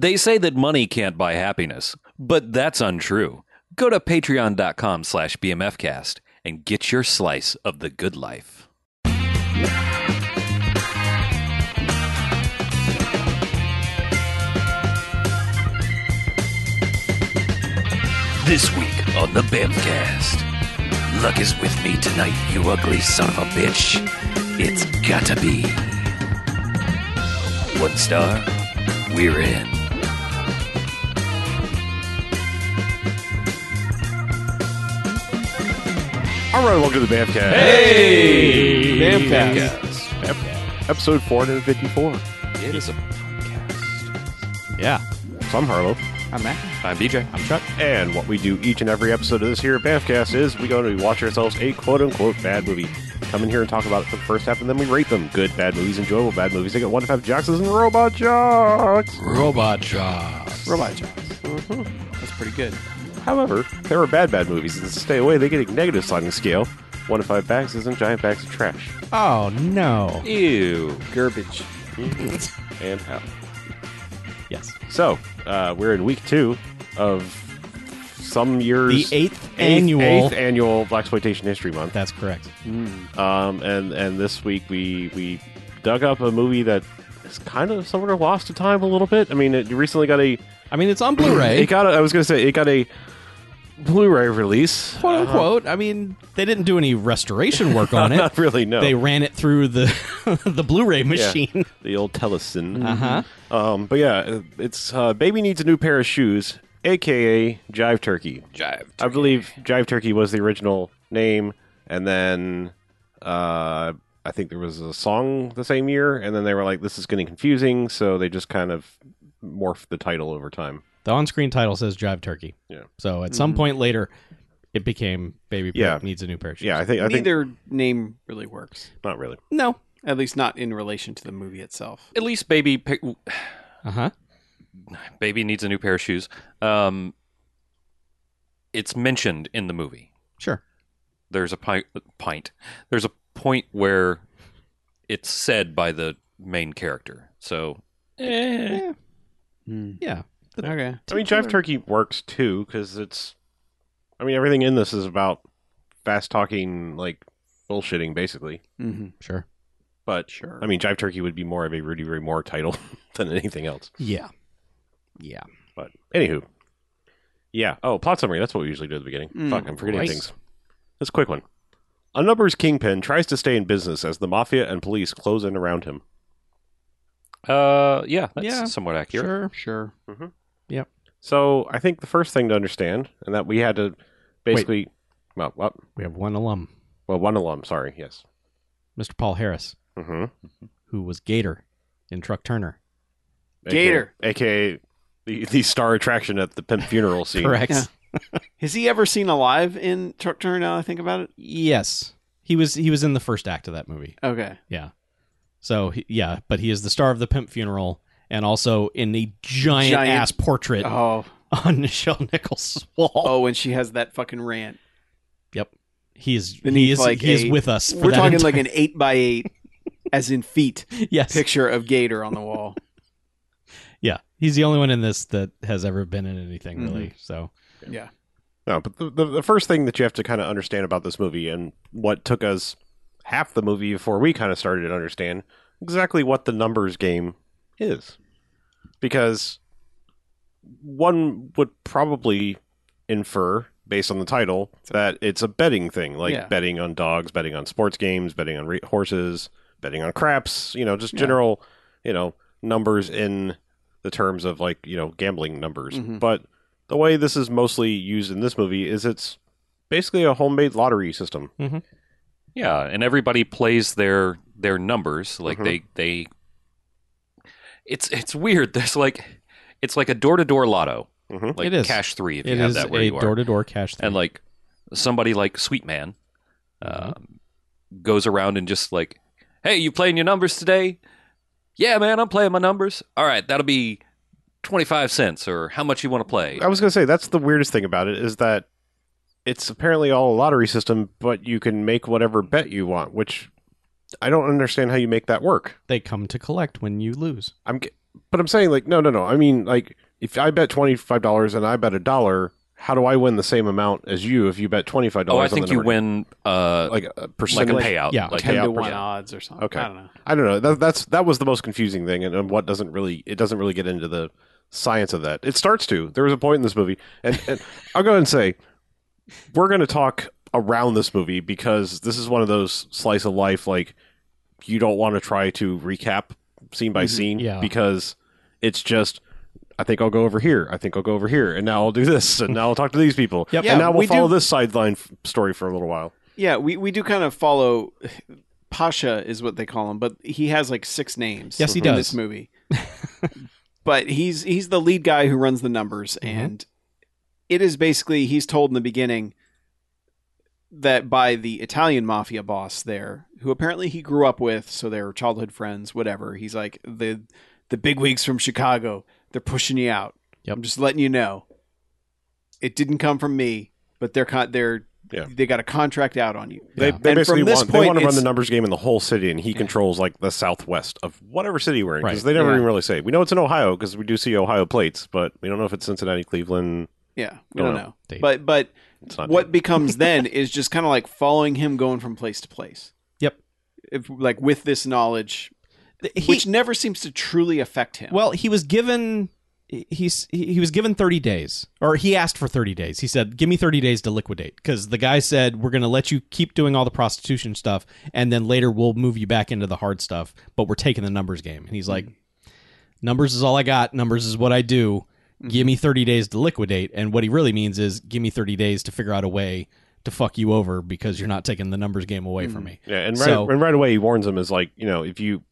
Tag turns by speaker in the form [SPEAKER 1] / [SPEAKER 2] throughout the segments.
[SPEAKER 1] They say that money can't buy happiness, but that's untrue. Go to patreon.com slash bmfcast and get your slice of the good life. This week on the Bamcast, luck is with me tonight, you ugly son of a bitch. It's gotta be. One star, we're in.
[SPEAKER 2] All right, welcome to the Bamcast.
[SPEAKER 1] Hey!
[SPEAKER 3] Bamcast.
[SPEAKER 2] Episode 454.
[SPEAKER 1] It is a podcast.
[SPEAKER 3] Yeah.
[SPEAKER 2] So I'm Harlow.
[SPEAKER 3] I'm Matt.
[SPEAKER 1] I'm DJ.
[SPEAKER 3] I'm Chuck.
[SPEAKER 2] And what we do each and every episode of this here Bamcast is we go and we watch ourselves a quote unquote bad movie. Come in here and talk about it for the first half, and then we rate them. Good, bad movies, enjoyable, bad movies. They got one to five Jacksons and Robot Jocks. Mm-hmm.
[SPEAKER 3] Robot Jaws. Robot Jaws. That's pretty good.
[SPEAKER 2] However, there are bad, bad movies, and to stay away, they get a negative sliding scale. One to five bags and giant bags of trash.
[SPEAKER 3] Oh no.
[SPEAKER 1] Ew.
[SPEAKER 3] Garbage.
[SPEAKER 2] And how?
[SPEAKER 3] Yes.
[SPEAKER 2] So, uh, we're in week two of some
[SPEAKER 3] The
[SPEAKER 2] year's
[SPEAKER 3] eighth, annual.
[SPEAKER 2] eighth annual Black Exploitation History Month.
[SPEAKER 3] That's correct.
[SPEAKER 2] Um, and and this week we we dug up a movie that is kind of sort of lost to time a little bit. I mean, it recently got a
[SPEAKER 3] I mean, it's on
[SPEAKER 2] it
[SPEAKER 3] Blu-ray,
[SPEAKER 2] got a, I was going to say it got a Blu-ray release.
[SPEAKER 3] quote unquote. I mean, they didn't do any restoration work on it.
[SPEAKER 2] Not really, no.
[SPEAKER 3] They ran it through the the Blu-ray
[SPEAKER 2] Yeah.
[SPEAKER 3] machine.
[SPEAKER 2] the old Telesin.
[SPEAKER 3] Uh-huh.
[SPEAKER 2] Um, but yeah, it's uh, baby needs a new pair of shoes, aka Jive Turkey.
[SPEAKER 1] Jive.
[SPEAKER 2] I believe Jive Turkey was the original name, and then uh, I think there was a song the same year, and then they were like, "This is getting confusing," so they just kind of morphed the title over time.
[SPEAKER 3] The on-screen title says "Drive Turkey."
[SPEAKER 2] Yeah. Mm-hmm.
[SPEAKER 3] So at some point later, it became "Baby Poop
[SPEAKER 2] Yeah.
[SPEAKER 3] Needs a New Pair of Shoes."
[SPEAKER 2] Yeah, I think I think
[SPEAKER 4] Neither name really works.
[SPEAKER 2] not really.
[SPEAKER 3] No.
[SPEAKER 4] At least not in relation to the movie itself.
[SPEAKER 1] At least baby pick,
[SPEAKER 3] Uh huh.
[SPEAKER 1] baby needs a new pair of shoes. Um, it's mentioned in the movie.
[SPEAKER 3] Sure.
[SPEAKER 1] There's a pint. pint. There's a point where it's said by the main character. So
[SPEAKER 2] Eh.
[SPEAKER 3] Yeah. Yeah.
[SPEAKER 4] Okay.
[SPEAKER 2] I mean, Jive Turkey works too because it's. I mean, everything in this is about fast talking, like bullshitting, basically.
[SPEAKER 4] Mm-hmm.
[SPEAKER 3] Sure.
[SPEAKER 2] But
[SPEAKER 4] Sure.
[SPEAKER 2] I mean, Jive Turkey would be more of a Rudy Ray Moore title than anything else.
[SPEAKER 3] Yeah. Yeah.
[SPEAKER 2] But anywho, yeah. Oh, plot summary. That's what we usually do at the beginning.
[SPEAKER 4] Mm,
[SPEAKER 2] Fuck, I'm forgetting
[SPEAKER 3] right.
[SPEAKER 2] things. That's a quick one. A numbers kingpin tries to stay in business as the mafia and police close in around him.
[SPEAKER 1] uh, yeah, that's
[SPEAKER 3] Yeah.
[SPEAKER 1] somewhat accurate.
[SPEAKER 3] Sure.
[SPEAKER 4] sure.
[SPEAKER 2] So I think the first thing to understand, and that we had to basically, well, well,
[SPEAKER 3] We have one alum,
[SPEAKER 2] well, one alum. Sorry, yes.
[SPEAKER 3] Mr. Paul Harris,
[SPEAKER 2] Mm-hmm.
[SPEAKER 3] who was Gator in Truck Turner.
[SPEAKER 4] Gator.
[SPEAKER 2] aka the the star attraction at the pimp funeral scene.
[SPEAKER 3] Correct.
[SPEAKER 4] Yeah. Has he ever seen alive in Truck Turner now I think about it?
[SPEAKER 3] Yes. He was he was in the first act of that movie.
[SPEAKER 4] Okay.
[SPEAKER 3] Yeah. So he, yeah, but he is the star of the pimp funeral and also in the giant,
[SPEAKER 4] Giant-
[SPEAKER 3] ass portrait
[SPEAKER 4] Oh.
[SPEAKER 3] on Michelle Nichols' wall.
[SPEAKER 4] Oh, and she has that fucking rant.
[SPEAKER 3] Yep. He is
[SPEAKER 4] Then
[SPEAKER 3] he
[SPEAKER 4] he's
[SPEAKER 3] is
[SPEAKER 4] like
[SPEAKER 3] he is
[SPEAKER 4] a-
[SPEAKER 3] with us. For
[SPEAKER 4] We're
[SPEAKER 3] that
[SPEAKER 4] talking
[SPEAKER 3] entire-
[SPEAKER 4] like an eight by eight as in feet
[SPEAKER 3] yes.
[SPEAKER 4] picture of Gator on the wall.
[SPEAKER 3] Yeah. He's the only one in this that has ever been in anything
[SPEAKER 4] Mm-hmm.
[SPEAKER 3] really. So
[SPEAKER 4] Yeah.
[SPEAKER 2] No, but the, the the first thing that you have to kind of understand about this movie and what took us half the movie before we kind of started to understand exactly what the numbers game is, because one would probably infer based on the title that it's a betting thing, like
[SPEAKER 4] Yeah.
[SPEAKER 2] betting on dogs, betting on sports games, betting on re- horses, betting on craps. You know, just general, you know, numbers in the terms of like you know gambling numbers,
[SPEAKER 1] Mm-hmm.
[SPEAKER 4] Mhm.
[SPEAKER 2] but the way this is mostly used in this movie is it's basically a homemade lottery system.
[SPEAKER 1] Yeah, and everybody plays their their numbers like
[SPEAKER 2] Mhm.
[SPEAKER 1] they they. It's it's weird. There's like, it's like a door to door lotto,
[SPEAKER 2] Mhm.
[SPEAKER 1] like
[SPEAKER 3] It is.
[SPEAKER 1] cash three if
[SPEAKER 3] it
[SPEAKER 1] you have
[SPEAKER 3] is
[SPEAKER 1] that where
[SPEAKER 3] a
[SPEAKER 1] you are,
[SPEAKER 3] door to door cash thing.
[SPEAKER 1] and like somebody like Sweet Man,
[SPEAKER 4] uh,
[SPEAKER 3] Mhm.
[SPEAKER 1] um, goes around and just like, hey, you playing your numbers today? Yeah, man, I'm playing my numbers. All right, that'll be twenty five cents or how much you want to play.
[SPEAKER 2] I was gonna say that's the weirdest thing about it is that it's apparently all a lottery system, but you can make whatever bet you want, which I don't understand how you make that work.
[SPEAKER 3] they come to collect when you lose.
[SPEAKER 2] I'm ge- But I'm saying like no, no, no. I mean like if I bet twenty five dollars and I bet a dollar, how do I win the same amount as you if you bet twenty five
[SPEAKER 1] Oh, I
[SPEAKER 2] dollars?
[SPEAKER 1] think you win uh, like,
[SPEAKER 2] like a
[SPEAKER 1] a
[SPEAKER 2] percentage.
[SPEAKER 1] payout.
[SPEAKER 3] Yeah.
[SPEAKER 1] Like,
[SPEAKER 4] ten
[SPEAKER 2] payout
[SPEAKER 4] to one
[SPEAKER 2] percent.
[SPEAKER 4] odds or something.
[SPEAKER 2] Okay.
[SPEAKER 4] I don't know.
[SPEAKER 2] I don't know. That, that's that was the most confusing thing, and, and what doesn't really it doesn't really get into the science of that. It starts to. There was a point in this movie, and, and I'll go ahead and say we're going to talk around this movie because this is one of those slice of life like you don't want to try to recap scene by
[SPEAKER 4] Mhm.
[SPEAKER 2] scene
[SPEAKER 3] Yeah.
[SPEAKER 2] because it's just. I think I'll go over here. I think I'll go over here, and now I'll do this, and now I'll talk to these people,
[SPEAKER 3] Yep.
[SPEAKER 4] Yeah,
[SPEAKER 2] and now we'll
[SPEAKER 4] we
[SPEAKER 2] follow
[SPEAKER 4] do-
[SPEAKER 2] this sideline f- story for a little while.
[SPEAKER 4] Yeah, we, we do kind of follow Pasha is what they call him, but he has like six names.
[SPEAKER 3] Yes, he
[SPEAKER 4] in
[SPEAKER 3] does.
[SPEAKER 4] this movie. but he's he's the lead guy who runs the numbers,
[SPEAKER 2] Mm-hmm.
[SPEAKER 4] and it is basically he's told in the beginning that by the Italian mafia boss there, who apparently he grew up with, so they were childhood friends, whatever. He's like the the bigwigs from Chicago. They're pushing you out.
[SPEAKER 3] Yep.
[SPEAKER 4] I'm just letting you know. It didn't come from me, but they're con- they're
[SPEAKER 2] Yeah.
[SPEAKER 4] they got a contract out on you.
[SPEAKER 2] They,
[SPEAKER 3] Yeah.
[SPEAKER 2] they
[SPEAKER 4] And from
[SPEAKER 2] basically
[SPEAKER 4] this
[SPEAKER 2] want,
[SPEAKER 4] point,
[SPEAKER 2] they want to run
[SPEAKER 4] it's-
[SPEAKER 2] the numbers game in the whole city, and he controls like the southwest of whatever city we're in because
[SPEAKER 3] Right.
[SPEAKER 2] they never
[SPEAKER 4] Yeah.
[SPEAKER 2] even really say. We know it's in Ohio because we do see Ohio plates, but we don't know if it's Cincinnati, Cleveland.
[SPEAKER 4] Yeah, we
[SPEAKER 2] Don't
[SPEAKER 4] don't
[SPEAKER 2] know.
[SPEAKER 4] know.
[SPEAKER 3] Dave.
[SPEAKER 4] But but
[SPEAKER 2] It's Oh, not
[SPEAKER 4] what becomes then is just kind of like following him going from place to place.
[SPEAKER 3] Yep.
[SPEAKER 4] If like with this knowledge,
[SPEAKER 3] He-
[SPEAKER 4] which never seems to truly affect him.
[SPEAKER 3] Well, he was given he's he he was given 30 days or he asked for 30 days. He said, "Give me 30 days to liquidate" cuz the guy said, "We're going to let you keep doing all the prostitution stuff and then later we'll move you back into the hard stuff, but we're taking the numbers game." And he's like, "Numbers is all I got. Numbers is what I do. Give me 30 days to liquidate." And what he really means is, "Give me 30 days to figure out a way to fuck you over because you're not taking the numbers game away from me."
[SPEAKER 2] Yeah, and right,
[SPEAKER 3] So-
[SPEAKER 2] and right away he warns him is like, you know, if you,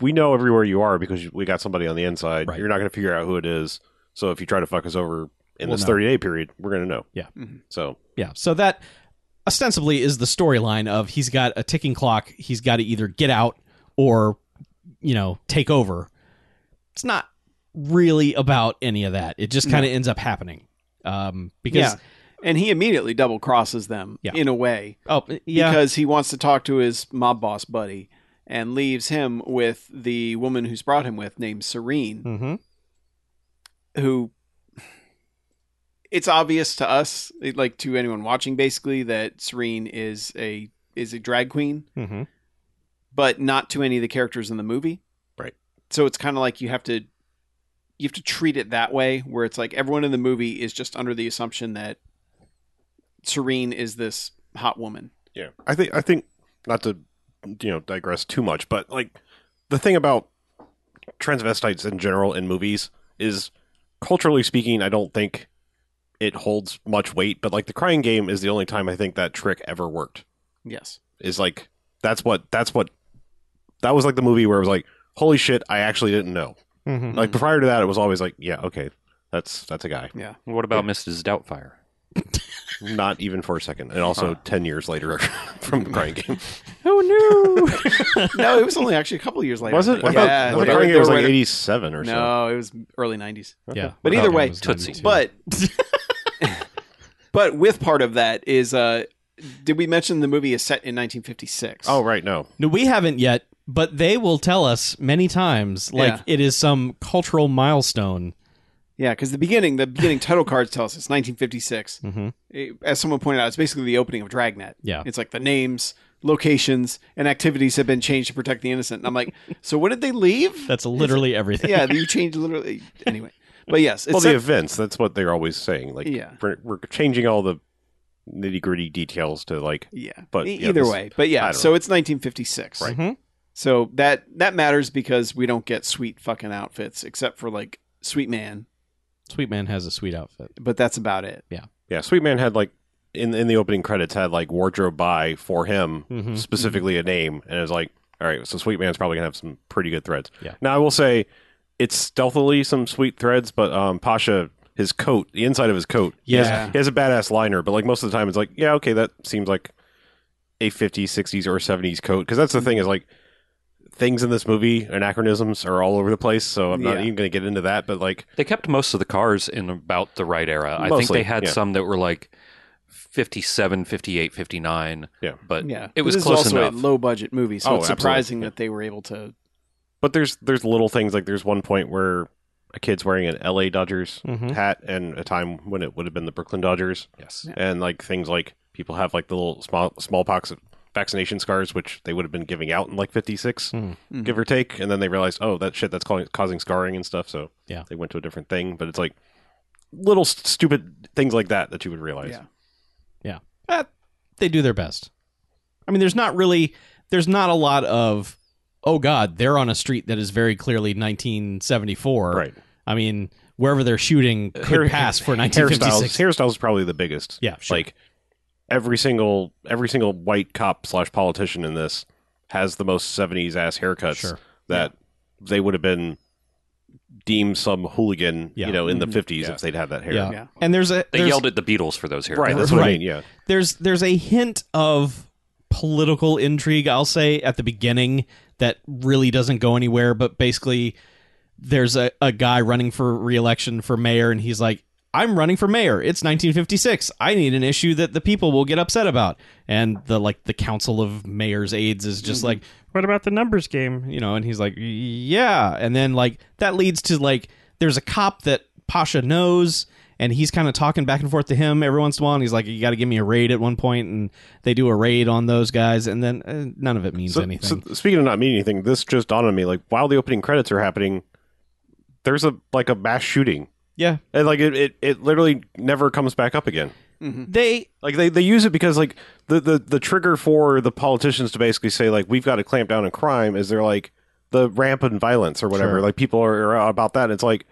[SPEAKER 2] we know everywhere you are because we got somebody on the inside.
[SPEAKER 3] Right.
[SPEAKER 2] You're not going to figure out who it is. So if you try to fuck us over in
[SPEAKER 3] We'll
[SPEAKER 2] this
[SPEAKER 3] know.
[SPEAKER 2] 30 day period, we're going to know.
[SPEAKER 3] Yeah.
[SPEAKER 4] Mhm.
[SPEAKER 2] So
[SPEAKER 3] Yeah. So that ostensibly is the storyline of he's got a ticking clock. He's got to either get out or, you know, take over. It's not really about any of that. It just kind of ends up happening. Um, because,
[SPEAKER 4] yeah, and he immediately double crosses them
[SPEAKER 3] Yeah.
[SPEAKER 4] in a way
[SPEAKER 3] oh, yeah.
[SPEAKER 4] because he wants to talk to his mob boss buddy and leaves him with the woman who's brought him with named Serene.
[SPEAKER 3] hmm
[SPEAKER 4] who it's obvious to us like to anyone watching basically that serene is a is a drag queen
[SPEAKER 3] hmm
[SPEAKER 4] but not to any of the characters in the movie
[SPEAKER 2] Right.
[SPEAKER 4] so it's kind of like you have to you have to treat it that way where it's like everyone in the movie is just under the assumption that serene is this hot woman
[SPEAKER 2] Yeah, I think I think not to you know digress too much, but like the thing about transvestites in general in movies is culturally speaking, I don't think it holds much weight. But like the crying game is the only time I think that trick ever worked.
[SPEAKER 4] yes
[SPEAKER 2] Is like that's what that's what that was like the movie where it was like, holy shit, I actually didn't know.
[SPEAKER 3] hmm
[SPEAKER 2] Like prior to that, it was always like, yeah, okay, that's that's a guy.
[SPEAKER 1] what about Mrs. Doubtfire?
[SPEAKER 2] Not even for a second, and also ten years later from the crying game.
[SPEAKER 4] no it was only actually a couple years later
[SPEAKER 2] Was it? I
[SPEAKER 4] yeah
[SPEAKER 2] thought, I thought
[SPEAKER 4] they
[SPEAKER 2] Crying
[SPEAKER 4] were-
[SPEAKER 2] Game was
[SPEAKER 4] they
[SPEAKER 2] like
[SPEAKER 4] were-
[SPEAKER 2] '87 or so.
[SPEAKER 4] no it was early 90s
[SPEAKER 3] Yeah.
[SPEAKER 4] But either way,
[SPEAKER 1] Tootsie.
[SPEAKER 4] But but with part of that is uh did we mention the movie is set in 1956?
[SPEAKER 2] Oh right, no.
[SPEAKER 3] No, we haven't yet, but they will tell us many times like
[SPEAKER 4] Yeah.
[SPEAKER 3] it is some cultural milestone.
[SPEAKER 4] yeah, because the beginning, the beginning title cards tell us it's 1956.
[SPEAKER 3] Mm-hmm.
[SPEAKER 4] It- as someone pointed out, it's basically the opening of Dragnet.
[SPEAKER 3] Yeah.
[SPEAKER 4] it's like the names, locations, and activities have been changed to protect the innocent. And I'm like, so when did they leave?
[SPEAKER 3] That's literally everything.
[SPEAKER 4] yeah, you changed literally anyway. But yes, it's
[SPEAKER 2] well,
[SPEAKER 4] set-
[SPEAKER 2] the events. That's what they're always saying. Like,
[SPEAKER 4] Yeah.
[SPEAKER 2] we're, we're changing all the nitty gritty details to like.
[SPEAKER 4] yeah.
[SPEAKER 2] but,
[SPEAKER 4] But
[SPEAKER 2] yeah,
[SPEAKER 4] either
[SPEAKER 2] this-
[SPEAKER 4] way, but
[SPEAKER 2] I
[SPEAKER 4] yeah,
[SPEAKER 2] don't
[SPEAKER 4] so
[SPEAKER 2] know.
[SPEAKER 4] it's 1956.
[SPEAKER 2] Right.
[SPEAKER 3] Mhm.
[SPEAKER 4] So that that matters because we don't get sweet fucking outfits except for like Sweet Man,
[SPEAKER 3] Sweet man has a sweet outfit.
[SPEAKER 4] but that's about it.
[SPEAKER 2] Yeah, Sweet Man had like in in the opening credits had like wardrobe by for him
[SPEAKER 4] Mm-hmm.
[SPEAKER 3] Mhm.
[SPEAKER 2] specifically a name, and it was like, all right, so Sweet Man's probably gonna have some pretty good threads.
[SPEAKER 3] Yeah.
[SPEAKER 2] Now I will say, it's stealthily some sweet threads, but um Pasha. His coat, the inside of his coat. He has-
[SPEAKER 4] Yeah.
[SPEAKER 2] he has a badass liner, but like most of the time, it's like, yeah, okay, that seems like a 50s, 60s, or 70s coat. Because that's the thing is like things in this movie, anachronisms are all over the place. So I'm not
[SPEAKER 4] Yeah.
[SPEAKER 2] even going to get into that. But like,
[SPEAKER 1] They kept most of the cars in about the right era. I think
[SPEAKER 2] Mostly,
[SPEAKER 1] they had
[SPEAKER 2] yeah.
[SPEAKER 1] some that were like 57, 58, 59.
[SPEAKER 2] Yeah.
[SPEAKER 1] But
[SPEAKER 4] Yeah,
[SPEAKER 1] it was
[SPEAKER 4] this
[SPEAKER 1] close
[SPEAKER 4] is also
[SPEAKER 1] enough.
[SPEAKER 4] a low budget movie, so
[SPEAKER 2] Oh,
[SPEAKER 4] it's surprising
[SPEAKER 2] absolutely.
[SPEAKER 4] that they were able to
[SPEAKER 2] But there's there's little things like there's one point where a kid's wearing an LA Dodgers
[SPEAKER 4] Mm-hmm.
[SPEAKER 3] Mhm.
[SPEAKER 2] hat and a time when it would have been the Brooklyn Dodgers
[SPEAKER 1] Yes.
[SPEAKER 2] and like things like people have like the little small smallpox vaccination scars which they would have been giving out in like 56
[SPEAKER 3] Mhm.
[SPEAKER 2] give or take and then they realized oh that shit that's causing, causing scarring and stuff so
[SPEAKER 3] Yeah.
[SPEAKER 2] they went to a different thing but it's like little st- stupid things like that that you would realize
[SPEAKER 4] Yeah.
[SPEAKER 3] Uh, they do their best. I mean, there's not really, there's not a lot of, oh God, they're on a street that is very clearly 1974.
[SPEAKER 2] right
[SPEAKER 3] I mean, wherever they're shooting could
[SPEAKER 2] hair-
[SPEAKER 3] pass for
[SPEAKER 2] hairstyles
[SPEAKER 3] 1956.
[SPEAKER 2] hairstyles is probably the biggest
[SPEAKER 3] Yeah, sure.
[SPEAKER 2] like every single every single white cop slash politician in this has the most 70s ass haircuts
[SPEAKER 3] Sure.
[SPEAKER 2] that they would have been deemed some hooligan
[SPEAKER 3] Yeah. Mm-hmm.
[SPEAKER 2] you know in the
[SPEAKER 4] Mhm.
[SPEAKER 2] 50s
[SPEAKER 1] Yeah.
[SPEAKER 2] if they'd had that hair
[SPEAKER 3] Yeah.
[SPEAKER 4] Yeah.
[SPEAKER 3] And there's a
[SPEAKER 1] They
[SPEAKER 3] there's,
[SPEAKER 1] yelled at the Beatles for those haircuts.
[SPEAKER 2] right that's what i
[SPEAKER 3] Right.
[SPEAKER 2] mean yeah
[SPEAKER 3] there's there's a hint of political intrigue, I'll say, at the beginning that really doesn't go anywhere, but basically there's a, a guy running for reelection for mayor and he's like, I'm running for mayor. It's nineteen fifty six. I need an issue that the people will get upset about. And the like the council of mayors' aides is just like, Mm-hmm. What about the numbers game? You know, and he's like, Yeah. And then like that leads to like there's a cop that Pasha knows and he's kind of talking back and forth to him every once in a while and he's like you got to give me a raid at one point and they do a raid on those guys and then uh, none of it means
[SPEAKER 2] so,
[SPEAKER 3] anything
[SPEAKER 2] so speaking of not meaning anything this just dawned on me like while the opening credits are happening there's a like a mass shooting
[SPEAKER 3] yeah
[SPEAKER 2] and like it, it, it literally never comes back up again
[SPEAKER 3] they
[SPEAKER 2] Like they, they use it because like the, the the trigger for the politicians to basically say like we've got to clamp down on crime is they're like the rampant violence or whatever.
[SPEAKER 3] Sure.
[SPEAKER 2] Like people are, are about that. it's like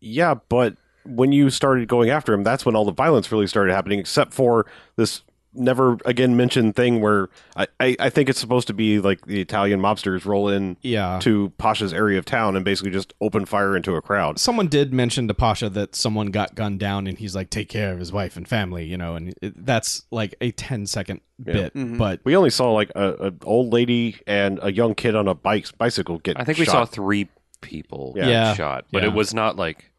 [SPEAKER 2] yeah, but when you started going after him, that's when all the violence really started happening. Except for this never again mentioned thing where I I, I think it's supposed to be like the Italian mobsters roll in
[SPEAKER 3] yeah
[SPEAKER 2] to Pasha's area of town and basically just open fire into a crowd.
[SPEAKER 3] someone did mention to pasha that someone got gunned down and he's like take care of his wife and family you know and it, that's like a 10 second bit
[SPEAKER 4] Mhm.
[SPEAKER 3] but
[SPEAKER 2] We only saw like a, a old lady and a young kid on a bike bicycle get.
[SPEAKER 1] I think we
[SPEAKER 2] shot.
[SPEAKER 1] saw three people
[SPEAKER 2] Yeah.
[SPEAKER 3] Yeah.
[SPEAKER 1] shot, but
[SPEAKER 3] Yeah.
[SPEAKER 1] it was not like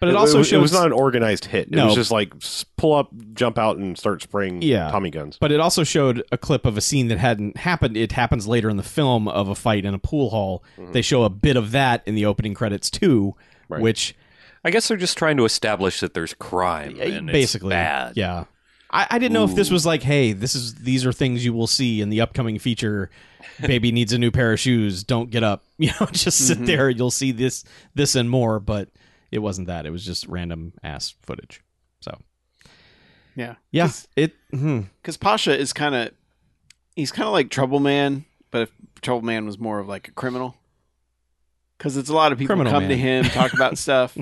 [SPEAKER 3] but it, also
[SPEAKER 2] was,
[SPEAKER 3] shows
[SPEAKER 2] it was not an organized hit. It
[SPEAKER 3] No.
[SPEAKER 2] was just like s- pull up, jump out, and start spraying
[SPEAKER 3] Yeah.
[SPEAKER 2] Tommy guns.
[SPEAKER 3] But it also showed a clip of a scene that hadn't happened. It happens later in the film of a fight in a pool hall. They show a bit of that in the opening credits too,
[SPEAKER 2] Mm-hmm. Right.
[SPEAKER 3] which
[SPEAKER 1] I guess they're just trying to establish that there's crime and
[SPEAKER 3] basically,
[SPEAKER 1] it's bad.
[SPEAKER 3] yeah. I, I didn't know if this was like, hey, this is these are things you will see in the upcoming feature. Baby needs a new pair of shoes. Don't get up. You know, just sit there. You'll see this, this, and more. But it wasn't that. It was just random ass footage. So
[SPEAKER 4] Yeah.
[SPEAKER 3] yeah, it. hmm.
[SPEAKER 4] Because Pasha is kind of, he's kind of like Trouble Man, but if Trouble Man was more of like a criminal, because it's a lot of people
[SPEAKER 3] Criminal
[SPEAKER 4] come to
[SPEAKER 3] Man.
[SPEAKER 4] him talk about stuff.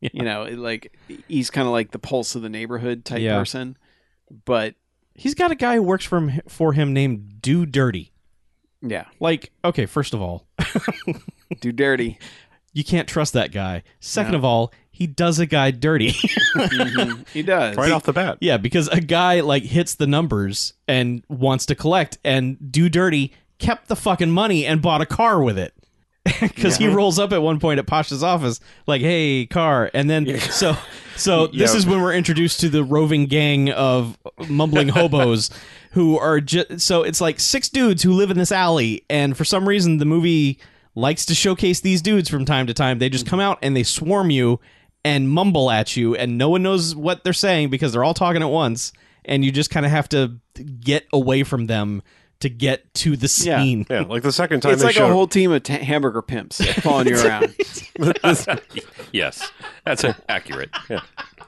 [SPEAKER 3] Yeah.
[SPEAKER 4] You know, it, like he's kind of like the pulse of the neighborhood type
[SPEAKER 3] Yeah.
[SPEAKER 4] person, but
[SPEAKER 3] He's got a guy who works for him, for him named Do Dirty.
[SPEAKER 4] yeah,
[SPEAKER 3] Like, okay, first of all,
[SPEAKER 4] do dirty.
[SPEAKER 3] you can't trust that guy. Second
[SPEAKER 4] No.
[SPEAKER 3] of all, he does a guy dirty.
[SPEAKER 4] Mhm. He does.
[SPEAKER 2] Right off the bat,
[SPEAKER 3] yeah, because a guy like hits the numbers and wants to collect and do dirty kept the fucking money and bought a car with it. Because he rolls up at one point at Pasha's office, like, "Hey, car," and then so, so this
[SPEAKER 2] Yeah.
[SPEAKER 3] is when we're introduced to the roving gang of mumbling hobos, who are just so it's like six dudes who live in this alley, and for some reason the movie likes to showcase these dudes from time to time. They just come out and they swarm you and mumble at you, and no one knows what they're saying because they're all talking at once, and you just kind of have to get away from them to get to the
[SPEAKER 4] Yeah.
[SPEAKER 3] scene.
[SPEAKER 2] yeah. Like the second time
[SPEAKER 4] It's
[SPEAKER 2] they
[SPEAKER 4] like
[SPEAKER 2] showed,
[SPEAKER 4] a whole team of ta hamburger pimps following you around.
[SPEAKER 1] Yes, that's a- accurate.
[SPEAKER 2] the,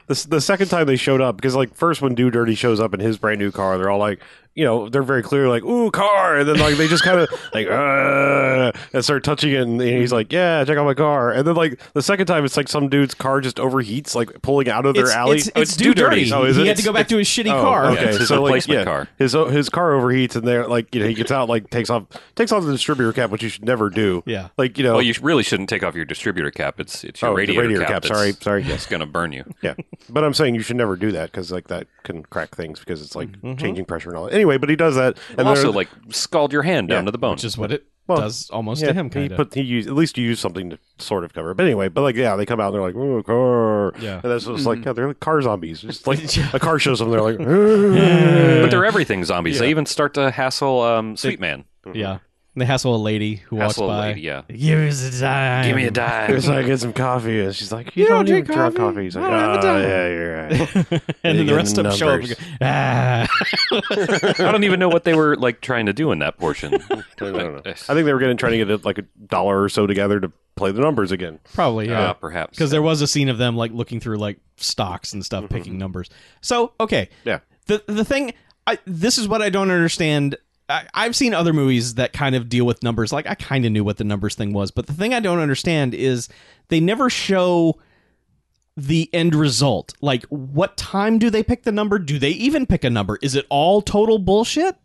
[SPEAKER 2] s- the second time they showed up because like first when Dude Dirty shows up in his brand new car, they're all like, you know, they're very clear like ooh car, and then like they just kind of like uh, and start touching it, and, and he's like, yeah, check out my car, and then like the second time it's like some dude's car just overheats, like pulling out of their
[SPEAKER 3] It's,
[SPEAKER 2] alley.
[SPEAKER 3] it's, it's,
[SPEAKER 1] Oh, it's
[SPEAKER 3] do
[SPEAKER 1] Do
[SPEAKER 3] dirty.
[SPEAKER 1] Dirty.
[SPEAKER 2] Oh, is
[SPEAKER 3] he
[SPEAKER 2] it?
[SPEAKER 3] had to go back to his shitty
[SPEAKER 2] Oh,
[SPEAKER 3] car.
[SPEAKER 1] Yeah, it's his replacement car.
[SPEAKER 2] His uh, his car overheats, and they're like, you know, he gets out, like takes off takes off the distributor cap, which you should never do.
[SPEAKER 3] Yeah.
[SPEAKER 2] like you know,
[SPEAKER 1] Well, you sh- really shouldn't take off your distributor cap. It's it's your
[SPEAKER 2] Oh, the
[SPEAKER 1] radiator,
[SPEAKER 2] radiator cap,
[SPEAKER 1] that's-
[SPEAKER 2] sorry, sorry, yes.
[SPEAKER 1] It's gonna burn you.
[SPEAKER 2] yeah. But I'm saying you should never do that because like that can crack things because it's like
[SPEAKER 3] Mm-hmm.
[SPEAKER 2] changing pressure and all. that. Anyway, but he does that, and
[SPEAKER 1] And also,
[SPEAKER 2] they're-
[SPEAKER 1] like scald your hand
[SPEAKER 2] Yeah,
[SPEAKER 1] down to the bone.
[SPEAKER 3] which is what it
[SPEAKER 2] Well,
[SPEAKER 3] does almost
[SPEAKER 2] yeah,
[SPEAKER 3] to him.
[SPEAKER 2] he
[SPEAKER 3] Kind of.
[SPEAKER 2] put he used at least you use something to sort of cover. it. But anyway, but like yeah, they come out and they're like ooh car,
[SPEAKER 3] Yeah.
[SPEAKER 2] and that's what's
[SPEAKER 1] Hmm.
[SPEAKER 2] like yeah, they're like car zombies. Just like a car shows them, they're like, "Ooh."
[SPEAKER 1] Mm. but they're everything zombies. They even start to hassle um, Sweet Man.
[SPEAKER 3] yeah. And they hassle a lady who
[SPEAKER 1] Hassle
[SPEAKER 3] walks
[SPEAKER 1] a
[SPEAKER 3] by.
[SPEAKER 1] lady, yeah.
[SPEAKER 3] Give us a dime.
[SPEAKER 1] Give me a dime.
[SPEAKER 2] It's like, get some coffee. And she's like, you,
[SPEAKER 4] You
[SPEAKER 2] don't,
[SPEAKER 4] don't drink
[SPEAKER 2] even drink
[SPEAKER 4] coffee?
[SPEAKER 2] coffee. He's like,
[SPEAKER 4] I don't have a
[SPEAKER 2] "Ah,
[SPEAKER 4] dime."
[SPEAKER 2] yeah, you're right.
[SPEAKER 3] and then the
[SPEAKER 2] Big
[SPEAKER 3] rest of them show up and
[SPEAKER 2] numbers.
[SPEAKER 3] go, ah.
[SPEAKER 1] I don't even know what they were like trying to do in that portion. uh,
[SPEAKER 2] I don't know. I think they were going to try to get it, like a dollar or so together to play the numbers again.
[SPEAKER 3] Probably,
[SPEAKER 1] Uh,
[SPEAKER 3] yeah.
[SPEAKER 1] perhaps
[SPEAKER 3] Because there was a scene of them like looking through like stocks and
[SPEAKER 1] Mm-hmm.
[SPEAKER 3] stuff, picking numbers. So, okay.
[SPEAKER 2] Yeah.
[SPEAKER 3] The the thing I this is what I don't understand. I, I've seen other movies that kind of deal with numbers. Like I kind of knew what the numbers thing was, but the thing I don't understand is they never show the end result. Like what time do they pick the number? Do they even pick a number? Is it all total bullshit?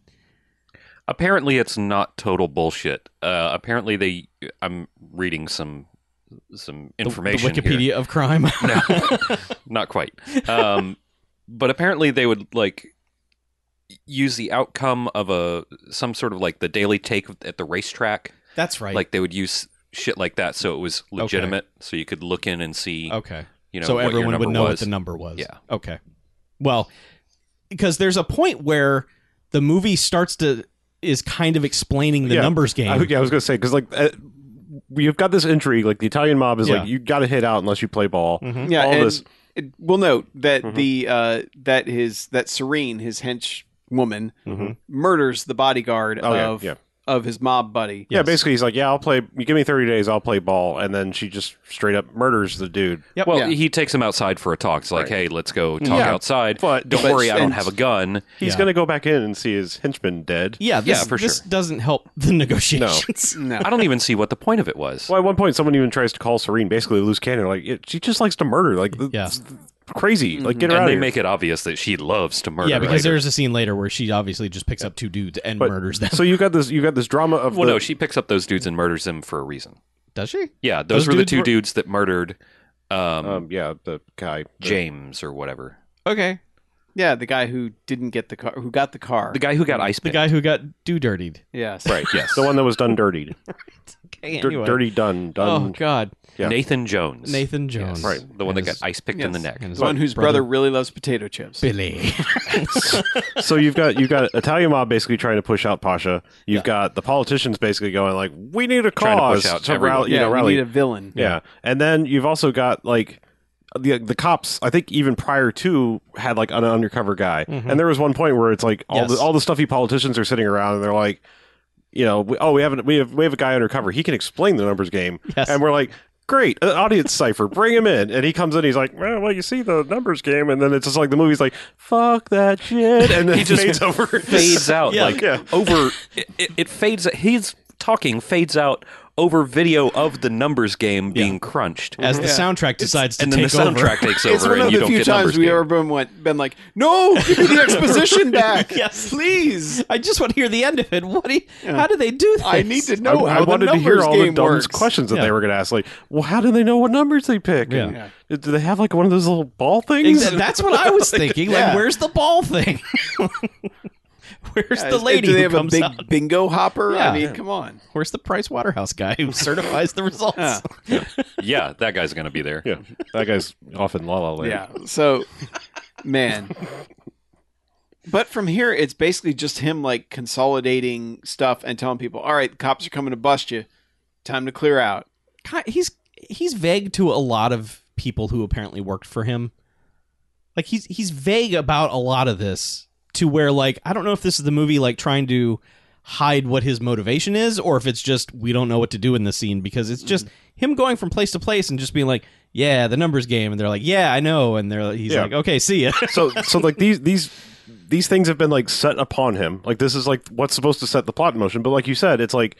[SPEAKER 1] apparently it's not total bullshit. Uh, apparently they. I'm reading some some
[SPEAKER 3] The-
[SPEAKER 1] information.
[SPEAKER 3] the
[SPEAKER 1] here.
[SPEAKER 3] Wikipedia of crime.
[SPEAKER 1] No, not quite. Um, but apparently, they would like use the outcome of a some sort of like the daily take at the racetrack.
[SPEAKER 3] That's right.
[SPEAKER 1] Like they would use shit like that, so it was legitimate. So you could look in and see,
[SPEAKER 3] okay.
[SPEAKER 1] you know,
[SPEAKER 3] so
[SPEAKER 1] what your
[SPEAKER 3] everyone
[SPEAKER 1] number
[SPEAKER 3] would know
[SPEAKER 1] was.
[SPEAKER 3] what the number was.
[SPEAKER 1] Yeah.
[SPEAKER 3] Okay. Well, because there's a point where the movie starts to is kind of explaining the
[SPEAKER 2] Yeah.
[SPEAKER 3] numbers game.
[SPEAKER 2] I, yeah, I was going to say, because like, uh, you've got this intrigue. Like, the Italian mob is
[SPEAKER 3] Yeah.
[SPEAKER 2] like, you got to hit out unless you play ball.
[SPEAKER 3] Mhm.
[SPEAKER 4] Yeah,
[SPEAKER 2] Mm-hmm. All
[SPEAKER 4] and
[SPEAKER 2] this-
[SPEAKER 4] It, we'll note that
[SPEAKER 2] Mhm.
[SPEAKER 4] the uh, that his that Serene, his hench woman,
[SPEAKER 2] Mhm.
[SPEAKER 4] murders the bodyguard
[SPEAKER 2] Oh, yeah,
[SPEAKER 4] of
[SPEAKER 2] yeah.
[SPEAKER 4] of his mob buddy.
[SPEAKER 2] Yeah,
[SPEAKER 3] Yes.
[SPEAKER 2] basically, he's like, yeah, I'll play. You give me 30 days, I'll play ball. And then she just straight up murders the dude.
[SPEAKER 3] Yep.
[SPEAKER 1] well,
[SPEAKER 4] Yeah.
[SPEAKER 1] he takes him outside for a talk. It's like,
[SPEAKER 2] Right.
[SPEAKER 1] hey, let's go talk
[SPEAKER 2] Yeah.
[SPEAKER 1] outside.
[SPEAKER 2] But
[SPEAKER 1] don't
[SPEAKER 4] but-
[SPEAKER 1] worry, I don't
[SPEAKER 4] and-
[SPEAKER 1] have a gun.
[SPEAKER 2] He's
[SPEAKER 3] Yeah.
[SPEAKER 2] going to go back in and see his henchman dead.
[SPEAKER 3] yeah, this,
[SPEAKER 1] yeah, for
[SPEAKER 3] this
[SPEAKER 1] sure.
[SPEAKER 3] doesn't help the negotiations.
[SPEAKER 4] No,
[SPEAKER 1] I don't even see what the point of it was.
[SPEAKER 2] Well, at one point, someone even tries to call Serene basically a loose cannon. Like, "Yeah, she just likes to murder. Like, th-
[SPEAKER 3] Yeah.
[SPEAKER 2] th- crazy. Like, get her
[SPEAKER 1] and
[SPEAKER 2] out
[SPEAKER 1] they
[SPEAKER 2] of here.
[SPEAKER 1] make it obvious that she loves to murder.
[SPEAKER 3] yeah, because
[SPEAKER 1] right?
[SPEAKER 3] there's a scene later where she obviously just picks up two dudes and
[SPEAKER 2] But-
[SPEAKER 3] murders them.
[SPEAKER 2] so you got this. You got this drama of
[SPEAKER 1] well,
[SPEAKER 2] the,
[SPEAKER 1] no, she picks up those dudes and murders them for a reason.
[SPEAKER 3] Does she?
[SPEAKER 1] Yeah, those,
[SPEAKER 3] Those
[SPEAKER 1] were the
[SPEAKER 3] dudes
[SPEAKER 1] two
[SPEAKER 3] were-
[SPEAKER 1] dudes that murdered um,
[SPEAKER 2] um, yeah, the guy. the-
[SPEAKER 1] James or whatever.
[SPEAKER 3] Okay.
[SPEAKER 4] yeah, the guy who didn't get the car, who got the car.
[SPEAKER 1] The guy who got ice
[SPEAKER 3] The
[SPEAKER 1] picked.
[SPEAKER 3] guy who got do dirtied.
[SPEAKER 4] yes,
[SPEAKER 1] Right, yes.
[SPEAKER 2] the one that was done dirtied.
[SPEAKER 3] Okay,
[SPEAKER 2] Dir- dirty done.
[SPEAKER 3] Oh
[SPEAKER 2] Done.
[SPEAKER 3] God,
[SPEAKER 2] Yeah.
[SPEAKER 1] Nathan Jones.
[SPEAKER 3] Nathan
[SPEAKER 1] Yes.
[SPEAKER 3] Jones.
[SPEAKER 1] Right. The one
[SPEAKER 3] And
[SPEAKER 1] that
[SPEAKER 3] his-
[SPEAKER 1] got ice picked in the
[SPEAKER 4] Yes.
[SPEAKER 1] neck.
[SPEAKER 3] and his
[SPEAKER 4] the one whose brother, really loves potato chips.
[SPEAKER 3] Billy.
[SPEAKER 2] so you've got you've got Italian mob basically trying to push out Pasha. You've got the politicians basically going like, we need a
[SPEAKER 1] Trying to push
[SPEAKER 2] cause
[SPEAKER 1] out
[SPEAKER 2] to
[SPEAKER 1] everyone.
[SPEAKER 2] rally. You
[SPEAKER 4] yeah,
[SPEAKER 2] know,
[SPEAKER 4] we
[SPEAKER 2] rally.
[SPEAKER 4] need a villain.
[SPEAKER 2] Yeah. And then you've also got like the the cops, I think even prior to had like an undercover guy. And there was one point where it's like all
[SPEAKER 3] Yes.
[SPEAKER 2] the all the stuffy politicians are sitting around and they're like you know, we, oh, we haven't we have we have a guy undercover. He can explain the numbers game.
[SPEAKER 3] Yes.
[SPEAKER 2] And we're like Great, an audience cipher. Bring him in, and he comes in. He's like, well, well, you see the numbers game, and then it's just like the movie's like, fuck that shit, and then he just fades over.
[SPEAKER 1] fades out.
[SPEAKER 3] Yeah.
[SPEAKER 1] Like,
[SPEAKER 2] Yeah.
[SPEAKER 1] over. It, it, it fades. He's talking, fades out over video of the numbers game being crunched.
[SPEAKER 3] As the
[SPEAKER 4] Yeah.
[SPEAKER 3] soundtrack decides to
[SPEAKER 1] and then
[SPEAKER 3] take
[SPEAKER 1] the soundtrack
[SPEAKER 3] over.
[SPEAKER 1] takes
[SPEAKER 4] It's
[SPEAKER 1] over and
[SPEAKER 4] one of
[SPEAKER 1] you
[SPEAKER 4] the
[SPEAKER 1] don't
[SPEAKER 4] few
[SPEAKER 1] get numbers
[SPEAKER 4] times we
[SPEAKER 1] game.
[SPEAKER 4] ever been, went, been like, "No, give me the exposition back,
[SPEAKER 3] Yes.
[SPEAKER 4] please."
[SPEAKER 3] I just want to hear the end of it. What? Do you, How do they do this?
[SPEAKER 4] I need to know
[SPEAKER 2] I,
[SPEAKER 4] how
[SPEAKER 2] I wanted
[SPEAKER 4] the
[SPEAKER 2] to hear
[SPEAKER 4] numbers
[SPEAKER 2] all the
[SPEAKER 4] game
[SPEAKER 2] dumbest
[SPEAKER 4] works.
[SPEAKER 2] questions that
[SPEAKER 3] Yeah.
[SPEAKER 2] they were going to ask. Like, well, how do they know what numbers they pick?
[SPEAKER 3] Yeah.
[SPEAKER 2] And uh,
[SPEAKER 4] Yeah.
[SPEAKER 2] Do they have like one of those little ball things?
[SPEAKER 3] Exa- That's what I was thinking. Like,
[SPEAKER 4] Yeah.
[SPEAKER 3] where's the ball thing? where's
[SPEAKER 4] Yeah,
[SPEAKER 3] the
[SPEAKER 4] is-
[SPEAKER 3] lady
[SPEAKER 4] Do they
[SPEAKER 3] who
[SPEAKER 4] have
[SPEAKER 3] comes
[SPEAKER 4] a big
[SPEAKER 3] out?
[SPEAKER 4] bingo hopper?
[SPEAKER 3] Yeah.
[SPEAKER 4] I mean, come on.
[SPEAKER 3] Where's the Price Waterhouse guy who certifies the results?
[SPEAKER 4] Yeah.
[SPEAKER 1] Yeah, that guy's going to be there.
[SPEAKER 2] yeah, that guy's off in La La Land.
[SPEAKER 4] Yeah. So, man. But from here, it's basically just him like consolidating stuff and telling people, "All right, the cops are coming to bust you. Time to clear out."
[SPEAKER 3] Ki- He's he's vague to a lot of people who apparently worked for him. Like he's he's vague about a lot of this to where like I don't know if this is the movie like trying to hide what his motivation is or if it's just we don't know what to do in this scene because it's just him going from place to place and just being like yeah the numbers game and they're like yeah I know and they're he's
[SPEAKER 2] Yeah.
[SPEAKER 3] like okay see ya
[SPEAKER 2] So, so like these these these things have been like set upon him. Like this is like what's supposed to set the plot in motion. But like you said, it's like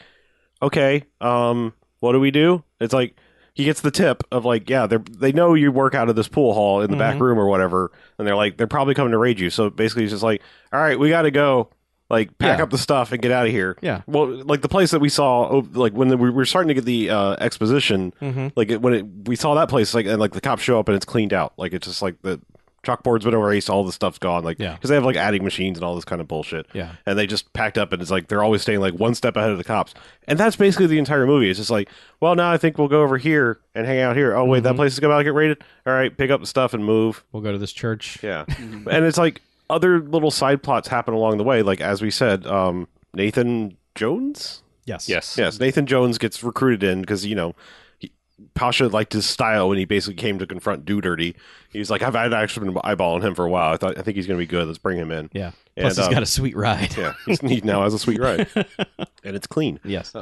[SPEAKER 2] okay, um, what do we do? It's like he gets the tip of like, yeah, they they know you work out of this pool hall in the back room or whatever, and they're like, they're probably coming to raid you. So basically, he's just like, all right, we got to go. Like pack
[SPEAKER 3] Yeah.
[SPEAKER 2] up the stuff and get out of here.
[SPEAKER 3] Yeah.
[SPEAKER 2] Well, like the place that we saw, oh, like when the, we were starting to get the uh, exposition,
[SPEAKER 3] Mm-hmm.
[SPEAKER 2] like it, when it, we saw that place, like and like the cops show up and it's cleaned out. Like it's just like the chalkboard's been erased, all the stuff's gone. Like
[SPEAKER 3] Yeah.
[SPEAKER 2] because they have like adding machines and all this kind of bullshit.
[SPEAKER 3] Yeah.
[SPEAKER 2] And they just packed up and it's like they're always staying like one step ahead of the cops. And that's basically the entire movie. It's just like, well, now I think we'll go over here and hang out here. Oh wait,
[SPEAKER 3] Mm-hmm.
[SPEAKER 2] that place is about to get raided. All right, pick up the stuff and move.
[SPEAKER 3] we'll go to this church
[SPEAKER 2] Yeah. and it's like other little side plots happen along the way. Like as we said, um, Nathan Jones.
[SPEAKER 3] Yes.
[SPEAKER 1] Yes.
[SPEAKER 2] Yes, Nathan Jones gets recruited in because you know he, Pasha liked his style when he basically came to confront Do Dirty. He was like, "I've I'd actually been eyeballing him for a while. I thought I think he's going to be good. Let's bring him in."
[SPEAKER 3] Yeah.
[SPEAKER 2] And,
[SPEAKER 3] Plus, he's
[SPEAKER 2] um,
[SPEAKER 3] got a sweet ride.
[SPEAKER 2] yeah, he's, he now has a sweet ride, and it's clean.
[SPEAKER 3] yes.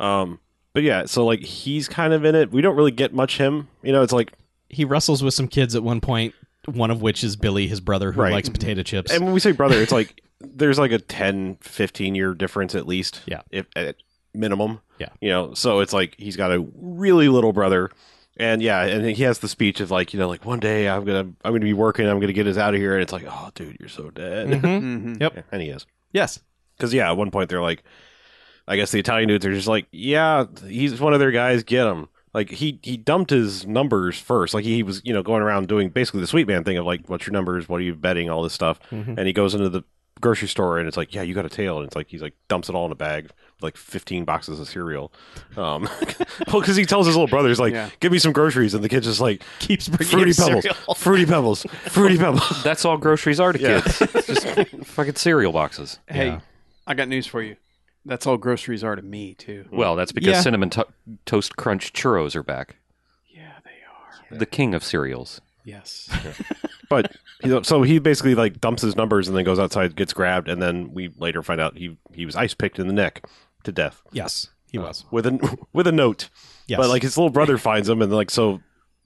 [SPEAKER 2] Um, but yeah, so like he's kind of in it. We don't really get much him. You know, it's like,
[SPEAKER 3] He wrestles with some kids at one point, one of which is Billy, his brother, who
[SPEAKER 2] Right.
[SPEAKER 3] likes potato chips.
[SPEAKER 2] and when we say brother, it's like there's like a 10, 15 year difference at least.
[SPEAKER 3] Yeah.
[SPEAKER 2] if at minimum.
[SPEAKER 3] Yeah.
[SPEAKER 2] you know, so it's like he's got a really little brother. And yeah, and he has the speech of like, you know, like one day I'm gonna I'm gonna be working, I'm gonna get us out of here, and it's like, oh, dude, you're so dead.
[SPEAKER 3] Mhm.
[SPEAKER 4] Mm-hmm.
[SPEAKER 2] Yeah, and he is.
[SPEAKER 3] Yes.
[SPEAKER 2] Because yeah, at one point they're like, I guess the Italian dudes are just like, yeah, he's one of their guys. Get him. Like he he dumped his numbers first. Like he was you know going around doing basically the sweet man thing of like, what's your numbers? What are you betting? All this stuff.
[SPEAKER 3] Mhm.
[SPEAKER 2] Mm-hmm. And he goes into the grocery store and it's like, yeah, you got a tail. And it's like he's like dumps it all in a bag, with, like fifteen boxes of cereal. Um, well, because he tells his little brother, he's like,
[SPEAKER 4] Yeah.
[SPEAKER 2] give me some groceries, and the kid's just like,
[SPEAKER 3] Keeps bringing
[SPEAKER 2] fruity
[SPEAKER 3] him
[SPEAKER 2] pebbles,
[SPEAKER 3] cereal.
[SPEAKER 2] fruity pebbles, fruity pebbles.
[SPEAKER 1] That's all groceries are to
[SPEAKER 2] Yeah.
[SPEAKER 1] kids. It's just fucking cereal boxes.
[SPEAKER 4] Hey,
[SPEAKER 3] Yeah.
[SPEAKER 4] I got news for you. That's all groceries are to me too.
[SPEAKER 1] Well, that's because
[SPEAKER 3] Yeah.
[SPEAKER 1] cinnamon to- toast crunch churros are back.
[SPEAKER 4] Yeah, they are.
[SPEAKER 1] The king of cereals.
[SPEAKER 4] Yes.
[SPEAKER 2] But he, so he basically like dumps his numbers and then goes outside, gets grabbed, and then we later find out he he was ice picked in the neck to death
[SPEAKER 3] Yes. He was.
[SPEAKER 2] with a with a note.
[SPEAKER 3] Yes.
[SPEAKER 2] But Oh. like his little brother finds him, and like so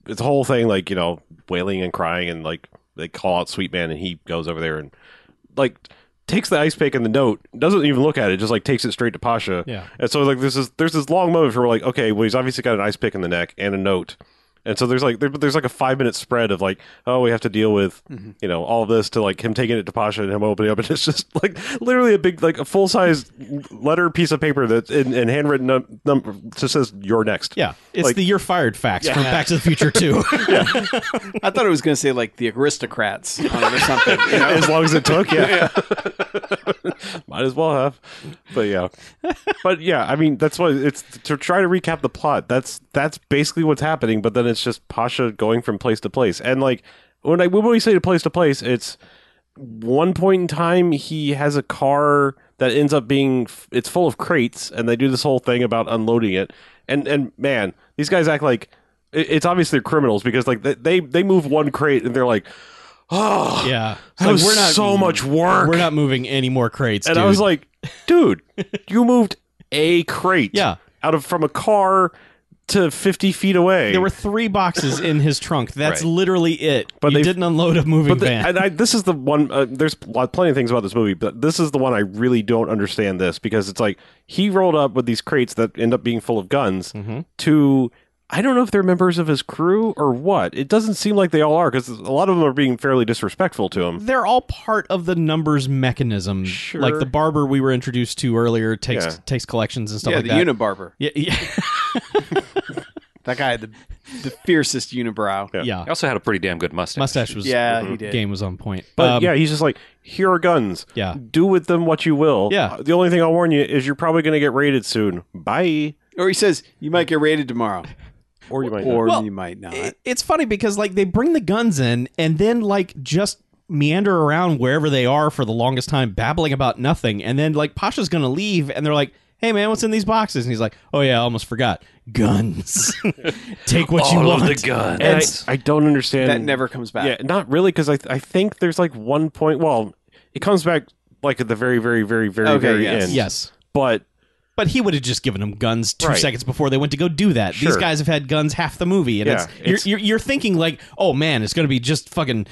[SPEAKER 2] it's a whole thing like you know wailing and crying, and like they call out Sweet Man, and he goes over there and like takes the ice pick and the note, doesn't even look at it, just like takes it straight to Pasha.
[SPEAKER 3] Yeah.
[SPEAKER 2] And so like there's this there's this long moment where we're like, okay, well he's obviously got an ice pick in the neck and a note. And so there's like there, there's like a five minute spread of like oh we have to deal with
[SPEAKER 3] Mm-hmm.
[SPEAKER 2] you know all this to like him taking it to Pasha and him opening up and it's just like literally a big like a full size letter piece of paper that's in, in handwritten num- number just says you're next
[SPEAKER 3] yeah. It's
[SPEAKER 2] like-
[SPEAKER 3] the you're fired facts from Back to the Future 2.
[SPEAKER 4] I thought it was going to say like the aristocrats on it or something. you know?
[SPEAKER 2] as long as it took yeah, might as well have but yeah but yeah I mean that's what it's to try to recap the plot that's that's basically what's happening but then it's just Pasha going from place to place and like when I when we say to place to place it's one point in time he has a car that ends up being it's full of crates and they do this whole thing about unloading it and and man these guys act like it- it's obviously they're criminals because like they- they they move one crate and they're like oh
[SPEAKER 3] yeah. It's
[SPEAKER 2] that
[SPEAKER 3] like,
[SPEAKER 2] was so much work
[SPEAKER 3] We're not moving any more crates.
[SPEAKER 2] and
[SPEAKER 3] dude.
[SPEAKER 2] i was like dude you moved a crate
[SPEAKER 3] Yeah.
[SPEAKER 2] out of from a car to 50 feet away
[SPEAKER 3] there were three boxes in his trunk. That's
[SPEAKER 1] Right.
[SPEAKER 3] literally it. But
[SPEAKER 2] But
[SPEAKER 3] you
[SPEAKER 2] they-
[SPEAKER 3] didn't unload a moving
[SPEAKER 2] But the-
[SPEAKER 3] van.
[SPEAKER 2] and I, this is the one. Uh, there's a lot- plenty of things about this movie, but this is the one I really don't understand. This because it's like he rolled up with these crates that end up being full of guns
[SPEAKER 3] Mm-hmm.
[SPEAKER 2] to. I don't know if they're members of his crew or what. It doesn't seem like they all are because a lot of them are being fairly disrespectful to him.
[SPEAKER 3] they're all part of the numbers mechanism.
[SPEAKER 2] Sure.
[SPEAKER 3] Like the barber we were introduced to earlier takes
[SPEAKER 2] Yeah.
[SPEAKER 3] takes collections and stuff
[SPEAKER 4] yeah,
[SPEAKER 3] like
[SPEAKER 4] the
[SPEAKER 3] that.
[SPEAKER 4] Unibarber.
[SPEAKER 3] yeah, yeah,
[SPEAKER 4] That guy had the the fiercest unibrow.
[SPEAKER 2] Yeah.
[SPEAKER 3] yeah.
[SPEAKER 1] He also had a pretty damn good mustache.
[SPEAKER 3] Mustache was
[SPEAKER 4] Yeah, he did.
[SPEAKER 3] game was on point.
[SPEAKER 2] But
[SPEAKER 3] Um,
[SPEAKER 2] yeah, he's just like, here are guns.
[SPEAKER 3] yeah.
[SPEAKER 2] Do with them what you will.
[SPEAKER 3] Yeah.
[SPEAKER 2] The only thing I'll warn you is you're probably going to get raided soon. Bye.
[SPEAKER 4] Or he says you might get raided tomorrow,
[SPEAKER 2] Or you might. not.
[SPEAKER 4] or
[SPEAKER 3] Well,
[SPEAKER 4] you might not.
[SPEAKER 3] It- it's funny because like they bring the guns in and then like just meander around wherever they are for the longest time babbling about nothing and then like Pasha's going to leave and they're like Hey man, what's in these boxes? And he's like, "Oh yeah, I almost forgot. Guns. Take what you
[SPEAKER 1] All of
[SPEAKER 3] want."
[SPEAKER 1] the guns.
[SPEAKER 2] And
[SPEAKER 3] It's-
[SPEAKER 2] I, I don't understand.
[SPEAKER 4] that never comes back.
[SPEAKER 2] Yeah, not really, because I, I think there's like one point. Well, it comes back like at the very, very, very, very,
[SPEAKER 4] Okay,
[SPEAKER 2] very
[SPEAKER 4] yes.
[SPEAKER 2] end.
[SPEAKER 3] yes.
[SPEAKER 2] but
[SPEAKER 3] But he would have just given them guns two
[SPEAKER 2] Right.
[SPEAKER 3] seconds before they went to go do that. These
[SPEAKER 2] Sure.
[SPEAKER 3] guys have had guns half the movie, and
[SPEAKER 2] Yeah,
[SPEAKER 3] it's, you're,
[SPEAKER 2] it's-
[SPEAKER 3] you're you're thinking like, oh man, it's going to be just fucking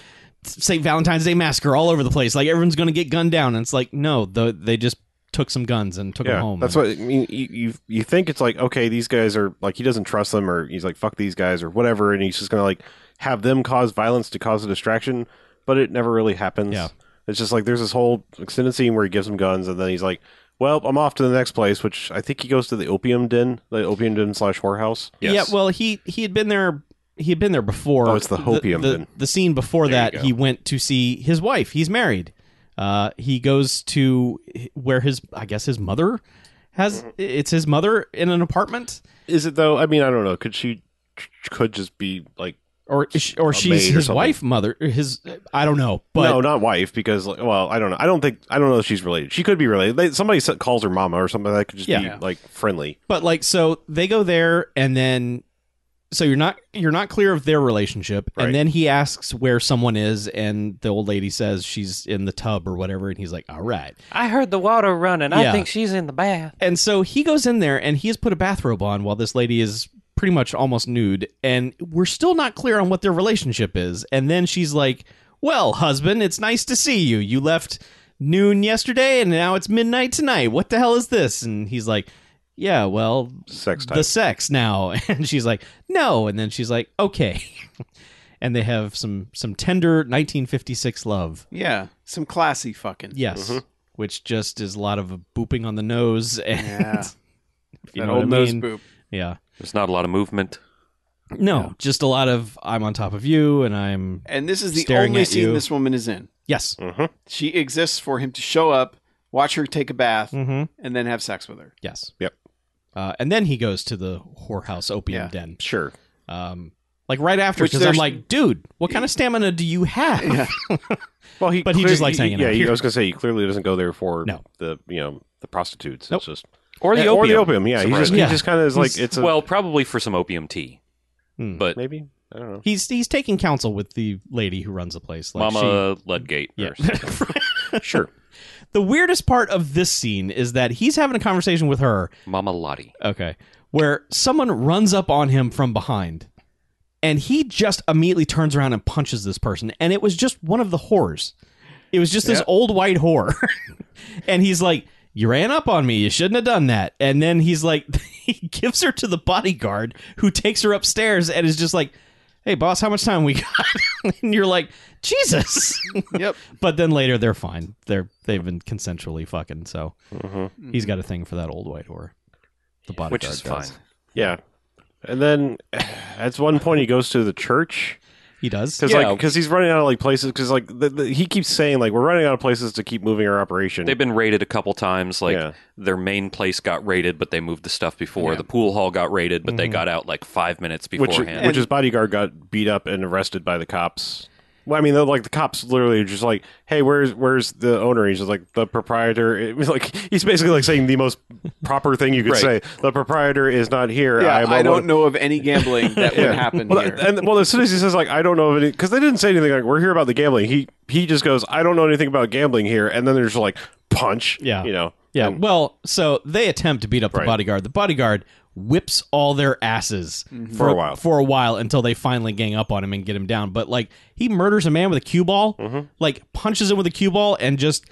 [SPEAKER 3] St. Valentine's Day massacre all over the place. Like everyone's going to get gunned down, and it's like, no, the, they just took some guns and took them
[SPEAKER 2] yeah,
[SPEAKER 3] home.
[SPEAKER 2] that's what I mean. You, you you think it's like okay, these guys are like he doesn't trust them, or he's like fuck these guys, or whatever, and he's just gonna like have them cause violence to cause a distraction, but it never really happens.
[SPEAKER 3] Yeah.
[SPEAKER 2] it's just like there's this whole extended scene where he gives them guns, and then he's like, well, I'm off to the next place, which I think he goes to the opium den, the opium den slash whorehouse.
[SPEAKER 1] Yes.
[SPEAKER 3] Yeah, well, he he had been there. He had been there before.
[SPEAKER 2] Oh, it's the hopium
[SPEAKER 3] The, the,
[SPEAKER 2] bin.
[SPEAKER 3] the scene before
[SPEAKER 1] There you
[SPEAKER 3] that,
[SPEAKER 1] go.
[SPEAKER 3] he went to see his wife. He's married. Uh, he goes to where his, I guess, his mother has. It's his mother in an apartment.
[SPEAKER 2] Is it though? I mean, I don't know. Could she could just be like
[SPEAKER 3] or or she's
[SPEAKER 2] maid or
[SPEAKER 3] his
[SPEAKER 2] something.
[SPEAKER 3] wife, mother, his I don't know, but
[SPEAKER 2] no, not wife, because like, well, I don't know. I don't think I don't know if she's related. She could be related. They, somebody sa- calls her mama or something. That could just
[SPEAKER 3] Yeah.
[SPEAKER 2] be like friendly.
[SPEAKER 3] but like so they go there and then so you're not you're not clear of their relationship
[SPEAKER 2] Right.
[SPEAKER 3] and then he asks where someone is and the old lady says she's in the tub or whatever and he's like all right
[SPEAKER 1] I heard the water running.
[SPEAKER 3] I Yeah. think
[SPEAKER 1] she's in the bath.
[SPEAKER 3] and so he goes in there and he has put a bathrobe on while this lady is pretty much almost nude and we're still not clear on what their relationship is and then she's like well husband it's nice to see you you left noon yesterday and now it's midnight tonight what the hell is this and he's like yeah well
[SPEAKER 2] Sex type.
[SPEAKER 3] the sex now and she's like no and then she's like okay and they have some some tender 1956 love
[SPEAKER 4] Yeah, some classy fucking.
[SPEAKER 3] yes which just is a lot of booping on the nose and
[SPEAKER 4] Yeah.
[SPEAKER 3] if you
[SPEAKER 4] that
[SPEAKER 3] know what
[SPEAKER 4] old
[SPEAKER 3] I
[SPEAKER 4] nose
[SPEAKER 3] mean.
[SPEAKER 4] boop.
[SPEAKER 3] yeah
[SPEAKER 1] There's not a lot of movement.
[SPEAKER 3] no just a lot of i'm on top of you and i'm
[SPEAKER 4] And this is the
[SPEAKER 3] Staring
[SPEAKER 4] only
[SPEAKER 3] at
[SPEAKER 4] scene
[SPEAKER 3] you.
[SPEAKER 4] this woman is in.
[SPEAKER 3] yes
[SPEAKER 4] Mm.
[SPEAKER 2] Mhm.
[SPEAKER 4] She exists for him to show up, watch her take a bath,
[SPEAKER 3] mm-hmm.
[SPEAKER 4] and then have sex with her.
[SPEAKER 3] yes
[SPEAKER 2] Yep.
[SPEAKER 3] uh, and then he goes to the whorehouse opium
[SPEAKER 4] Yeah.
[SPEAKER 3] den
[SPEAKER 2] Sure.
[SPEAKER 3] um like right after
[SPEAKER 4] Which
[SPEAKER 3] because i'm
[SPEAKER 4] there's-
[SPEAKER 3] like dude what kind of stamina do you have
[SPEAKER 2] Well, he
[SPEAKER 3] But he
[SPEAKER 2] clear-
[SPEAKER 3] just likes hanging
[SPEAKER 2] yeah,
[SPEAKER 3] out.
[SPEAKER 2] he- I was gonna say he clearly doesn't go there for
[SPEAKER 3] No.
[SPEAKER 2] the you know the prostitutes.
[SPEAKER 3] Nope.
[SPEAKER 2] It's just
[SPEAKER 1] Or the
[SPEAKER 2] Yeah,
[SPEAKER 1] opium.
[SPEAKER 2] or the opium. Yeah, he just,
[SPEAKER 1] Surprising.
[SPEAKER 2] he
[SPEAKER 3] Yeah.
[SPEAKER 2] just kind of is like
[SPEAKER 3] He's-
[SPEAKER 2] it's a
[SPEAKER 1] well, probably for some opium tea.
[SPEAKER 3] Hmm.
[SPEAKER 1] But
[SPEAKER 2] maybe I don't know.
[SPEAKER 3] He's he's taking counsel with the lady who runs the place. Like
[SPEAKER 1] Mama Ludgate.
[SPEAKER 3] she,
[SPEAKER 1] or
[SPEAKER 3] yeah.
[SPEAKER 1] something.
[SPEAKER 2] Sure.
[SPEAKER 3] the weirdest part of this scene is that he's having a conversation with her.
[SPEAKER 1] Mama Lottie.
[SPEAKER 3] Okay, where someone runs up on him from behind, and he just immediately turns around and punches this person. And it was just one of the whores. It was just this
[SPEAKER 4] Yeah.
[SPEAKER 3] old white whore, and he's like. You ran up on me. You shouldn't have done that. And then he's like, he gives her to the bodyguard who takes her upstairs and is just like, hey, boss, how much time we got? and you're like, Jesus.
[SPEAKER 4] Yep.
[SPEAKER 3] But then later they're fine. They're they've been consensually fucking. So
[SPEAKER 2] Mhm.
[SPEAKER 3] he's got a thing for that old white whore. The bodyguard
[SPEAKER 1] Which is fine.
[SPEAKER 3] does.
[SPEAKER 2] Yeah. And then at one point he goes to the church
[SPEAKER 3] He does.
[SPEAKER 2] because
[SPEAKER 1] Yeah.
[SPEAKER 2] because he's running out of like places because like the, the, he keeps saying like we're running out of places to keep moving our operation.
[SPEAKER 1] They've been raided a couple times. Like
[SPEAKER 2] Yeah.
[SPEAKER 1] their main place got raided, but they moved the stuff before.
[SPEAKER 4] Yeah.
[SPEAKER 1] The pool hall got raided, but they got out like five minutes
[SPEAKER 2] which
[SPEAKER 1] beforehand.
[SPEAKER 2] which his bodyguard got beat up and arrested by the cops. Well, I mean, they're like the cops literally are just like, "Hey, where's where's the owner?" He's just like, "The proprietor." It was like he's basically like saying the most proper thing you could
[SPEAKER 1] Right.
[SPEAKER 2] say. The proprietor is not here.
[SPEAKER 4] Yeah,
[SPEAKER 2] I, am
[SPEAKER 4] I
[SPEAKER 2] a-
[SPEAKER 4] don't know of any gambling that would happen
[SPEAKER 2] Well,
[SPEAKER 4] here.
[SPEAKER 2] and well, as soon as he says like, "I don't know of any," because they didn't say anything like, "We're here about the gambling." He he just goes, "I don't know anything about gambling here," and then there's like punch.
[SPEAKER 3] Yeah.
[SPEAKER 2] you know.
[SPEAKER 3] Yeah.
[SPEAKER 2] And-
[SPEAKER 3] well, so they attempt to beat up the
[SPEAKER 2] Right.
[SPEAKER 3] bodyguard. The bodyguard whips all their asses
[SPEAKER 2] Mm-hmm. For a while.
[SPEAKER 3] For a while until they finally gang up on him and get him down. But like he murders a man with a cue ball,
[SPEAKER 2] Mm-hmm.
[SPEAKER 3] like punches him with a cue ball, and just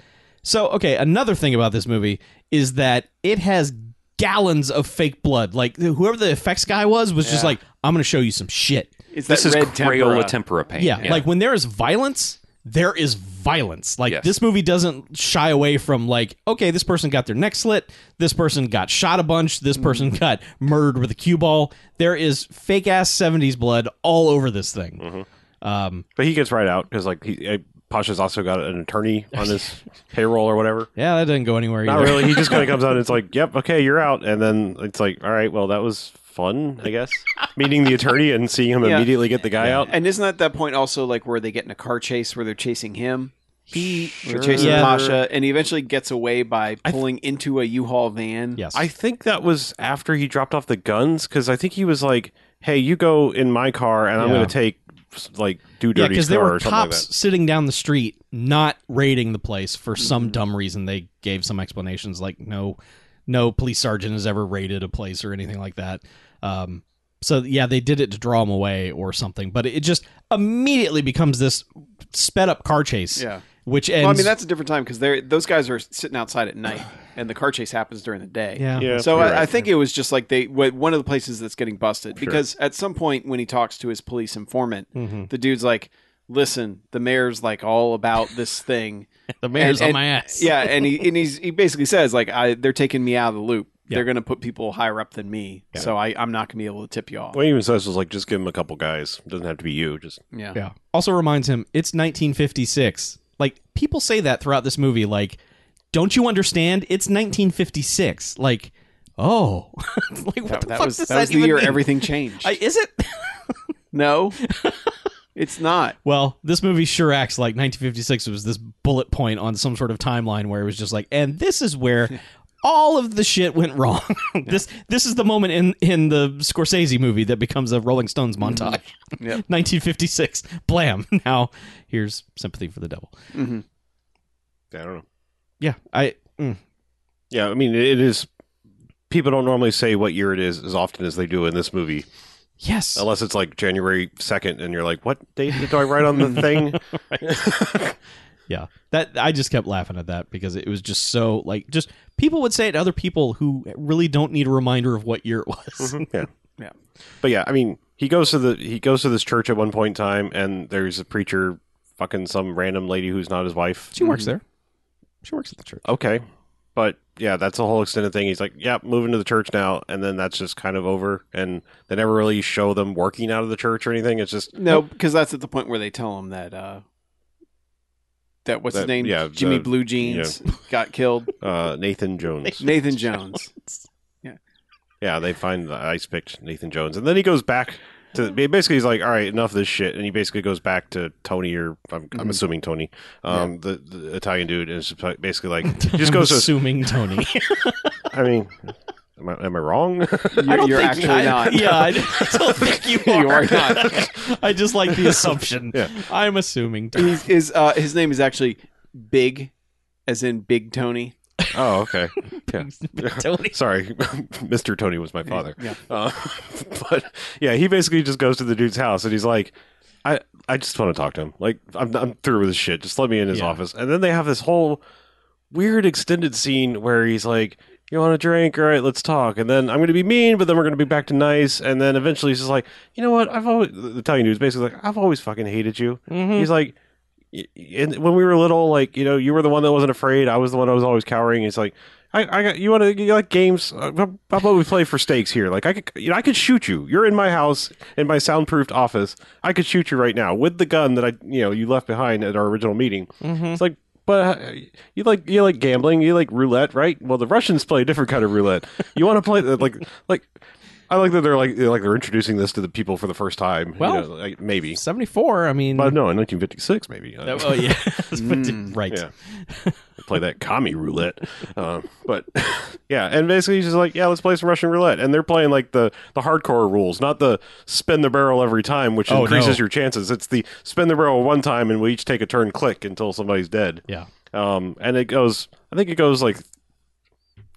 [SPEAKER 3] so okay. Another thing about this movie is that it has gallons of fake blood. Like whoever the effects guy was was just like, I'm going to show you some shit.
[SPEAKER 4] It's
[SPEAKER 1] this
[SPEAKER 4] that
[SPEAKER 1] is
[SPEAKER 4] red tempera.
[SPEAKER 1] Crayola tempera, paint.
[SPEAKER 3] Yeah, like when there is violence, there is violence. Like
[SPEAKER 1] Yes.
[SPEAKER 3] this movie doesn't shy away from like, okay, this person got their neck slit, this person got shot a bunch, this person
[SPEAKER 2] Mm-hmm.
[SPEAKER 3] got murdered with a cue ball. There is fake ass seventies blood all over this thing.
[SPEAKER 2] Mm-hmm.
[SPEAKER 3] Um,
[SPEAKER 2] but he gets right out because like he. Uh, Pasha's also got an attorney on his payroll or whatever.
[SPEAKER 3] yeah, that doesn't go anywhere
[SPEAKER 2] Not
[SPEAKER 3] either.
[SPEAKER 2] really. He just kind of comes out and it's like, yep, okay, you're out. And then it's like, all right, well, that was fun, I guess. Meeting the attorney and seeing him
[SPEAKER 4] Yeah.
[SPEAKER 2] immediately get the guy out.
[SPEAKER 4] And isn't that that point also like where they get in a car chase where they're chasing him?
[SPEAKER 2] He
[SPEAKER 4] They're chasing
[SPEAKER 3] Yeah.
[SPEAKER 4] Pasha, and he eventually gets away by pulling into a U-Haul van.
[SPEAKER 3] Yes,
[SPEAKER 2] I think that was after he dropped off the guns because I think he was like, hey, you go in my car and I'm
[SPEAKER 3] Yeah.
[SPEAKER 2] going to take, like, do
[SPEAKER 3] yeah,
[SPEAKER 2] dirty
[SPEAKER 3] because there
[SPEAKER 2] car
[SPEAKER 3] were
[SPEAKER 2] or something like
[SPEAKER 3] cops
[SPEAKER 2] that.
[SPEAKER 3] sitting down the street, not raiding the place for
[SPEAKER 4] Mm-hmm.
[SPEAKER 3] some dumb reason. They gave some explanations like no, no police sergeant has ever raided a place or anything like that. Um, so yeah, they did it to draw them away or something. But it just immediately becomes this sped up car chase.
[SPEAKER 4] Yeah.
[SPEAKER 3] which ends.
[SPEAKER 4] Well, I mean that's a different time because they those guys are sitting outside at night, and the car chase happens during the day.
[SPEAKER 3] yeah.
[SPEAKER 2] Yeah,
[SPEAKER 4] So
[SPEAKER 2] you're
[SPEAKER 4] I, I
[SPEAKER 2] right.
[SPEAKER 4] think it was just like they wa- one of the places that's getting busted because at some point when he talks to his police informant, the dude's like, "Listen, the mayor's like all about this thing."
[SPEAKER 3] the mayor's
[SPEAKER 4] And-
[SPEAKER 3] on my
[SPEAKER 4] and-
[SPEAKER 3] ass.
[SPEAKER 4] yeah, and he and he's, he basically says like, "I they're taking me out of the loop.
[SPEAKER 3] Yeah.
[SPEAKER 4] They're going to put people higher up than me, so I I'm not going to be able to tip you off."
[SPEAKER 2] What he even says was like, just give him a couple guys. Doesn't have to be you. Just
[SPEAKER 4] Yeah.
[SPEAKER 3] Yeah. Also reminds him it's 1956. Like people say that throughout this movie. Like, don't you understand? It's 1956. Like, oh, like what
[SPEAKER 4] That,
[SPEAKER 3] the
[SPEAKER 4] that
[SPEAKER 3] fuck
[SPEAKER 4] was
[SPEAKER 3] does
[SPEAKER 4] that was the
[SPEAKER 3] even
[SPEAKER 4] year
[SPEAKER 3] mean?
[SPEAKER 4] everything changed.
[SPEAKER 3] I, is it?
[SPEAKER 4] no, It's not.
[SPEAKER 3] Well, this movie sure acts like 1956 was this bullet point on some sort of timeline where it was just like, and this is where all of the shit went wrong. this this is the moment in in the Scorsese movie that becomes a Rolling Stones montage.
[SPEAKER 4] Yep.
[SPEAKER 3] 1956, blam. Now here's Sympathy for the Devil.
[SPEAKER 4] hmm
[SPEAKER 2] I don't know.
[SPEAKER 3] Yeah, I mm,
[SPEAKER 2] Yeah, I mean, it is. People don't normally say what year it is as often as they do in this movie,
[SPEAKER 3] yes.
[SPEAKER 2] unless it's like January second, and you're like, "What date do I write on the thing?"
[SPEAKER 3] Yeah. That I just kept laughing at that because it was just so like just people would say it to other people who really don't need a reminder of what year it was.
[SPEAKER 2] yeah,
[SPEAKER 4] Yeah.
[SPEAKER 2] But yeah, I mean, he goes to the he goes to this church at one point in time, and there's a preacher fucking some random lady who's not his wife.
[SPEAKER 3] She works there. She works at the church.
[SPEAKER 2] Okay, but yeah, that's the whole extent of the thing. He's like, "Yeah, moving to the church now," and then that's just kind of over, and they never really show them working out of the church or anything. It's just
[SPEAKER 4] No, because that's at the point where they tell him that uh that what's his
[SPEAKER 2] That-
[SPEAKER 4] name?
[SPEAKER 2] yeah,
[SPEAKER 4] Jimmy
[SPEAKER 2] the-
[SPEAKER 4] Blue Jeans got killed.
[SPEAKER 2] uh, Nathan Jones.
[SPEAKER 4] Nathan Jones.
[SPEAKER 2] Yeah, they find the ice picked Nathan Jones, and then he goes back to basically he's like, "All right, enough of this shit," and he basically goes back to Tony or I'm, I'm
[SPEAKER 4] Mhm.
[SPEAKER 2] assuming Tony, um, the, the Italian dude, and is basically like he just
[SPEAKER 3] I'm
[SPEAKER 2] goes. To,
[SPEAKER 3] assuming Tony.
[SPEAKER 2] I mean, am I, am I wrong?
[SPEAKER 4] You're, you're actually
[SPEAKER 3] I,
[SPEAKER 4] not.
[SPEAKER 3] Yeah, I don't think you are.
[SPEAKER 4] You are not.
[SPEAKER 3] I just like the assumption.
[SPEAKER 2] Yeah.
[SPEAKER 3] I'm assuming Tony.
[SPEAKER 4] He's, his uh his name is actually Big, as in Big Tony.
[SPEAKER 2] oh, okay. Yeah.
[SPEAKER 3] Tony.
[SPEAKER 2] Sorry, Mr. Tony was my father.
[SPEAKER 4] Yeah.
[SPEAKER 2] Uh, but yeah, he basically just goes to the dude's house and he's like, I, I just want to talk to him. Like, I'm, I'm through with this shit. Just let me in his
[SPEAKER 3] Yeah.
[SPEAKER 2] office. And then they have this whole weird extended scene where he's like, You want a drink? All right, let's talk. And then I'm going to be mean, but then we're going to be back to nice. And then eventually he's just like, You know what? I've always, the Italian dude's basically like, I've always fucking hated you. He's like, y- and when we were little, like you know, you were the one that wasn't afraid. I was the one that was always cowering. He's like, I, I got you want to you like games? Uh, How about we play for stakes here? Like I could, you know, I could shoot you. You're in my house in my soundproofed office. I could shoot you right now with the gun that I, you know, you left behind at our original meeting. It's like, but uh, you like you like gambling. You like roulette, right? Well, the Russians play a different kind of roulette. You want to play like like. I like that they're like they're like they're introducing this to the people for the first time. you know,
[SPEAKER 3] Well-
[SPEAKER 2] like, maybe,
[SPEAKER 3] 74. I mean,
[SPEAKER 2] but no, in 1956, maybe. I don't know.
[SPEAKER 3] oh yeah, right.
[SPEAKER 2] Yeah. play that commie roulette. Um, but yeah, and basically he's just like, yeah, let's play some Russian roulette. And they're playing like the, the hardcore rules, not the spin the barrel every time, which
[SPEAKER 3] Oh,
[SPEAKER 2] increases
[SPEAKER 3] no.
[SPEAKER 2] your chances. It's the spin the barrel one time and we each take a turn click until somebody's dead.
[SPEAKER 3] Yeah.
[SPEAKER 2] Um, and it goes, I think it goes like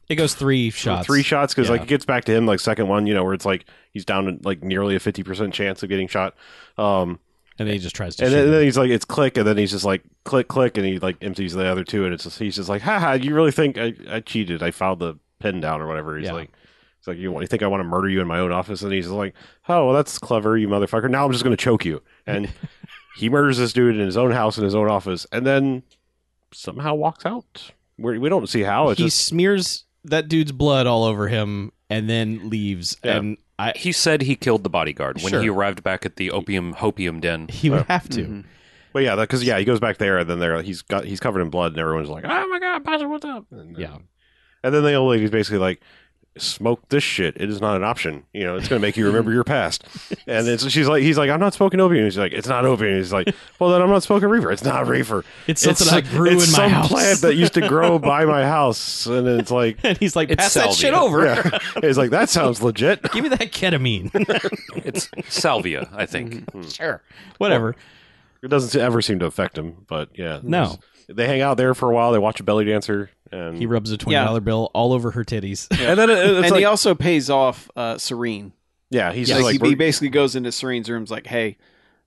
[SPEAKER 3] It goes three shots.
[SPEAKER 2] three shots because like
[SPEAKER 3] Yeah.
[SPEAKER 2] it gets back to him like second one, you know, where it's like he's down to like nearly a 50% chance of getting shot. Um,
[SPEAKER 3] and then he just tries to.
[SPEAKER 2] and
[SPEAKER 3] shoot
[SPEAKER 2] then,
[SPEAKER 3] him.
[SPEAKER 2] then he's like, it's click, and then he's just like, click, click, and he like empties the other two, and it's just, he's just like, haha, you really think I, I cheated? I filed the pen down or whatever. He's
[SPEAKER 3] Yeah.
[SPEAKER 2] like, it's like you, want- you think I want to murder you in my own office? And he's just like, oh, well, that's clever, you motherfucker. Now I'm just going to choke you. And he murders this dude in his own house in his own office, and then somehow walks out. We're, we don't see how. It's
[SPEAKER 3] he
[SPEAKER 2] Oh, just
[SPEAKER 3] smears that dude's blood all over him and then leaves.
[SPEAKER 2] Yeah.
[SPEAKER 3] And I,
[SPEAKER 1] He said he killed the bodyguard when
[SPEAKER 3] Sure.
[SPEAKER 1] he arrived back at the opium hopium den.
[SPEAKER 3] he would have to.
[SPEAKER 4] Mhm.
[SPEAKER 2] But yeah, because yeah, he goes back there, and then there he's got he's covered in blood, and everyone's like, "Oh my god, Pasha, what's up?" And,
[SPEAKER 3] Yeah.
[SPEAKER 2] and then the old lady's basically like, "Smoke this shit. It is not an option. You know, it's going to make you remember your past." And it's, she's like, "He's like, I'm not smoking opium." And she's like, "It's not opium." And he's like, "Well, then I'm not smoking reefer. It's not reefer.
[SPEAKER 3] It's something I grew
[SPEAKER 2] it's
[SPEAKER 3] in my
[SPEAKER 2] some
[SPEAKER 3] house."
[SPEAKER 2] plant that used to grow by my house." And it's like,
[SPEAKER 3] And he's like,
[SPEAKER 1] It's
[SPEAKER 3] pass that
[SPEAKER 1] salvia.
[SPEAKER 3] shit over.
[SPEAKER 2] yeah, it's like that sounds legit.
[SPEAKER 3] Give me that ketamine.
[SPEAKER 1] It's salvia, I think.
[SPEAKER 3] sure. Whatever.
[SPEAKER 2] It doesn't ever seem to affect him, but yeah,
[SPEAKER 3] No.
[SPEAKER 2] They hang out there for a while. They watch a belly dancer, and
[SPEAKER 3] He rubs a $20 bill all over her titties.
[SPEAKER 2] and then it, it's
[SPEAKER 4] And
[SPEAKER 2] like,
[SPEAKER 4] he also pays off uh, Serene.
[SPEAKER 2] Yeah, he's
[SPEAKER 4] Yeah,
[SPEAKER 2] just
[SPEAKER 4] like,
[SPEAKER 2] like
[SPEAKER 4] he,
[SPEAKER 2] we're-
[SPEAKER 4] he basically goes into Serene's room. Is like, hey,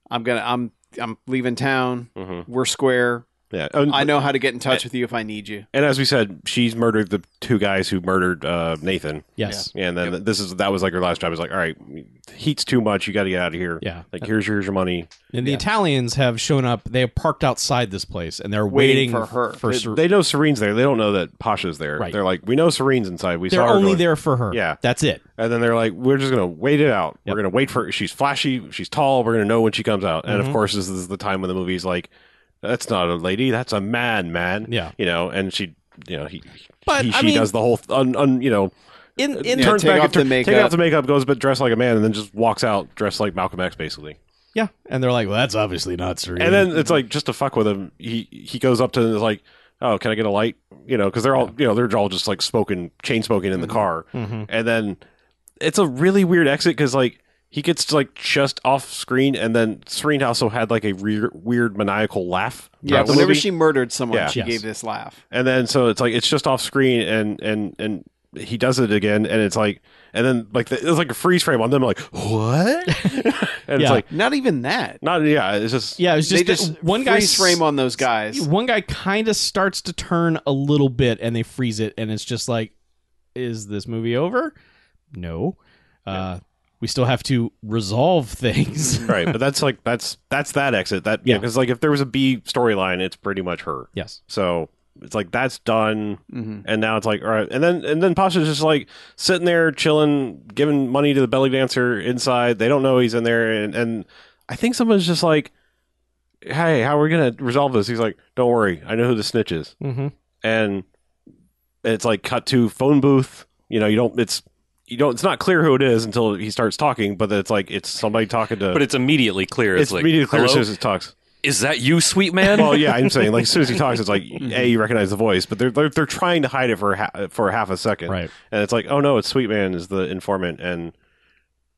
[SPEAKER 4] I'm gonna, I'm, I'm leaving town.
[SPEAKER 2] Mhm.
[SPEAKER 4] We're square.
[SPEAKER 2] yeah. And,
[SPEAKER 4] I know how to get in touch with you if I need you.
[SPEAKER 2] and as we said, she's murdered the two guys who murdered uh, Nathan,
[SPEAKER 3] Yes.
[SPEAKER 2] and then this is that was like her last job. Is like, all right, heat's too much. You got to get out of here.
[SPEAKER 3] Yeah.
[SPEAKER 2] Like here's your, here's your money.
[SPEAKER 3] And the Italians have shown up. They have parked outside this place and they're
[SPEAKER 4] Waiting
[SPEAKER 3] waiting,
[SPEAKER 4] for her.
[SPEAKER 3] For
[SPEAKER 2] They,
[SPEAKER 3] Ser-
[SPEAKER 2] they know Serene's there. They don't know that Pasha's there.
[SPEAKER 3] Right.
[SPEAKER 2] They're like, we know Serene's inside. We
[SPEAKER 3] they're
[SPEAKER 2] saw her
[SPEAKER 3] only
[SPEAKER 2] going-
[SPEAKER 3] there for her.
[SPEAKER 2] Yeah.
[SPEAKER 3] That's it.
[SPEAKER 2] And then they're like, we're just gonna wait it out.
[SPEAKER 3] Yep.
[SPEAKER 2] We're gonna wait for. She's flashy. She's tall. We're gonna know when she comes out.
[SPEAKER 3] Mm-hmm.
[SPEAKER 2] And of course, this is the time when the movie's like, that's not a lady. That's a man, man.
[SPEAKER 3] Yeah.
[SPEAKER 2] You know, and she, you know, he,
[SPEAKER 3] But,
[SPEAKER 2] he,
[SPEAKER 3] I
[SPEAKER 2] she
[SPEAKER 3] mean-
[SPEAKER 2] does the whole, un, un, you know,
[SPEAKER 3] In, in
[SPEAKER 4] Yeah,
[SPEAKER 2] turns
[SPEAKER 4] take
[SPEAKER 2] back
[SPEAKER 4] off
[SPEAKER 2] and tur-
[SPEAKER 4] the
[SPEAKER 2] take
[SPEAKER 4] makeup.
[SPEAKER 2] off the makeup, goes but dressed like a man, and then just walks out dressed like Malcolm X, basically.
[SPEAKER 3] Yeah, and they're like, well, that's obviously not Serena.
[SPEAKER 2] And then it's like just to fuck with him, he he goes up to them and is like, "Oh, can I get a light?" You know, because they're all you know they're all just like smoking, chain smoking in the
[SPEAKER 4] Mm-hmm.
[SPEAKER 2] car.
[SPEAKER 3] Mhm.
[SPEAKER 2] And then it's a really weird exit because like he gets like just off screen, and then Serena also had like a weird, weird maniacal laugh.
[SPEAKER 4] Yeah,
[SPEAKER 2] throughout the
[SPEAKER 4] whenever
[SPEAKER 2] movie.
[SPEAKER 4] she murdered someone,
[SPEAKER 2] Yeah.
[SPEAKER 4] she
[SPEAKER 3] Yes.
[SPEAKER 4] gave this laugh.
[SPEAKER 2] and then so it's like it's just off screen, and and and he does it again, and it's like. And then, like, the, it's like a freeze frame on them, like, what? and
[SPEAKER 3] Yeah.
[SPEAKER 2] it's like,
[SPEAKER 4] Not even that.
[SPEAKER 2] not, yeah, it's just,
[SPEAKER 3] yeah, it's
[SPEAKER 4] they
[SPEAKER 3] just, that
[SPEAKER 4] just
[SPEAKER 3] one guy
[SPEAKER 4] freeze frame on those guys.
[SPEAKER 3] One guy kind of starts to turn a little bit, and they freeze it, and it's just like, is this movie over? No, uh, we still have to resolve things.
[SPEAKER 2] right but that's like that's that's that exit that yeah
[SPEAKER 3] Yeah.
[SPEAKER 2] because like if there was a b storyline it's pretty much her
[SPEAKER 3] yes,
[SPEAKER 2] so it's like that's done
[SPEAKER 4] hmm
[SPEAKER 2] and now it's like all right and then and then pasha's just like sitting there chilling giving money to the belly dancer inside they don't know he's in there and and i think someone's just like hey how are we gonna resolve this he's like don't worry i know who the snitch is
[SPEAKER 3] mm-hmm.
[SPEAKER 2] and it's like cut to phone booth you know you don't it's you don't it's not clear who it is until he starts talking but it's like it's somebody talking to
[SPEAKER 1] But it's immediately clear. It's,
[SPEAKER 2] it's
[SPEAKER 1] like,
[SPEAKER 2] immediately clear as
[SPEAKER 1] "Hello?
[SPEAKER 2] soon as it talks.
[SPEAKER 1] Is that you, sweet man?
[SPEAKER 2] Well, yeah, I'm saying like as soon as he talks, it's like a you recognize the voice, but they're they're, they're trying to hide it for a ha- for half a second,
[SPEAKER 3] right.
[SPEAKER 2] And it's like, oh no, it's Sweet Man is the informant, and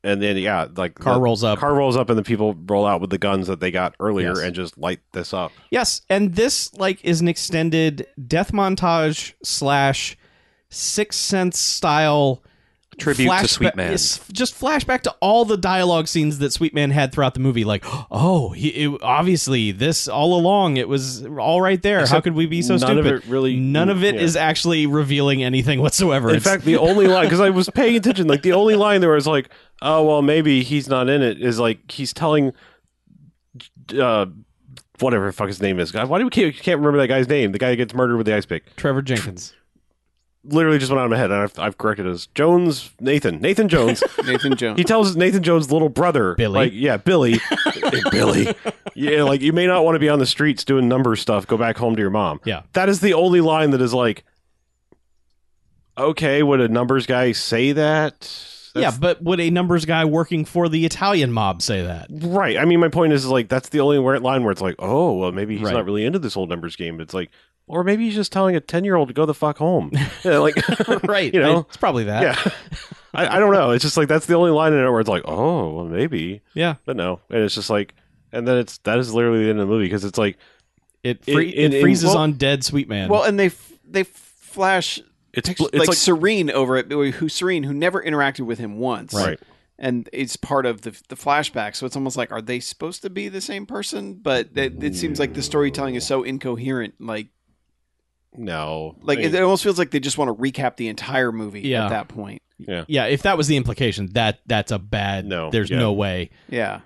[SPEAKER 2] and then yeah, like
[SPEAKER 3] Car
[SPEAKER 2] the,
[SPEAKER 3] rolls up.
[SPEAKER 2] car rolls up, and the people roll out with the guns that they got earlier
[SPEAKER 3] Yes.
[SPEAKER 2] and just light this up.
[SPEAKER 3] Yes, and this like is an extended death montage slash six sense style
[SPEAKER 1] Tribute to Sweetman.
[SPEAKER 3] Yes, just flashback to all the dialogue scenes that Sweetman had throughout the movie. Like, oh, he it, obviously this all along it was all right there. How
[SPEAKER 2] Except
[SPEAKER 3] could we be so
[SPEAKER 2] none of
[SPEAKER 3] stupid?
[SPEAKER 2] it really-
[SPEAKER 3] none of it is
[SPEAKER 2] yeah.
[SPEAKER 3] actually revealing anything whatsoever.
[SPEAKER 2] In
[SPEAKER 3] It's-
[SPEAKER 2] fact, the only line because I was paying attention, like the only line there was like, "Oh well, maybe he's not in it." Is like he's telling, uh, whatever the fuck his name is. God, why do we can't, can't remember that guy's name? The guy that gets murdered with the ice pick.
[SPEAKER 3] Trevor Jenkins.
[SPEAKER 2] literally just went out of my head, and I've, I've corrected it as Jones Nathan Nathan Jones.
[SPEAKER 4] Nathan Jones.
[SPEAKER 2] he tells Nathan Jones' little brother,
[SPEAKER 3] Billy.
[SPEAKER 2] like yeah, Billy, Hey, Billy, yeah, like you may not want to be on the streets doing number stuff. Go back home to your mom.
[SPEAKER 3] Yeah.
[SPEAKER 2] that is the only line that is like, okay, would a numbers guy say that? That's-
[SPEAKER 3] yeah, but would a numbers guy working for the Italian mob say that?
[SPEAKER 2] Right. I mean, my point is, is, like that's the only where- line where it's like, oh, well, maybe he's
[SPEAKER 3] Right.
[SPEAKER 2] not really into this whole numbers game. It's like, or maybe he's just telling a ten-year-old to go the fuck home. Yeah, like,
[SPEAKER 3] right.
[SPEAKER 2] You know?
[SPEAKER 3] it's probably that.
[SPEAKER 2] yeah. I, I don't know. It's just like that's the only line in it where it's like, oh, well, maybe,
[SPEAKER 3] Yeah.
[SPEAKER 2] but no. And it's just like, and then it's that is literally the end of the movie because it's like
[SPEAKER 3] It,
[SPEAKER 2] It-
[SPEAKER 3] free,
[SPEAKER 2] it-
[SPEAKER 3] it,
[SPEAKER 2] it-
[SPEAKER 3] freezes
[SPEAKER 2] well-
[SPEAKER 3] on dead sweet man.
[SPEAKER 4] well, and they f- they f- flash
[SPEAKER 2] it's
[SPEAKER 4] pict-
[SPEAKER 2] bl-
[SPEAKER 4] like,
[SPEAKER 2] it's like,
[SPEAKER 4] Serene over it, who Serene who never interacted with him once,
[SPEAKER 2] Right.
[SPEAKER 4] And it's part of the the flashback, so it's almost like are they supposed to be the same person? But it, it seems like the storytelling is so incoherent, like
[SPEAKER 2] no,
[SPEAKER 4] like
[SPEAKER 2] I
[SPEAKER 4] it,
[SPEAKER 2] mean,
[SPEAKER 4] it almost feels like they just want to recap the entire movie
[SPEAKER 3] Yeah.
[SPEAKER 4] at that point.
[SPEAKER 3] yeah, if that was the implication, that that's a bad.
[SPEAKER 2] No,
[SPEAKER 3] there's
[SPEAKER 2] yeah.
[SPEAKER 3] no way.
[SPEAKER 4] Yeah,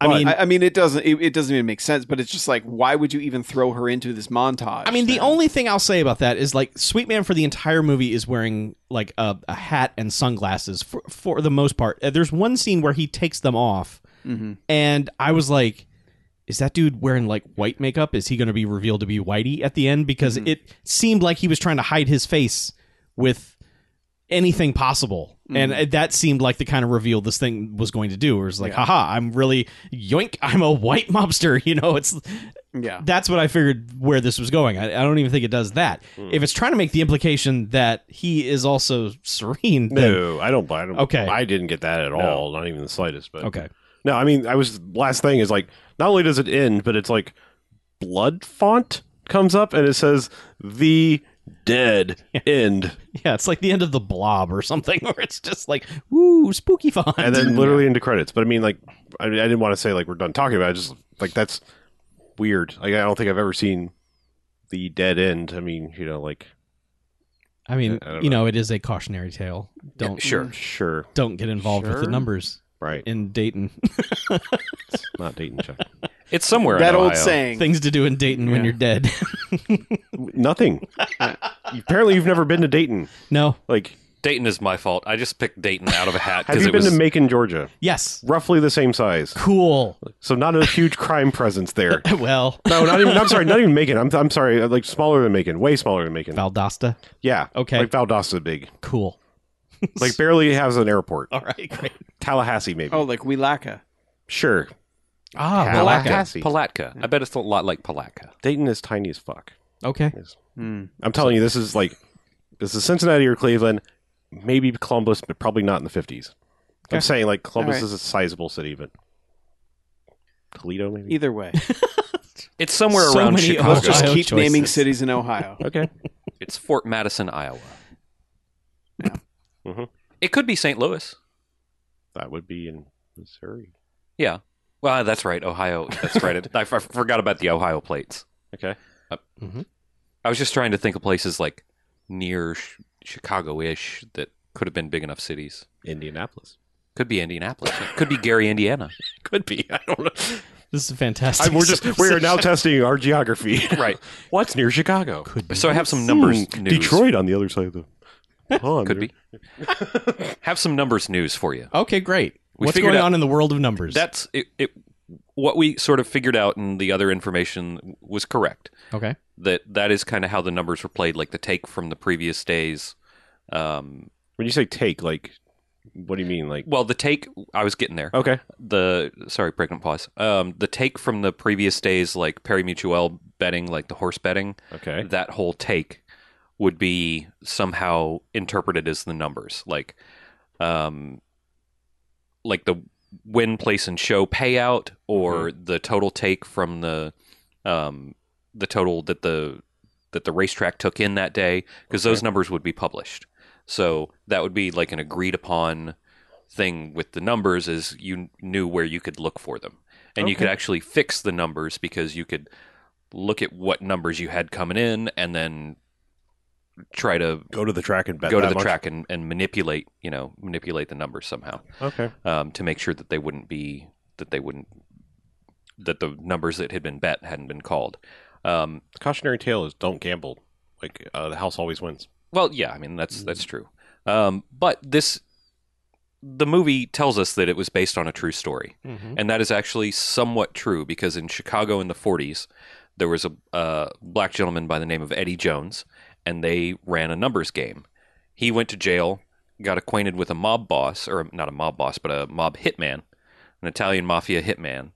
[SPEAKER 3] I
[SPEAKER 4] But
[SPEAKER 3] mean,
[SPEAKER 4] I, I mean, it doesn't it, it doesn't even make sense. But it's just like, why would you even throw her into this montage?
[SPEAKER 3] I mean, the
[SPEAKER 4] then?
[SPEAKER 3] only thing I'll say about that is like Sweet Man for the entire movie is wearing like a, a hat and sunglasses for, for the most part. Uh, There's one scene where he takes them off,
[SPEAKER 4] Mhm.
[SPEAKER 3] and I was like, "Is that dude wearing like white makeup? Is he going to be revealed to be Whitey at the end?" Because it seemed like he was trying to hide his face with anything possible, and uh, that seemed like the kind of reveal this thing was going to do. It was like, "Haha, I'm really yoink! I'm a white mobster." You know, it's
[SPEAKER 4] yeah,
[SPEAKER 3] that's what I figured where this was going. I, I don't even think it does that.
[SPEAKER 2] Hmm.
[SPEAKER 3] If it's trying to make the implication that he is also serene, then
[SPEAKER 2] no, I don't buy it.
[SPEAKER 3] Okay.
[SPEAKER 2] I didn't get that at all, not even the slightest. But
[SPEAKER 3] okay,
[SPEAKER 2] no, I mean, I was last thing is like not only does it end, but it's like blood font comes up and it says the dead end.
[SPEAKER 3] yeah, it's like the end of the Blob or something, where it's just like woo, spooky fun.
[SPEAKER 2] and then literally into credits. But I mean, like, I, I didn't want to say like we're done talking about. it. Just like that's weird. Like, I don't think I've ever seen the dead end. I mean, you know, like
[SPEAKER 3] I mean,
[SPEAKER 2] I don't
[SPEAKER 3] you know, it is a cautionary tale. Don't
[SPEAKER 1] sure.
[SPEAKER 2] sure,
[SPEAKER 3] don't get involved with the
[SPEAKER 4] Sure.
[SPEAKER 3] numbers
[SPEAKER 2] right?
[SPEAKER 3] in Dayton.
[SPEAKER 2] Not Dayton, Chuck.
[SPEAKER 1] It's somewhere.
[SPEAKER 4] that
[SPEAKER 1] in
[SPEAKER 4] old
[SPEAKER 1] Ohio.
[SPEAKER 4] saying.
[SPEAKER 3] Things to do in Dayton when
[SPEAKER 4] Yeah.
[SPEAKER 3] you're dead.
[SPEAKER 2] Nothing. Apparently, you've never been to Dayton.
[SPEAKER 3] no,
[SPEAKER 2] Like,
[SPEAKER 1] Dayton is my fault. I just picked Dayton out of a hat
[SPEAKER 2] have
[SPEAKER 1] because
[SPEAKER 2] you
[SPEAKER 1] it
[SPEAKER 2] been
[SPEAKER 1] was.
[SPEAKER 2] to Macon, Georgia?
[SPEAKER 3] yes,
[SPEAKER 2] Roughly the same size,
[SPEAKER 3] cool.
[SPEAKER 2] so not a huge crime presence there.
[SPEAKER 3] well,
[SPEAKER 2] No, not even. I'm sorry, not even Macon. I'm I'm sorry, uh, like smaller than Macon, way smaller than Macon.
[SPEAKER 3] Valdosta,
[SPEAKER 2] yeah,
[SPEAKER 3] Okay.
[SPEAKER 2] like Valdosta big,
[SPEAKER 3] cool.
[SPEAKER 2] like barely has an airport.
[SPEAKER 3] All right, great.
[SPEAKER 2] Tallahassee maybe.
[SPEAKER 4] Oh, like Wilaka.
[SPEAKER 2] Sure.
[SPEAKER 3] Ah, Malacca.
[SPEAKER 2] Tallahassee.
[SPEAKER 1] Palatka. I bet it's a lot like Palatka.
[SPEAKER 2] Dayton is tiny as fuck.
[SPEAKER 3] Okay.
[SPEAKER 4] Mm.
[SPEAKER 2] I'm telling you, this is like this is Cincinnati or Cleveland, maybe Columbus, but probably not in the 50s.
[SPEAKER 3] Okay.
[SPEAKER 2] I'm saying like Columbus
[SPEAKER 4] All right.
[SPEAKER 2] is a sizable city, but Toledo maybe.
[SPEAKER 4] Either way,
[SPEAKER 1] It's somewhere
[SPEAKER 3] So
[SPEAKER 1] around
[SPEAKER 3] many
[SPEAKER 1] Chicago.
[SPEAKER 4] let's just
[SPEAKER 3] Ohio
[SPEAKER 4] keep naming
[SPEAKER 3] choices.
[SPEAKER 4] cities in Ohio.
[SPEAKER 2] Okay,
[SPEAKER 1] It's Fort Madison, Iowa.
[SPEAKER 4] Yeah.
[SPEAKER 2] Mhm.
[SPEAKER 1] It could be St. Louis.
[SPEAKER 2] that would be in Missouri.
[SPEAKER 1] Yeah. Well, that's right. Ohio. That's right. I, f- I forgot about the Ohio plates.
[SPEAKER 2] Okay, Mm-hmm.
[SPEAKER 1] I was just trying to think of places like near sh- Chicago-ish that could have been big enough cities.
[SPEAKER 2] Indianapolis
[SPEAKER 1] Could be Indianapolis. Could be Gary, Indiana.
[SPEAKER 2] could be. I don't know.
[SPEAKER 3] This is a fantastic.
[SPEAKER 2] I, we're just we are now testing our geography.
[SPEAKER 1] Right.
[SPEAKER 2] What's near Chicago?
[SPEAKER 3] Could be.
[SPEAKER 1] So I have some numbers.
[SPEAKER 2] Hmm,
[SPEAKER 1] news.
[SPEAKER 2] Detroit on the other side of the pond.
[SPEAKER 1] Could be. Have some numbers news for you.
[SPEAKER 3] Okay, great.
[SPEAKER 1] We
[SPEAKER 3] What's
[SPEAKER 1] figured
[SPEAKER 3] going
[SPEAKER 1] out-
[SPEAKER 3] on in the world of numbers?
[SPEAKER 1] That's it, it. What we sort of figured out, and the other information was correct.
[SPEAKER 3] okay.
[SPEAKER 1] That that is kind of how the numbers were played, like the take from the previous days. Um,
[SPEAKER 2] When you say take, like, what do you mean? Like,
[SPEAKER 1] well, the take I was getting there.
[SPEAKER 2] okay,
[SPEAKER 1] the sorry pregnant pause um the take from the previous days like peri mutuel betting like the horse betting
[SPEAKER 2] okay,
[SPEAKER 1] that whole take would be somehow interpreted as the numbers like um like the win place and show payout or the total take from the um the total that the that the racetrack took in that day because those numbers would be published so that would be like an agreed upon thing with the numbers is you knew where you could look for them and you could actually fix the numbers because you could look at what numbers you had coming in and then try to
[SPEAKER 2] go to the track and bet.
[SPEAKER 1] go to
[SPEAKER 2] that
[SPEAKER 1] the
[SPEAKER 2] much.
[SPEAKER 1] track and, and manipulate you know manipulate the numbers somehow
[SPEAKER 2] Okay,
[SPEAKER 1] um, to make sure that they wouldn't be that they wouldn't that the numbers that had been bet hadn't been called um,
[SPEAKER 2] the cautionary tale is don't gamble. Like, uh, the house always wins.
[SPEAKER 1] Well, yeah, I mean that's that's true. Um, but this, the movie tells us that it was based on a true story,
[SPEAKER 3] Mhm.
[SPEAKER 1] and that is actually somewhat true because in Chicago in the '40s, there was a uh, black gentleman by the name of Eddie Jones, and they ran a numbers game. He went to jail, got acquainted with a mob boss, or not a mob boss, but a mob hitman, an Italian mafia hitman,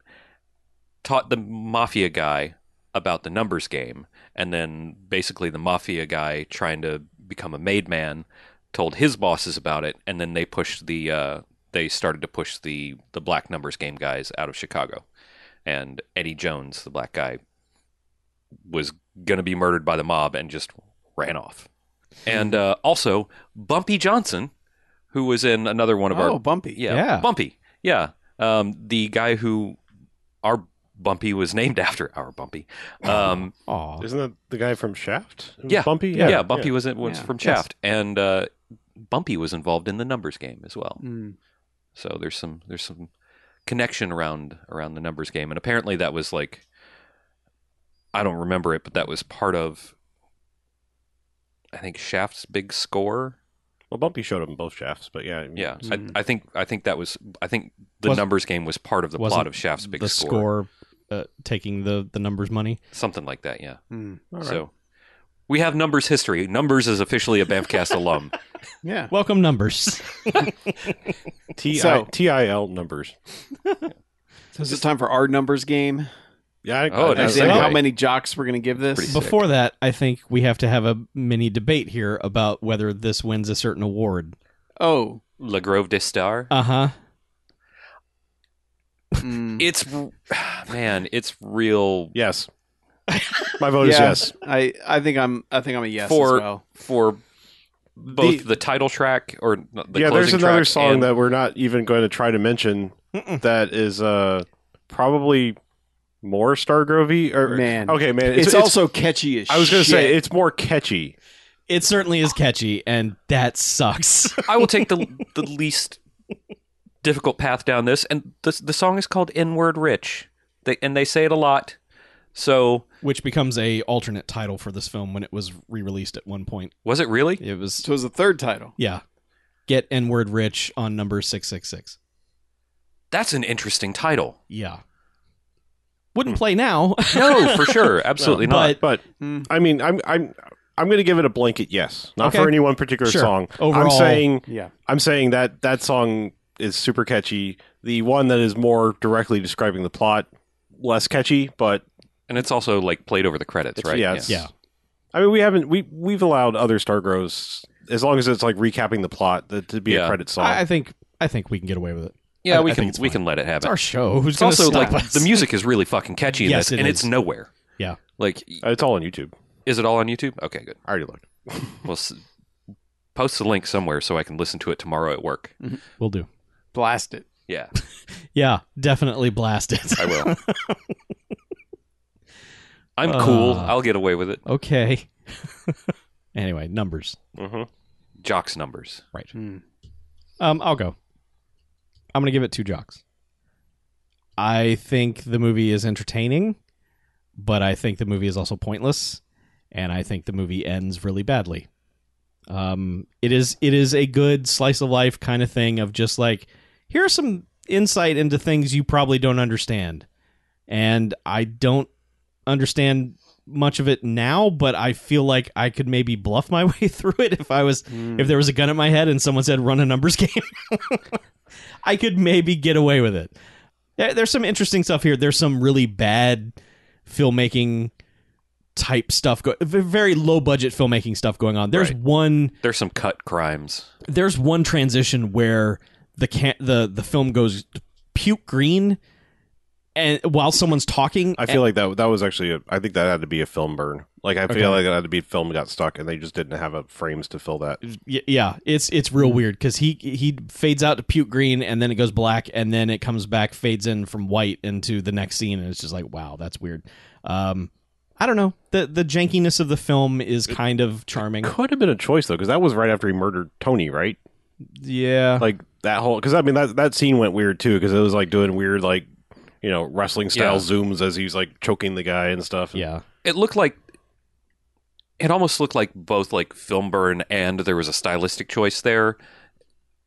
[SPEAKER 1] taught the mafia guy about the numbers game, and then basically the mafia guy trying to become a made man told his bosses about it, and then they pushed the uh, they started to push the the black numbers game guys out of Chicago, and Eddie Jones, the black guy, was gonna be murdered by the mob and just ran off, and uh, also Bumpy Johnson, who was in another one of our
[SPEAKER 4] Oh, bumpy.
[SPEAKER 1] yeah,
[SPEAKER 3] Yeah.
[SPEAKER 1] Bumpy. Yeah, um, the guy who our Bumpy was named after. Our Bumpy. Um,
[SPEAKER 3] Aw.
[SPEAKER 2] Isn't that the guy from Shaft? It was
[SPEAKER 1] Yeah.
[SPEAKER 2] Bumpy.
[SPEAKER 1] yeah, Bumpy was in, was
[SPEAKER 4] Yeah.
[SPEAKER 1] from
[SPEAKER 2] Yes.
[SPEAKER 1] Shaft, and uh, Bumpy was involved in the numbers game as well.
[SPEAKER 4] Mm.
[SPEAKER 1] So there's some there's some connection around around the numbers game, and apparently that was like I don't remember it, but that was part of I think Shaft's big score.
[SPEAKER 2] Well, Bumpy showed up in both Shafts, but yeah, I mean,
[SPEAKER 1] Yeah,
[SPEAKER 4] Mhm.
[SPEAKER 1] I, I think I think that was I think the
[SPEAKER 3] Was-
[SPEAKER 1] numbers game was part of the
[SPEAKER 3] wasn't
[SPEAKER 1] plot of Shaft's big
[SPEAKER 3] the
[SPEAKER 1] score,
[SPEAKER 3] score, uh, taking the the numbers money.
[SPEAKER 1] something like that. Yeah.
[SPEAKER 4] Mm.
[SPEAKER 2] all right.
[SPEAKER 1] So we have numbers history. Numbers is officially a Bamfcast alum.
[SPEAKER 4] Yeah.
[SPEAKER 3] Welcome numbers.
[SPEAKER 2] T I
[SPEAKER 4] So-
[SPEAKER 2] T I L numbers.
[SPEAKER 4] Is it time for our numbers game?
[SPEAKER 2] Yeah.
[SPEAKER 1] Oh,
[SPEAKER 2] I, I-
[SPEAKER 1] nice.
[SPEAKER 2] I-
[SPEAKER 4] Understand
[SPEAKER 1] segue.
[SPEAKER 4] how many jocks we're going to give this?
[SPEAKER 1] Pretty-
[SPEAKER 3] Before that, I think we have to have a mini debate here about whether this wins a certain award.
[SPEAKER 4] Oh.
[SPEAKER 1] La Grove des Stars.
[SPEAKER 2] Um,
[SPEAKER 3] Uh huh.
[SPEAKER 4] Mm.
[SPEAKER 1] it's man, it's real
[SPEAKER 2] yes. My vote is
[SPEAKER 4] Yeah.
[SPEAKER 2] yes.
[SPEAKER 4] I, I think I'm I think I'm a yes
[SPEAKER 1] For-
[SPEAKER 4] as well.
[SPEAKER 1] for both the,
[SPEAKER 2] The-
[SPEAKER 1] title track or not- the
[SPEAKER 2] yeah, there's
[SPEAKER 1] closing
[SPEAKER 2] another
[SPEAKER 1] track
[SPEAKER 2] song
[SPEAKER 1] and-
[SPEAKER 2] that we're not even going to try to mention that is uh probably more Stargrovey or
[SPEAKER 4] Man.
[SPEAKER 2] Okay, man,
[SPEAKER 4] It's, also catchy as
[SPEAKER 2] I was going to
[SPEAKER 4] shit.
[SPEAKER 2] say it's more catchy.
[SPEAKER 3] It certainly is catchy, and that sucks.
[SPEAKER 1] I will take the the least difficult path down this, and the the song is called N Word Rich, they, and they say it a lot. So
[SPEAKER 3] Which becomes a alternate title for this film when it was re released at one point.
[SPEAKER 1] was it really?
[SPEAKER 3] It was
[SPEAKER 4] So it was the third title.
[SPEAKER 3] yeah. Get N word rich on number six six six.
[SPEAKER 1] That's an interesting title.
[SPEAKER 3] Yeah. Wouldn't play now.
[SPEAKER 1] No, for sure, absolutely
[SPEAKER 3] No,
[SPEAKER 1] not.
[SPEAKER 2] But
[SPEAKER 4] Mm.
[SPEAKER 2] I mean, I'm I'm I'm going to give it a blanket yes, not
[SPEAKER 3] Okay.
[SPEAKER 2] for any one particular
[SPEAKER 3] Sure.
[SPEAKER 2] song.
[SPEAKER 3] Overall-
[SPEAKER 2] I'm saying
[SPEAKER 4] Yeah.
[SPEAKER 2] I'm saying that that song is super catchy. The one that is more directly describing the plot, less catchy, but
[SPEAKER 1] And it's also like played over the credits,
[SPEAKER 2] it's,
[SPEAKER 1] right?
[SPEAKER 2] yeah, it's-
[SPEAKER 3] Yeah.
[SPEAKER 2] I mean, we haven't we we've allowed other Stargrows as long as it's like recapping the plot that to be a
[SPEAKER 1] Yeah.
[SPEAKER 2] credit song.
[SPEAKER 3] I, I think I think we can get away with it.
[SPEAKER 1] Yeah,
[SPEAKER 3] I-
[SPEAKER 1] we
[SPEAKER 3] I
[SPEAKER 1] can
[SPEAKER 3] think it's
[SPEAKER 1] we
[SPEAKER 3] fine.
[SPEAKER 1] can let it
[SPEAKER 3] It's
[SPEAKER 1] happen.
[SPEAKER 3] our show. Who's
[SPEAKER 1] It's
[SPEAKER 3] gonna
[SPEAKER 1] also
[SPEAKER 3] stop
[SPEAKER 1] like
[SPEAKER 3] us?
[SPEAKER 1] the music is really fucking catchy in
[SPEAKER 3] Yes,
[SPEAKER 1] this,
[SPEAKER 3] it
[SPEAKER 1] and
[SPEAKER 3] is.
[SPEAKER 1] it's nowhere.
[SPEAKER 3] Yeah.
[SPEAKER 1] Like,
[SPEAKER 2] Uh, it's all on YouTube.
[SPEAKER 1] is it all on YouTube? Okay, good.
[SPEAKER 2] I already looked.
[SPEAKER 1] We'll s- post the link somewhere so I can listen to it tomorrow at work.
[SPEAKER 3] We'll do.
[SPEAKER 4] Blast it.
[SPEAKER 1] Yeah,
[SPEAKER 3] Yeah, definitely blast it.
[SPEAKER 1] I will. I'm cool.
[SPEAKER 3] Uh.
[SPEAKER 1] I'll get away with it.
[SPEAKER 3] okay. anyway, numbers.
[SPEAKER 2] hmm
[SPEAKER 1] Jocks numbers.
[SPEAKER 3] Um, I'll go. I'm gonna give it two jocks. I think the movie is entertaining, but I think the movie is also pointless, and I think the movie ends really badly. Um, it is it is a good slice of life kind of thing of just like here's some insight into things you probably don't understand, and I don't understand much of it now, but I feel like I could maybe bluff my way through it if I was if there was a gun at my head and someone said run a numbers game i could maybe get away with it There- there's some interesting stuff here there's some really bad filmmaking type stuff go- v- very low budget filmmaking stuff going on there's
[SPEAKER 1] Right.
[SPEAKER 3] one
[SPEAKER 1] There's some cut crimes.
[SPEAKER 3] there's one transition where the can- the the film goes puke green and while someone's talking
[SPEAKER 2] I feel like that that was actually a, I think that had to be a film burn. Like I
[SPEAKER 3] Okay.
[SPEAKER 2] feel like that had to be film got stuck and they just didn't have a frames to fill that.
[SPEAKER 3] Y- yeah it's it's real weird because he he fades out to puke green and then it goes black and then it comes back fades in from white into the next scene and it's just like wow that's weird um i don't know the the jankiness of the film is kind of charming
[SPEAKER 2] Could have been a choice though, because that was right after he murdered Tony, right?
[SPEAKER 3] yeah
[SPEAKER 2] Like that whole because I mean that that scene went weird too because it was like doing weird like you know wrestling style
[SPEAKER 1] Yeah.
[SPEAKER 2] zooms as he was like choking the guy and stuff.
[SPEAKER 3] yeah
[SPEAKER 1] It looked like it almost looked like both like film burn and there was a stylistic choice there,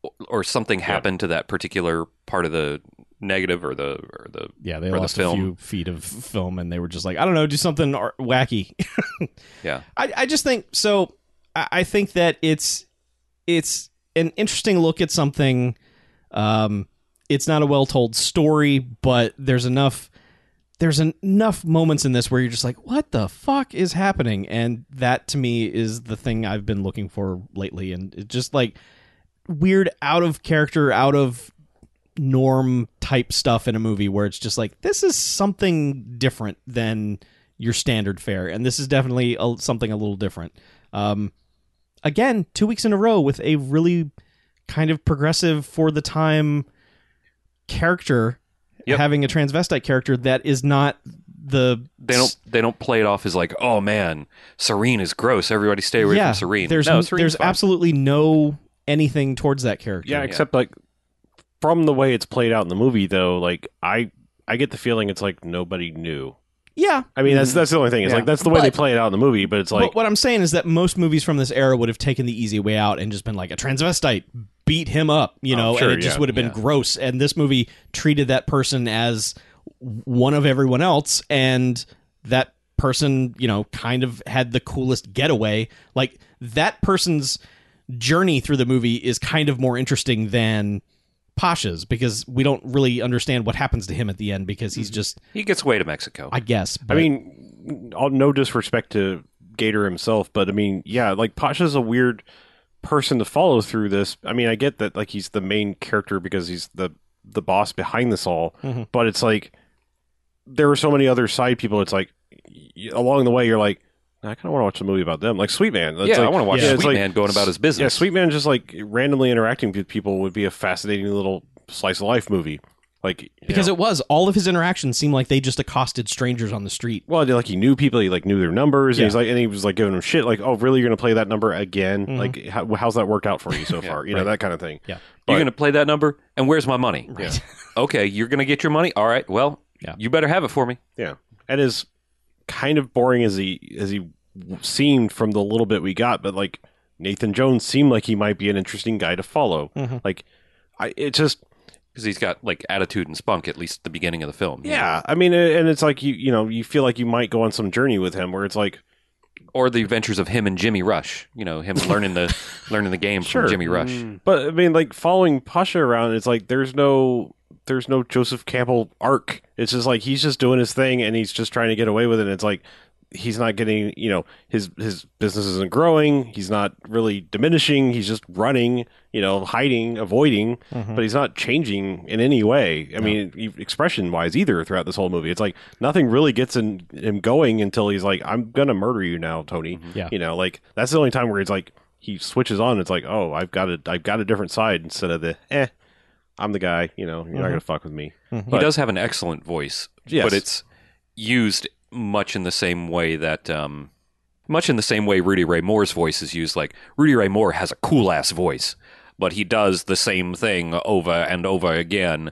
[SPEAKER 1] or- or something happened to that particular part of the negative or the or the
[SPEAKER 3] yeah they
[SPEAKER 1] For the
[SPEAKER 3] lost a
[SPEAKER 1] film.
[SPEAKER 3] few feet of film and they were just like i don't know do something ar- wacky
[SPEAKER 1] yeah.
[SPEAKER 3] I, I just think so. I, I think that it's it's an interesting look at something. Um, it's not a well told story, but there's enough there's en- enough moments in this where you're just like, what the fuck is happening? And that to me is the thing I've been looking for lately, and it just like weird out of character, out of norm type stuff in a movie where it's just like this is something different than your standard fare, and this is definitely a, something a little different. Um, again, two weeks in a row with a really kind of progressive for the time character
[SPEAKER 1] Yep.
[SPEAKER 3] having a transvestite character that is not the
[SPEAKER 1] They don't they don't play it off as like oh man Serene is gross everybody stay away
[SPEAKER 3] yeah.
[SPEAKER 1] from Serene.
[SPEAKER 3] There's
[SPEAKER 1] no,
[SPEAKER 3] n-
[SPEAKER 1] Serene's
[SPEAKER 3] there's
[SPEAKER 1] fine.
[SPEAKER 3] absolutely no anything towards that character.
[SPEAKER 2] yeah, except like from the way it's played out in the movie though, like I I get the feeling it's like nobody knew.
[SPEAKER 3] yeah.
[SPEAKER 2] I mean that's that's the only thing. It's
[SPEAKER 4] Yeah.
[SPEAKER 2] like that's the way they
[SPEAKER 3] But-
[SPEAKER 2] play it out in the movie, but it's like
[SPEAKER 3] but what I'm saying is that most movies from this era would have taken the easy way out and just been like a transvestite beat him up, you
[SPEAKER 2] Oh,
[SPEAKER 3] know,
[SPEAKER 2] sure,
[SPEAKER 3] and it just
[SPEAKER 2] yeah,
[SPEAKER 3] would have been
[SPEAKER 1] yeah.
[SPEAKER 3] gross. And this movie treated that person as one of everyone else, and that person, you know, kind of had the coolest getaway. Like that person's journey through the movie is kind of more interesting than Pasha's because we don't really understand what happens to him at the end because he's just,
[SPEAKER 1] he gets away to Mexico.
[SPEAKER 3] I guess.
[SPEAKER 2] Mm-hmm. I
[SPEAKER 3] but-
[SPEAKER 2] mean, all, no disrespect to Gator himself, but I mean, yeah, like Pasha's a weird person to follow through this. I mean, I get that like he's the main character because he's the the boss behind this all,
[SPEAKER 1] Mm-hmm.
[SPEAKER 3] Mhm.
[SPEAKER 2] but it's like there are so many other side people. It's like y- along the way, you're like, I kind of want to watch a movie about them, like Sweet Man. It's
[SPEAKER 1] yeah,
[SPEAKER 2] like,
[SPEAKER 1] I want to watch
[SPEAKER 2] yeah,
[SPEAKER 1] Sweet
[SPEAKER 2] it's like-
[SPEAKER 1] Man going about his business.
[SPEAKER 2] yeah, Sweet Man just like randomly interacting with people would be a fascinating little slice of life movie. Like
[SPEAKER 3] because it was all of his interactions seemed like they just accosted strangers on the street.
[SPEAKER 2] Well, like he knew people, he like knew their numbers.
[SPEAKER 3] Yeah.
[SPEAKER 2] And he's like, and he was like giving them shit, like, "Oh, really? You're gonna play that number again?
[SPEAKER 3] Mhm.
[SPEAKER 2] Like, how, how's that worked out for you so far? You know that kind of thing."
[SPEAKER 3] Yeah.
[SPEAKER 1] You're
[SPEAKER 2] but-
[SPEAKER 1] going to play that number, and where's my money?
[SPEAKER 3] Right.
[SPEAKER 1] Okay, you're going to get your money. All right. Well,
[SPEAKER 3] Yeah.
[SPEAKER 1] you better have it for me.
[SPEAKER 2] And as kind of boring as he as he seemed from the little bit we got, but like Nathan Jones seemed like he might be an interesting guy to follow.
[SPEAKER 3] Mhm.
[SPEAKER 2] Like, I it just
[SPEAKER 1] because he's got like attitude and spunk at least at the beginning of the film.
[SPEAKER 2] Yeah, I mean, a- and it's like you you know you feel like you might go on some journey with him where it's like
[SPEAKER 1] or the adventures of him and Jimmy Rush. You know, him learning the learning the game
[SPEAKER 2] Sure.
[SPEAKER 1] from Jimmy Rush.
[SPEAKER 2] Mm. But I mean, like following Pasha around, it's like there's no there's no Joseph Campbell arc. It's just like he's just doing his thing and he's just trying to get away with it. And it's like he's not getting you know his his business isn't growing. He's not really diminishing. He's just running, you know, hiding, avoiding. But he's not changing in any way. I mean, expression wise either throughout this whole movie. It's like nothing really gets in, him going until he's like, "I'm gonna murder you now, Tony."
[SPEAKER 3] Yeah.
[SPEAKER 2] you know, like that's the only time where he's like he switches on. It's like, "Oh, I've got a I've got a different side instead of the eh." I'm the guy, you know. You're not gonna fuck with me.
[SPEAKER 1] he
[SPEAKER 2] But-
[SPEAKER 1] does have an excellent voice,
[SPEAKER 2] Yes.
[SPEAKER 1] but it's used much in the same way that, um, much in the same way Rudy Ray Moore's voice is used. Like Rudy Ray Moore has a cool ass voice, but he does the same thing over and over again.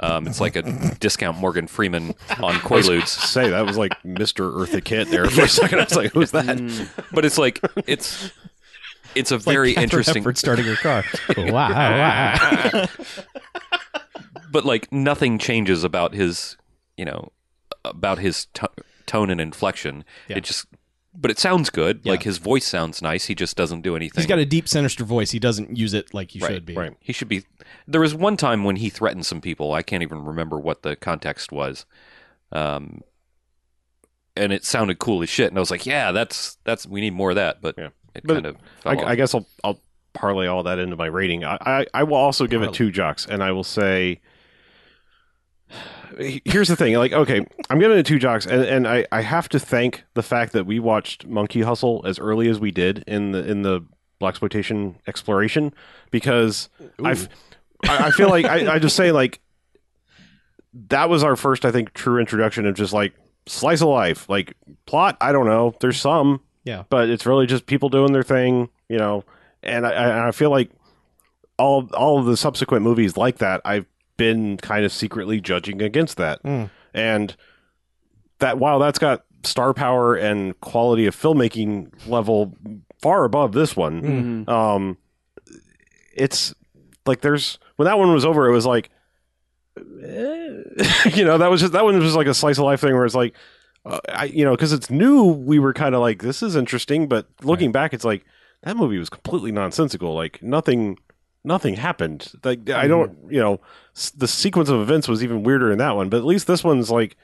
[SPEAKER 1] Um, it's like a discount Morgan Freeman on Quaaludes,
[SPEAKER 2] Say that was like Mr. Eartha Kitt there for a second. I was like, "Who's that?"
[SPEAKER 1] but it's like it's it's a
[SPEAKER 3] Like
[SPEAKER 1] very
[SPEAKER 3] Catherine
[SPEAKER 1] interesting.
[SPEAKER 3] Hepburn starting her car. wow, wow.
[SPEAKER 1] but like nothing changes about his you know about his to tone and inflection
[SPEAKER 3] Yeah.
[SPEAKER 1] it just but it sounds good
[SPEAKER 3] Yeah.
[SPEAKER 1] like his voice sounds nice he just doesn't do anything
[SPEAKER 3] He's got a deep, sinister voice. He doesn't use it like he should be.
[SPEAKER 2] right.
[SPEAKER 1] he should be there was one time when he threatened some people i can't even remember what the context was um and it sounded cool as shit and i was like yeah that's that's we need more of that but
[SPEAKER 2] Yeah.
[SPEAKER 1] it
[SPEAKER 2] But
[SPEAKER 1] kind of fell off.
[SPEAKER 2] I, I guess I'll I'll parlay all that into my rating. I I, I will also give it
[SPEAKER 3] Parlay.
[SPEAKER 2] two jocks, and I will say. Here's the thing, like, okay, I'm giving it two jocks, and, and I, I have to thank the fact that we watched Monkey Hustle as early as we did in the in the black exploitation exploration because I've, I I feel like I, I just say like that was our first I think true introduction of just like slice of life like plot I don't know there's some
[SPEAKER 3] Yeah.
[SPEAKER 2] but it's really just people doing their thing you know and I- I, I feel like all all of the subsequent movies like that I've been kind of secretly judging against that
[SPEAKER 3] Mm.
[SPEAKER 2] and that wow that's got star power and quality of filmmaking level far above this one
[SPEAKER 4] Mhm.
[SPEAKER 2] um it's like there's when that one was over it was like eh. you know that was just that one was just like a slice of life thing where it's like uh, I, you know because it's new we were kind of like this is interesting but looking back it's like that movie was completely nonsensical like nothing nothing happened like i don't you know s- the sequence of events was even weirder in that one but at least this one's like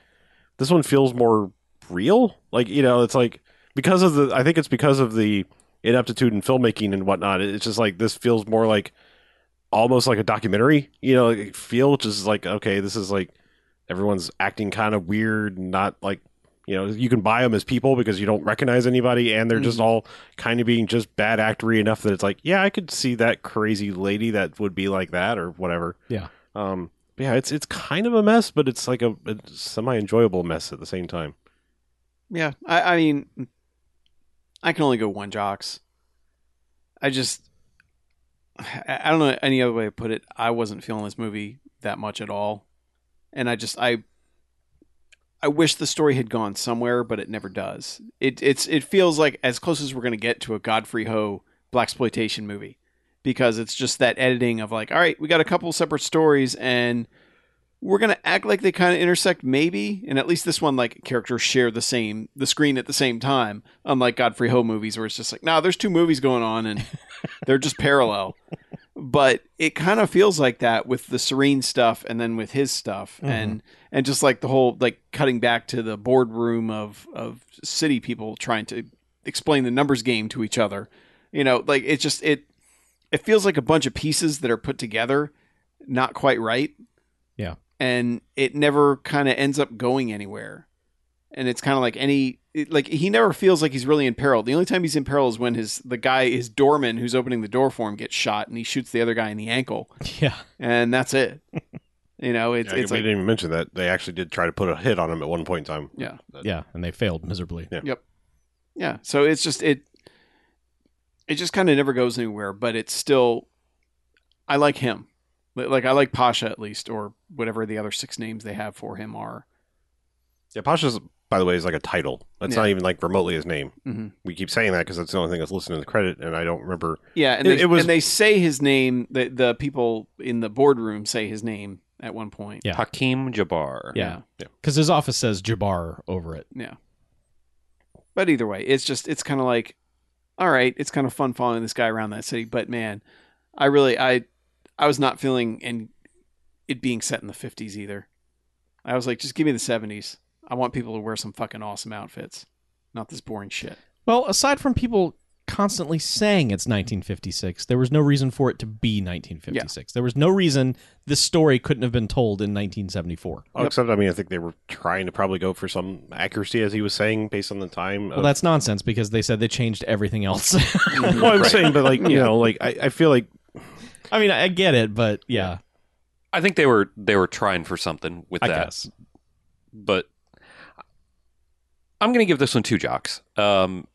[SPEAKER 2] this one feels more real like you know it's like because of the i think it's because of the ineptitude in filmmaking and whatnot. It's just like this feels more like almost like a documentary, you know, like, feel just like okay, this is like everyone's acting kind of weird, not like you know, you can buy them as people because you don't recognize anybody, and they're just all kind of being just bad actory enough that it's like, yeah, I could see that crazy lady that would be like that or whatever.
[SPEAKER 3] Yeah.
[SPEAKER 2] Um. but Yeah. It's it's kind of a mess, but it's like a, a semi enjoyable mess at the same time.
[SPEAKER 4] Yeah, I, I mean, I can only go one jocks. I just, I I don't know any other way to put it. I wasn't feeling this movie that much at all, and I just i I wish the story had gone somewhere, but it never does. It it's it feels like as close as we're gonna get to a Godfrey Ho black exploitation movie because it's just that editing of like, all right, we got a couple separate stories and we're gonna act like they kind of intersect maybe and at least this one like characters share the same the screen at the same time unlike godfrey ho movies where it's just like nah there's two movies going on and they're just parallel but it kind of feels like that with the serene stuff and then with his stuff and and just like the whole like cutting back to the boardroom of of city people trying to explain the numbers game to each other you know like it just it it feels like a bunch of pieces that are put together not quite right and it never kind of ends up going anywhere. And it's kind of like any it- like he never feels like he's really in peril. The only time he's in peril is when his the guy his doorman who's opening the door for him gets shot and he shoots the other guy in the ankle
[SPEAKER 3] Yeah.
[SPEAKER 4] and that's it. you know, it's
[SPEAKER 2] Yeah,
[SPEAKER 4] it's
[SPEAKER 2] we
[SPEAKER 4] like
[SPEAKER 2] didn't even mention that they actually did try to put a hit on him at one point in time.
[SPEAKER 4] yeah.
[SPEAKER 3] Yeah. And they failed miserably.
[SPEAKER 4] Yeah. So it's just it it just kind of never goes anywhere, but it's still I like him. Li- Like I like Pasha at least or whatever the other six names they have for him are.
[SPEAKER 2] Yeah, Pasha's, by the way, is like a title. That's
[SPEAKER 4] Yeah.
[SPEAKER 2] not even like remotely his name.
[SPEAKER 4] Mhm.
[SPEAKER 2] We keep saying that because that's the only thing that's listed in the credit, and I don't remember.
[SPEAKER 4] Yeah, and
[SPEAKER 2] It-
[SPEAKER 4] they,
[SPEAKER 2] it was-
[SPEAKER 4] and they say his name. The the people in the boardroom say his name at one point.
[SPEAKER 3] Yeah.
[SPEAKER 1] hakeem jabbar
[SPEAKER 3] Yeah. Because his office says Jabbar over it.
[SPEAKER 4] But either way, it's just it's kind of like, all right, it's kind of fun following this guy around that city. But man, I really I I was not feeling and it being set in the fifties either. I was like, just give me the seventies. I want people to wear some fucking awesome outfits, not this boring shit.
[SPEAKER 3] Well, aside from people constantly saying it's 1956, there was no reason for it to be 1956. There was no reason this story couldn't have been told in 1974.
[SPEAKER 2] Oh,
[SPEAKER 4] Yep.
[SPEAKER 2] Except, I mean, I think they were trying to probably go for some accuracy, as he was saying, based on the time.
[SPEAKER 3] Well,
[SPEAKER 2] of-
[SPEAKER 3] that's nonsense because they said they changed everything else.
[SPEAKER 2] well, I'm saying, but like, you know, like I, I feel like
[SPEAKER 3] I mean, I I get it, but yeah,
[SPEAKER 1] I think they were they were trying for something with
[SPEAKER 3] I
[SPEAKER 1] that,
[SPEAKER 3] guess.
[SPEAKER 1] but I'm going to give this one two jocks. Um,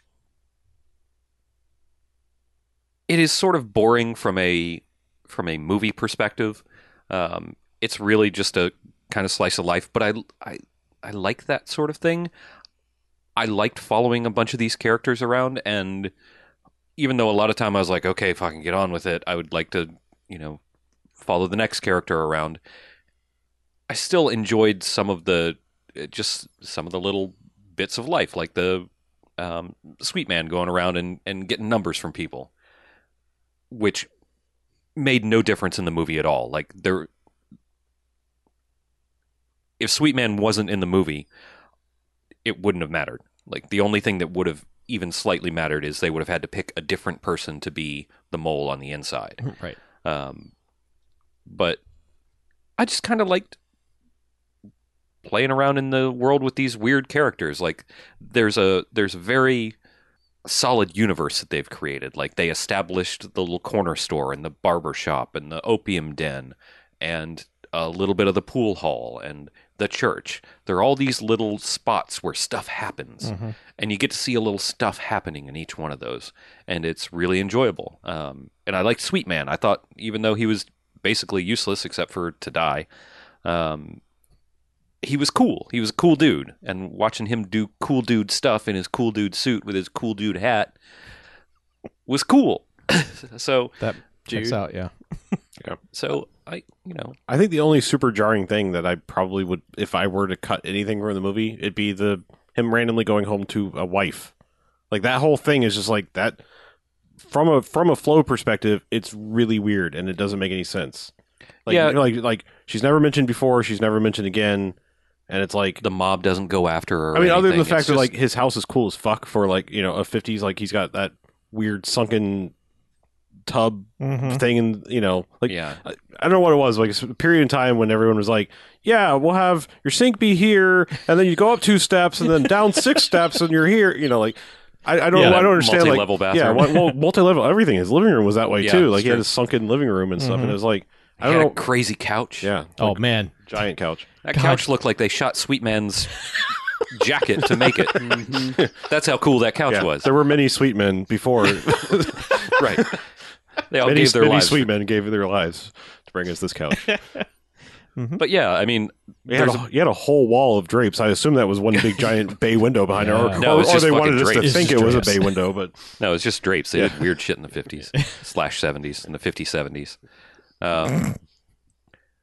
[SPEAKER 1] it is sort of boring from a from a movie perspective. Um, it's really just a kind of slice of life, but I I I like that sort of thing. I liked following a bunch of these characters around, and even though a lot of time I was like, okay, fucking get on with it, I would like to you know follow the next character around. I still enjoyed some of the uh, just some of the little bits of life, like the um, sweet man going around and, and getting numbers from people, which made no difference in the movie at all. Like there, if Sweet Man wasn't in the movie, it wouldn't have mattered. Like the only thing that would have even slightly mattered is they would have had to pick a different person to be the mole on the inside.
[SPEAKER 3] Right.
[SPEAKER 1] Um, but I just kind of liked playing around in the world with these weird characters. Like there's a there's a very solid universe that they've created. Like they established the little corner store and the barber shop and the opium den and a little bit of the pool hall and the church. There are all these little spots where stuff happens
[SPEAKER 3] Mm-hmm.
[SPEAKER 1] and you get to see a little stuff happening in each one of those, and it's really enjoyable. Um, and I liked Sweet Man. I thought even though he was basically useless except for to die, um, he was cool. He was a cool dude, and watching him do cool dude stuff in his cool dude suit with his cool dude hat was cool. so,
[SPEAKER 3] That checks
[SPEAKER 4] Dude.
[SPEAKER 3] out. Yeah.
[SPEAKER 1] so I, you know,
[SPEAKER 2] I think the only super jarring thing that I probably would, if I were to cut anything from the movie, it'd be the him randomly going home to a wife. Like that whole thing is just like that. From a from a flow perspective, it's really weird and it doesn't make any sense. Like,
[SPEAKER 1] Yeah.
[SPEAKER 2] like like she's never mentioned before, she's never mentioned again, and it's like
[SPEAKER 1] the mob doesn't go after her. or
[SPEAKER 2] I mean, other than the
[SPEAKER 1] anything.
[SPEAKER 2] fact
[SPEAKER 1] It's
[SPEAKER 2] that
[SPEAKER 1] just-
[SPEAKER 2] like his house is cool as fuck for like you know a fifties, like he's got that weird sunken tub
[SPEAKER 1] Mm-hmm.
[SPEAKER 2] thing, and you know, like
[SPEAKER 1] yeah,
[SPEAKER 2] I, I don't know what it was, like it's a period in time when everyone was like, yeah, we'll have your sink be here, and then you go up two steps, and then down six steps, and you're here, you know, like. I, I don't.
[SPEAKER 1] Yeah,
[SPEAKER 2] I
[SPEAKER 1] that
[SPEAKER 2] don't understand.
[SPEAKER 1] multi-level
[SPEAKER 2] like,
[SPEAKER 1] bathroom.
[SPEAKER 2] yeah, well, multi-level. Everything. His living room was that way
[SPEAKER 1] Yeah,
[SPEAKER 2] too.
[SPEAKER 1] it's
[SPEAKER 2] Like he had
[SPEAKER 1] true.
[SPEAKER 2] a sunken living room and stuff, and it was like, I
[SPEAKER 1] He had a
[SPEAKER 2] don't know.
[SPEAKER 1] crazy couch.
[SPEAKER 2] Yeah,
[SPEAKER 3] Oh man,
[SPEAKER 2] giant couch.
[SPEAKER 1] That couch looked like they shot Sweet Man's jacket to make it. That's how cool that couch
[SPEAKER 2] Mm-hmm. Yeah,
[SPEAKER 1] was.
[SPEAKER 2] there were many sweet men before
[SPEAKER 1] Right. They all
[SPEAKER 2] many,
[SPEAKER 1] gave their
[SPEAKER 2] many
[SPEAKER 1] lives.
[SPEAKER 2] sweet men gave their lives to bring us this couch.
[SPEAKER 1] But yeah, I mean,
[SPEAKER 2] You had,
[SPEAKER 1] There's
[SPEAKER 2] a, you had a whole wall of drapes. I assume that was one big giant bay window behind her,
[SPEAKER 3] Yeah.
[SPEAKER 2] or,
[SPEAKER 1] No,
[SPEAKER 2] or-
[SPEAKER 1] it's
[SPEAKER 2] or
[SPEAKER 1] just
[SPEAKER 2] they wanted
[SPEAKER 1] fucking
[SPEAKER 2] us to
[SPEAKER 1] drapes.
[SPEAKER 2] think
[SPEAKER 3] It's
[SPEAKER 2] it was a
[SPEAKER 3] drapes.
[SPEAKER 2] bay window. But
[SPEAKER 1] no, it's just drapes. They did weird shit in the 50s slash 70s and the 50s, 70s. Um,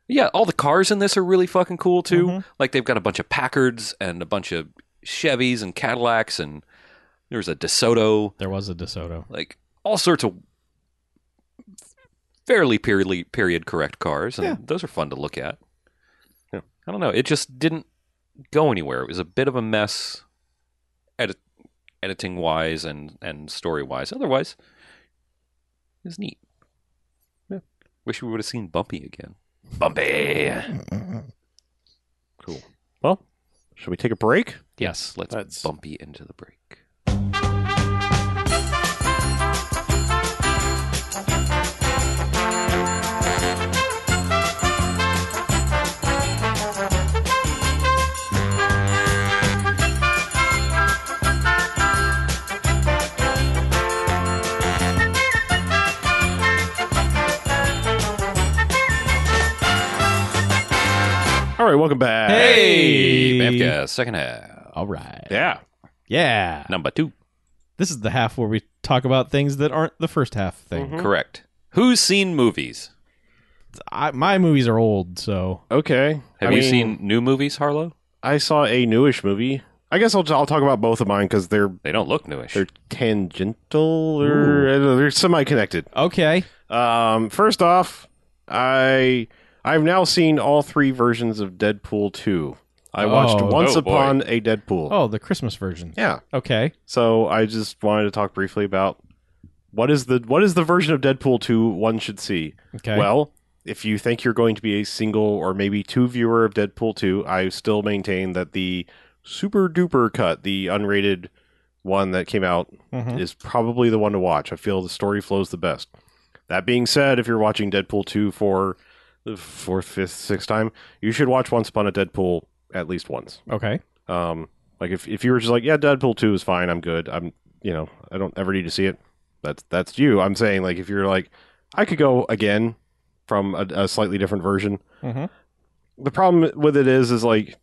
[SPEAKER 1] yeah, all the cars in this are really fucking cool too.
[SPEAKER 2] Mm-hmm.
[SPEAKER 1] Like they've got a bunch of Packards and a bunch of Chevys and Cadillacs, and there was a DeSoto.
[SPEAKER 3] there was a DeSoto.
[SPEAKER 1] like all sorts of fairly period period correct cars, and those are fun to look at.
[SPEAKER 2] Yeah.
[SPEAKER 1] I don't know. It just didn't go anywhere. It was a bit of a mess, edit, editing wise and and story wise. Otherwise, it was neat. Yeah. Wish we would have seen Bumpy again. Bumpy.
[SPEAKER 2] cool. Well, should we take a break?
[SPEAKER 1] Yes, let's
[SPEAKER 4] That's-
[SPEAKER 1] Bumpy into the break.
[SPEAKER 2] All right, welcome back.
[SPEAKER 3] Hey!
[SPEAKER 1] Bamcast second half
[SPEAKER 3] All right.
[SPEAKER 2] Yeah,
[SPEAKER 3] Yeah.
[SPEAKER 1] number two.
[SPEAKER 3] This is the half where we talk about things that aren't the first half thing.
[SPEAKER 2] Mm-hmm.
[SPEAKER 1] Correct. Who's seen movies?
[SPEAKER 3] I, my movies are old, so
[SPEAKER 2] okay.
[SPEAKER 1] Have
[SPEAKER 2] I
[SPEAKER 1] you
[SPEAKER 2] mean,
[SPEAKER 1] seen new movies, Harlow?
[SPEAKER 2] I saw a newish movie I guess I'll I'll talk about both of mine because they're
[SPEAKER 1] They don't look newish.
[SPEAKER 2] they're tangential or I don't know, they're semi connected.
[SPEAKER 3] Okay.
[SPEAKER 2] Um, first off, I I've now seen all three versions of Deadpool two. I watched
[SPEAKER 3] Oh.
[SPEAKER 2] Once
[SPEAKER 1] Oh, boy.
[SPEAKER 2] Upon a Deadpool.
[SPEAKER 3] Oh, the Christmas version.
[SPEAKER 2] Yeah.
[SPEAKER 3] Okay.
[SPEAKER 2] So I just wanted to talk briefly about what is the what is the version of Deadpool 2 one should see.
[SPEAKER 3] Okay.
[SPEAKER 2] Well, if you think you're going to be a single or maybe two viewer of Deadpool 2, I still maintain that the super duper cut, the unrated one that came out
[SPEAKER 3] Mhm.
[SPEAKER 2] is probably the one to watch. I feel the story flows the best. That being said, if you're watching Deadpool 2 for the fourth, fifth, sixth time, you should watch Once Upon a Deadpool at least once.
[SPEAKER 3] okay.
[SPEAKER 2] Um, like if, if you were just like, yeah, Deadpool two is fine, I'm good. I'm you know, I don't ever need to see it. That's that's you. I'm saying like if you're like, I could go again from a, a slightly different version.
[SPEAKER 3] Mhm.
[SPEAKER 2] The problem with it is is like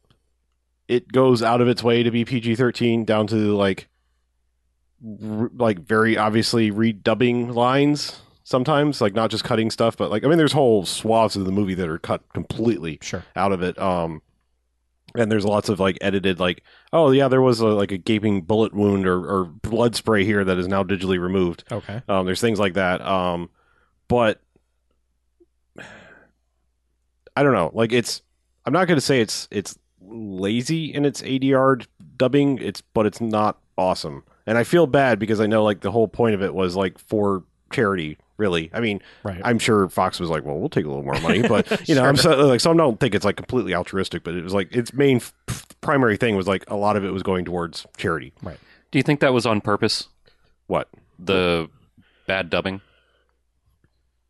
[SPEAKER 2] it goes out of its way to be PG thirteen down to like r- like very obviously redubbing lines sometimes like not just cutting stuff but like i mean there's whole swaths of the movie that are cut completely
[SPEAKER 3] Sure.
[SPEAKER 2] out of it. Um, and there's lots of like edited, like, oh yeah, there was a, like a gaping bullet wound or, or blood spray here that is now digitally removed.
[SPEAKER 3] Okay.
[SPEAKER 2] Um, there's things like that. Um, but I don't know. Like it's, I'm not going to say it's it's lazy in its ADR dubbing. It's but it's not awesome, and I feel bad because I know like the whole point of it was like for charity. Really, I mean,
[SPEAKER 3] Right.
[SPEAKER 2] I'm sure Fox was like, "Well, we'll take a little more money," but you know, I'm so like, so I don't think it's like completely altruistic, but it was like its main f- primary thing was like a lot of it was going towards charity.
[SPEAKER 1] Do you think that was on purpose?
[SPEAKER 2] What?
[SPEAKER 1] The bad dubbing?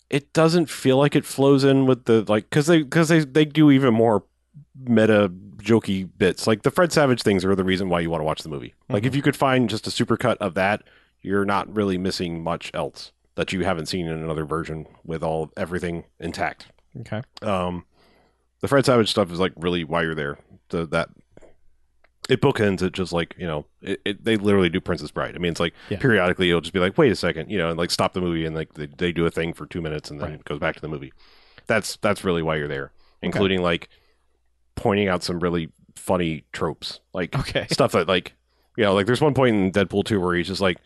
[SPEAKER 2] it doesn't feel like it flows in with the like because they because they they do even more meta jokey bits like the fred savage things are the reason why you want to watch the movie like if you could find just a supercut of that you're not really missing much else that you haven't seen in another version with all everything intact
[SPEAKER 3] Okay.
[SPEAKER 2] um the fred savage stuff is like really why you're there the, that it bookends it just like you know it, it, they literally do princess bride i mean it's like
[SPEAKER 3] Yeah.
[SPEAKER 2] periodically it'll just be like wait a second you know and like stop the movie and like they, they do a thing for two minutes and then
[SPEAKER 3] Right.
[SPEAKER 2] it goes back to the movie that's that's really why you're there including like pointing out some really funny tropes like
[SPEAKER 3] Okay.
[SPEAKER 2] stuff that like you know like there's one point in deadpool 2 where he's just like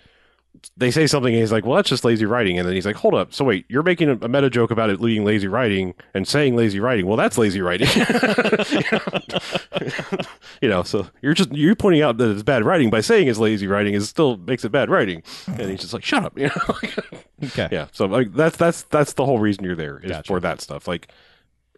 [SPEAKER 2] they say something and he's like well that's just lazy writing and then he's like hold up so wait you're making a, a meta joke about it being lazy writing and saying lazy writing well that's lazy writing you know so you're just you're pointing out that it's bad writing by saying it's lazy writing is still makes it bad writing and he's just like shut up you know
[SPEAKER 3] Okay.
[SPEAKER 2] yeah so like that's that's that's the whole reason you're there is
[SPEAKER 3] Gotcha.
[SPEAKER 2] for that stuff like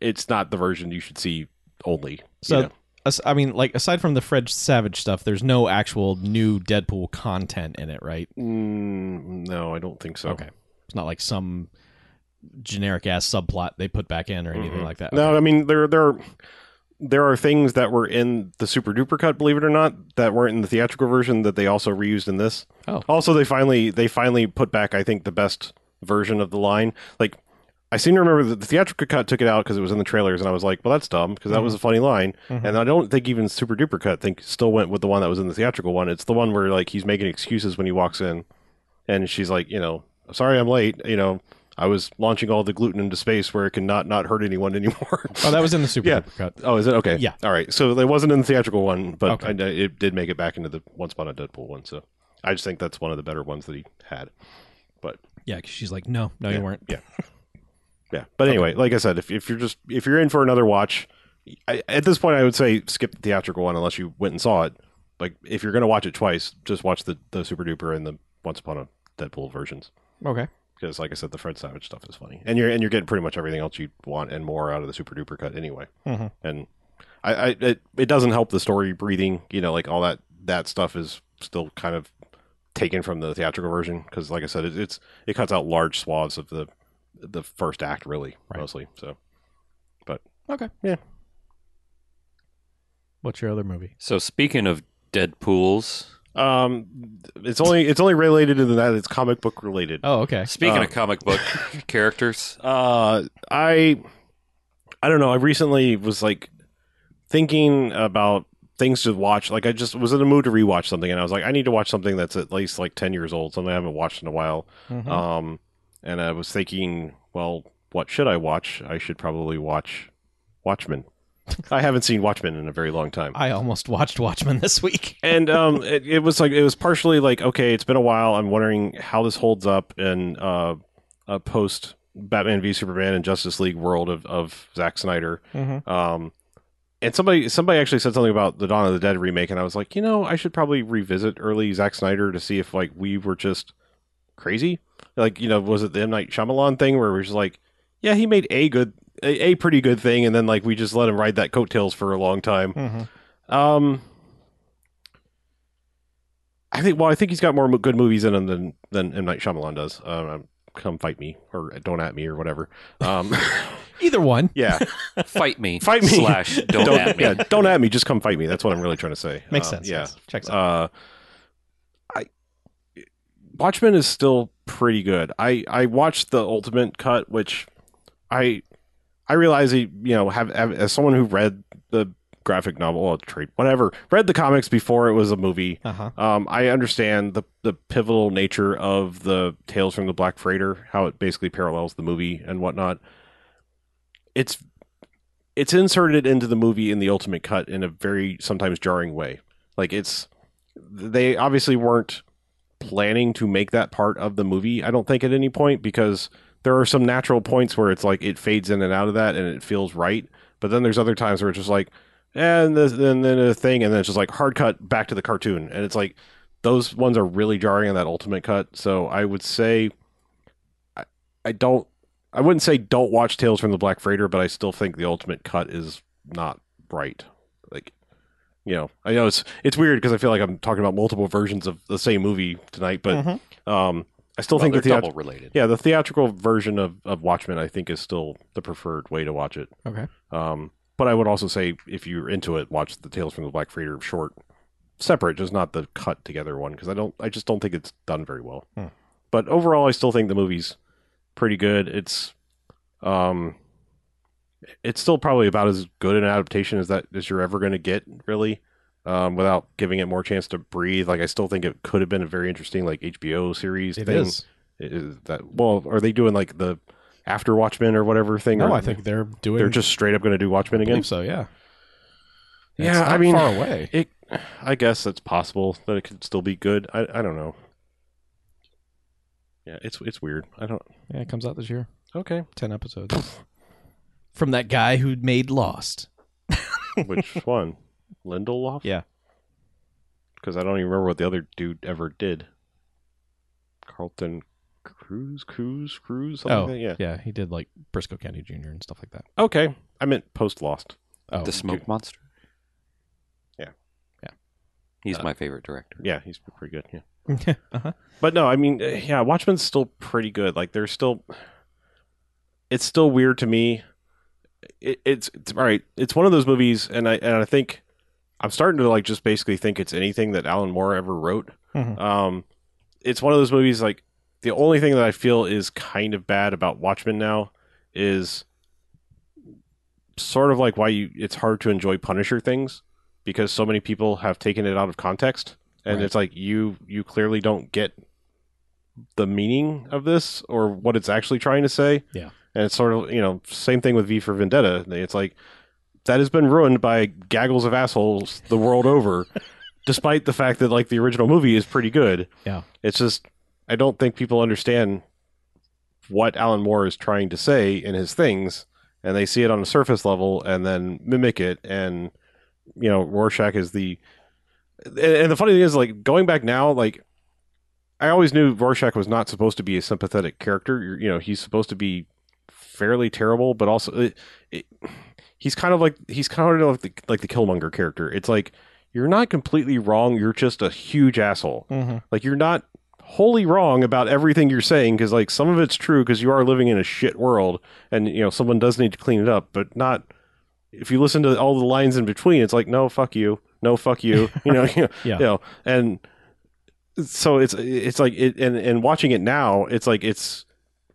[SPEAKER 2] it's not the version you should see only
[SPEAKER 3] So,
[SPEAKER 2] you know?
[SPEAKER 3] as- I mean, like aside from the Fred Savage stuff, there's no actual new Deadpool content in it, right?
[SPEAKER 2] Mm, no, I don't think so.
[SPEAKER 3] Okay. It's not like some generic ass subplot they put back in or anything
[SPEAKER 2] Mhm.
[SPEAKER 3] like that.
[SPEAKER 2] No, I mean there there there are things that were in the super duper cut, believe it or not, that weren't in the theatrical version that they also reused in this.
[SPEAKER 3] Oh.
[SPEAKER 2] Also they finally they finally put back I think the best version of the line. Like I seem to remember that the theatrical cut took it out because it was in the trailers, and I was like, "Well, that's dumb," because that was a
[SPEAKER 3] Mm-hmm.
[SPEAKER 2] funny line. And I don't think even Super Duper Cut think still went with the one that was in the theatrical one. It's the one where like he's making excuses when he walks in, and she's like, "You know, sorry I'm late. You know, I was launching all the gluten into space where it can not not hurt anyone anymore."
[SPEAKER 3] Oh, that was in the Super
[SPEAKER 2] Yeah.
[SPEAKER 3] Duper cut.
[SPEAKER 2] Oh, is it okay?
[SPEAKER 3] Yeah.
[SPEAKER 2] All right. So it wasn't in the theatrical one, but
[SPEAKER 3] Okay.
[SPEAKER 2] I know it did make it back into the Once Upon a Deadpool one. So I just think that's one of the better ones that he had.
[SPEAKER 3] Yeah, 'cause she's like, no, no,
[SPEAKER 2] Yeah.
[SPEAKER 3] you weren't.
[SPEAKER 2] Yeah. Yeah. But anyway, like I said, if, if you're just if you're in for another watch, I, at this point I would say skip the theatrical one unless you went and saw it. Like if you're going to watch it twice, just watch the the Super Duper and the Once Upon a Deadpool versions
[SPEAKER 3] Okay.
[SPEAKER 2] because like I said, the Fred Savage stuff is funny, and you're and you're getting pretty much everything else you want and more out of the Super Duper cut anyway.
[SPEAKER 3] Mhm.
[SPEAKER 2] And I, I it, it doesn't help the story breathing, you know, like all that that stuff is still kind of taken from the theatrical version because, like I said, it, it's it cuts out large swaths of the the first act really
[SPEAKER 3] Right.
[SPEAKER 2] mostly. So
[SPEAKER 3] Okay.
[SPEAKER 2] Yeah.
[SPEAKER 3] What's your other movie?
[SPEAKER 1] So speaking of Deadpools,
[SPEAKER 2] um, it's only it's only related in that it's comic book related.
[SPEAKER 3] Oh, okay.
[SPEAKER 1] speaking
[SPEAKER 2] Um,
[SPEAKER 1] of comic book characters,
[SPEAKER 2] uh i i don't know i recently was like thinking about things to watch like i just was in a mood to rewatch something and i was like i need to watch something that's at least like 10 years old something i haven't watched in a while
[SPEAKER 3] Mhm.
[SPEAKER 2] um and i was thinking well what should i watch i should probably watch watchmen I haven't seen Watchmen in a very long time.
[SPEAKER 3] I almost watched Watchmen this week.
[SPEAKER 2] and um, it, it was like it was partially like okay, it's been a while. I'm wondering how this holds up in uh, a post Batman v Superman and Justice League world of of Zack Snyder. Um, and somebody somebody actually said something about the Dawn of the Dead remake, and I was like, you know, I should probably revisit early Zack Snyder to see if like we were just crazy. Like, you know, was it the M Night Shyamalan thing where we're just like, yeah, he made a good, a, a pretty good thing, and then like we just let him ride that coattails for a long time.
[SPEAKER 3] Mm-hmm.
[SPEAKER 2] Um, I think. Well, I think he's got more mo- good movies in him than than M Night Shyamalan does. Um, um, come fight me or don't at me or whatever. Um,
[SPEAKER 3] Either one.
[SPEAKER 2] yeah,
[SPEAKER 1] Fight me.
[SPEAKER 2] Fight me.
[SPEAKER 1] Slash don't,
[SPEAKER 2] don't
[SPEAKER 1] at me.
[SPEAKER 2] yeah, don't at me. Just come fight me. That's what I'm really trying to say.
[SPEAKER 3] Makes
[SPEAKER 2] Uh,
[SPEAKER 3] sense.
[SPEAKER 2] Yeah.
[SPEAKER 3] Checks out.
[SPEAKER 2] Uh, I Watchmen is still pretty good. I I watched the ultimate cut, which I I realize you know have, have as someone who read the graphic novel or trade whatever read the comics before it was a movie.
[SPEAKER 3] Uh-huh.
[SPEAKER 2] Um, I understand the the pivotal nature of the Tales from the Black Freighter, how it basically parallels the movie and whatnot. It's it's inserted into the movie in the ultimate cut in a very sometimes jarring way. Like it's they obviously weren't planning to make that part of the movie. I don't think at any point because there are some natural points where it's like it fades in and out of that and it feels right. But then there's other times where it's just like and this, and then a thing, and then it's just like hard cut back to the cartoon, and it's like those ones are really jarring in that ultimate cut. So I would say, I, I don't, I wouldn't say don't watch Tales from the Black Freighter, but I still think the ultimate cut is not right. Like, you know, I know it's it's weird because I feel like I'm talking about multiple versions of the same movie tonight, but um, I
[SPEAKER 1] Mm-hmm.
[SPEAKER 2] still
[SPEAKER 1] Well,
[SPEAKER 2] think
[SPEAKER 1] they're
[SPEAKER 2] the theat-
[SPEAKER 1] double related.
[SPEAKER 2] yeah, the theatrical version of, of Watchmen, I think, is still the preferred way to watch it.
[SPEAKER 3] Okay.
[SPEAKER 2] Um, but I would also say if you're into it, watch the Tales from the Black Freighter short, separate, just not the cut together one, because I don't, I just don't think it's done very well.
[SPEAKER 3] Hmm.
[SPEAKER 2] But overall, I still think the movie's pretty good. It's, um, it's still probably about as good an adaptation as that as you're ever going to get, really. Um, without giving it more chance to breathe, like I still think it could have been a very interesting like HBO series.
[SPEAKER 3] It
[SPEAKER 2] thing
[SPEAKER 3] is.
[SPEAKER 2] is that well are they doing like the after watchmen or whatever thing
[SPEAKER 3] No,
[SPEAKER 2] or
[SPEAKER 3] I think they're doing.
[SPEAKER 2] they're just straight up going to do watchmen
[SPEAKER 3] I
[SPEAKER 2] again
[SPEAKER 3] believe so. Yeah.
[SPEAKER 2] Yeah,
[SPEAKER 3] It's
[SPEAKER 2] I
[SPEAKER 3] not
[SPEAKER 2] mean-
[SPEAKER 3] far away.
[SPEAKER 2] it i guess that's possible that it could still be good i, I don't know yeah it's it's weird i don't
[SPEAKER 3] Yeah, it comes out this year.
[SPEAKER 2] okay
[SPEAKER 3] Ten episodes. From that guy who made Lost.
[SPEAKER 2] which one lindelof
[SPEAKER 3] Yeah.
[SPEAKER 2] because i don't even remember what the other dude ever did carlton cruz cruz cruz something like
[SPEAKER 3] oh,
[SPEAKER 2] that? yeah
[SPEAKER 3] yeah. He did like Briscoe County Jr. and stuff like that.
[SPEAKER 2] okay i meant post lost
[SPEAKER 3] Oh,
[SPEAKER 1] The Smoke Monster.
[SPEAKER 2] Yeah.
[SPEAKER 3] Yeah.
[SPEAKER 1] He's
[SPEAKER 2] Uh,
[SPEAKER 1] my favorite director.
[SPEAKER 2] yeah he's pretty good yeah
[SPEAKER 3] uh-huh.
[SPEAKER 2] But no, I mean, eh, yeah, Watchmen's still pretty good. Like, there's still, it's still weird to me. It, it's, it's all right. It's one of those movies, and I and I think I'm starting to like just basically think it's anything that Alan Moore ever wrote.
[SPEAKER 3] Mhm.
[SPEAKER 2] Um, it's one of those movies. Like, the only thing that I feel is kind of bad about Watchmen now is sort of like why you it's hard to enjoy Punisher things because so many people have taken it out of context and
[SPEAKER 3] Right.
[SPEAKER 2] it's like you you clearly don't get the meaning of this or what it's actually trying to say
[SPEAKER 3] Yeah.
[SPEAKER 2] and it's sort of you know same thing with v for vendetta it's like that has been ruined by gaggles of assholes the world over despite the fact that like the original movie is pretty good
[SPEAKER 3] Yeah.
[SPEAKER 2] it's just i don't think people understand what alan moore is trying to say in his things and they see it on a surface level and then mimic it and you know rorschach is the and- and the funny thing is like going back now like i always knew rorschach was not supposed to be a sympathetic character You're, you know he's supposed to be fairly terrible but also it, it, he's kind of like he's kind of like the, like the killmonger character it's like you're not completely wrong you're just a huge asshole
[SPEAKER 3] Mm-hmm.
[SPEAKER 2] like you're not wholly wrong about everything you're saying because like some of it's true because you are living in a shit world and you know someone does need to clean it up, but not if you listen to all the lines in between. It's like no, fuck you, no, fuck you, you know, you know,
[SPEAKER 3] Yeah.
[SPEAKER 2] you know, and so it's it's like it and and watching it now, it's like it's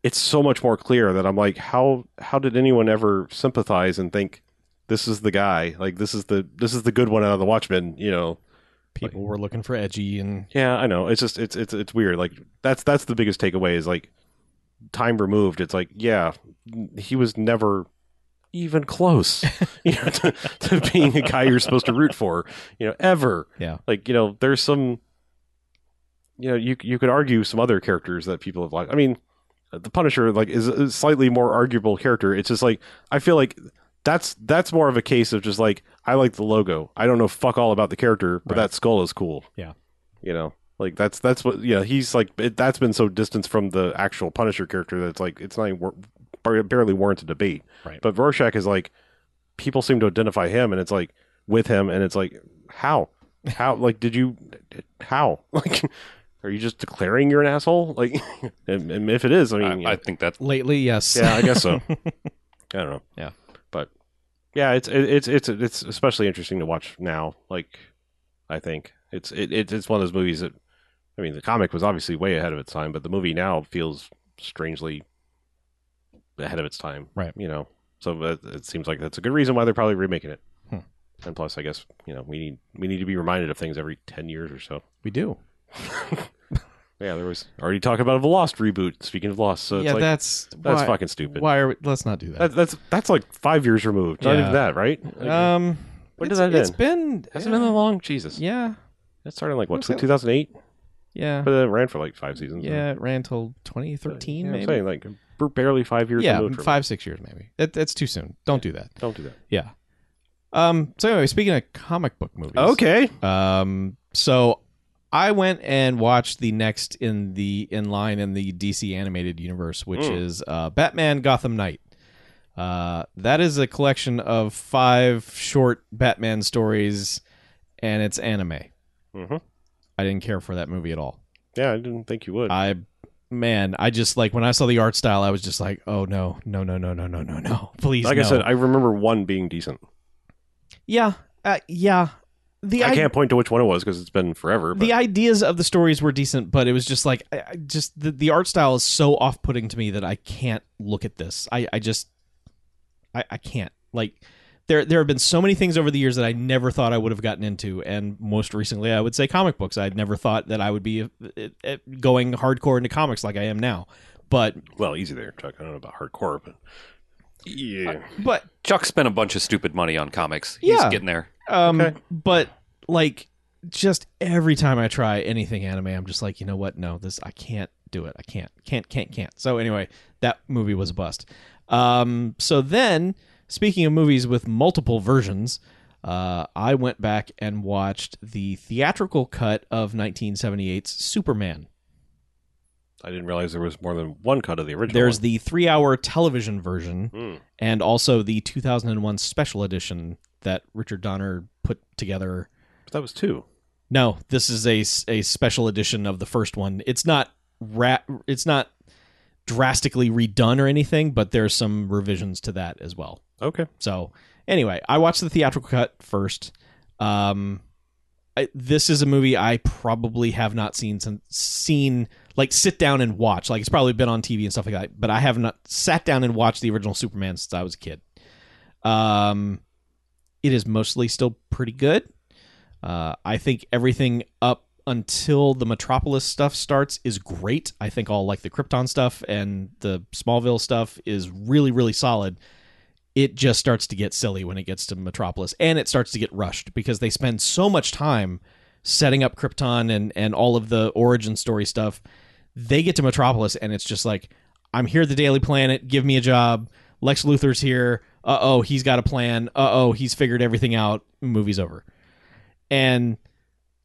[SPEAKER 2] it's so much more clear that I'm like how how did anyone ever sympathize and think this is the guy like this is the this is the good one out of the Watchmen, you know?
[SPEAKER 3] People were looking for edgy and
[SPEAKER 2] Yeah, I know. It's just it's it's it's weird. Like that's that's the biggest takeaway is like time removed. It's like yeah, he was never even close you know, to, to being a guy you're supposed to root for, you know, ever.
[SPEAKER 3] Yeah.
[SPEAKER 2] Like, you know, there's some, you know, you, you could argue some other characters that people have liked. I mean, the Punisher, like, is a slightly more arguable character. It's just like, I feel like that's that's more of a case of just like, I like the logo. I don't know fuck all about the character, but
[SPEAKER 3] Right.
[SPEAKER 2] that skull is cool.
[SPEAKER 3] Yeah.
[SPEAKER 2] You know, like that's that's what yeah he's like it, that's been so distanced from the actual Punisher character that it's like it's not even wor- bar- barely warrants a debate.
[SPEAKER 3] Right.
[SPEAKER 2] But Rorschach is like people seem to identify him, and it's like with him, and it's like how how like did you how like are you just declaring you're an asshole like and, and if it is, I
[SPEAKER 1] I,
[SPEAKER 2] mean
[SPEAKER 1] I think that
[SPEAKER 3] Lately, yes.
[SPEAKER 2] yeah, I guess so. I don't know.
[SPEAKER 3] Yeah.
[SPEAKER 2] but yeah, it's it, it's it's it's especially interesting to watch now. Like, I think it's it, it it's one of those movies that, I mean, the comic was obviously way ahead of its time, but the movie now feels strangely ahead of its time.
[SPEAKER 3] Right.
[SPEAKER 2] You know, so it, it seems like that's a good reason why they're probably remaking it.
[SPEAKER 3] Hmm.
[SPEAKER 2] And plus, I guess you know we need we need to be reminded of things every ten years or so.
[SPEAKER 3] We do.
[SPEAKER 2] Yeah, there was already talking about a Lost reboot. Speaking of Lost, so it's
[SPEAKER 3] yeah,
[SPEAKER 2] like,
[SPEAKER 3] that's
[SPEAKER 2] that's
[SPEAKER 3] why,
[SPEAKER 2] fucking stupid.
[SPEAKER 3] Why are we? Let's not do that.
[SPEAKER 2] That, that's that's like five years removed. Not
[SPEAKER 3] Yeah.
[SPEAKER 2] even that, right? Like,
[SPEAKER 3] um,
[SPEAKER 2] When did
[SPEAKER 3] it's,
[SPEAKER 2] that
[SPEAKER 3] It's
[SPEAKER 2] end?
[SPEAKER 3] been.
[SPEAKER 2] has it been that long? Jesus,
[SPEAKER 3] Yeah,
[SPEAKER 2] that started in like what
[SPEAKER 3] Was that-
[SPEAKER 2] two thousand eight,
[SPEAKER 3] yeah,
[SPEAKER 2] but then it ran for like five seasons.
[SPEAKER 3] yeah. It ran till 2013,
[SPEAKER 2] Yeah, I'm
[SPEAKER 3] maybe.
[SPEAKER 2] saying like we're barely five years
[SPEAKER 3] yeah,
[SPEAKER 2] removed from
[SPEAKER 3] five, six years, maybe. That, that's too soon. Don't do that.
[SPEAKER 2] it. Don't do that.
[SPEAKER 3] Yeah. Um. So anyway, speaking of comic book movies.
[SPEAKER 2] Okay,
[SPEAKER 3] Um. So I went and watched the next in the in line in the DC animated universe, which
[SPEAKER 2] Mm.
[SPEAKER 3] is uh, Batman Gotham Knight. Uh, that is a collection of five short Batman stories, and it's anime.
[SPEAKER 2] hmm
[SPEAKER 3] I didn't care for that movie at all.
[SPEAKER 2] yeah, I didn't think you would.
[SPEAKER 3] I man, I just like when I saw the art style, I was just like, oh no, no, no, no, no, no, no, no, please.
[SPEAKER 2] like I
[SPEAKER 3] no.
[SPEAKER 2] said, I remember one being decent.
[SPEAKER 3] yeah, uh, yeah. The
[SPEAKER 2] I
[SPEAKER 3] i-
[SPEAKER 2] can't point to which one it was because it's been forever. But
[SPEAKER 3] the ideas of the stories were decent, but it was just like I, I just the, the art style is so off putting to me that I can't look at this. I I just I, I can't like. There, there have been so many things over the years that I never thought I would have gotten into, and most recently, I would say comic books. I'd never thought that I would be uh, uh, going hardcore into comics like I am now. But,
[SPEAKER 2] well, easy there, Chuck. I don't know about hardcore, but yeah,
[SPEAKER 3] but
[SPEAKER 1] Chuck spent a bunch of stupid money on comics. He's
[SPEAKER 3] Yeah.
[SPEAKER 1] getting there.
[SPEAKER 3] Um,
[SPEAKER 2] Okay.
[SPEAKER 3] but like just every time I try anything anime, I'm just like, you know what? No, this I can't do it. I can't, can't, can't, can't. So anyway, that movie was a bust. Um, so then, speaking of movies with multiple versions, uh, I went back and watched the theatrical cut of 1978's Superman.
[SPEAKER 2] I didn't realize there was more than one cut of the original.
[SPEAKER 3] There's
[SPEAKER 2] one.
[SPEAKER 3] the three-hour television version
[SPEAKER 2] Mm.
[SPEAKER 3] and also the 2001 special edition that Richard Donner put together.
[SPEAKER 2] but that was two.
[SPEAKER 3] No, this is a, s- a special edition of the first one. It's not ra- it's not drastically redone or anything, but there's some revisions to that as well.
[SPEAKER 2] Okay,
[SPEAKER 3] So anyway, I watched the theatrical cut first. Um, I, this is a movie I probably have not seen since seen like sit down and watch. Like it's probably been on TV and stuff like that, but I have not sat down and watched the original Superman since I was a kid. Um, it is mostly still pretty good. Uh, I think everything up until the Metropolis stuff starts is great. I think all like the Krypton stuff and the Smallville stuff is really really solid it just starts to get silly when it gets to Metropolis and it starts to get rushed because they spend so much time setting up Krypton and and all of the origin story stuff. They get to Metropolis and it's just like I'm here at the Daily Planet, give me a job. Lex Luthor's here. Uh-oh, he's got a plan. Uh-oh, he's figured everything out. Movie's over. And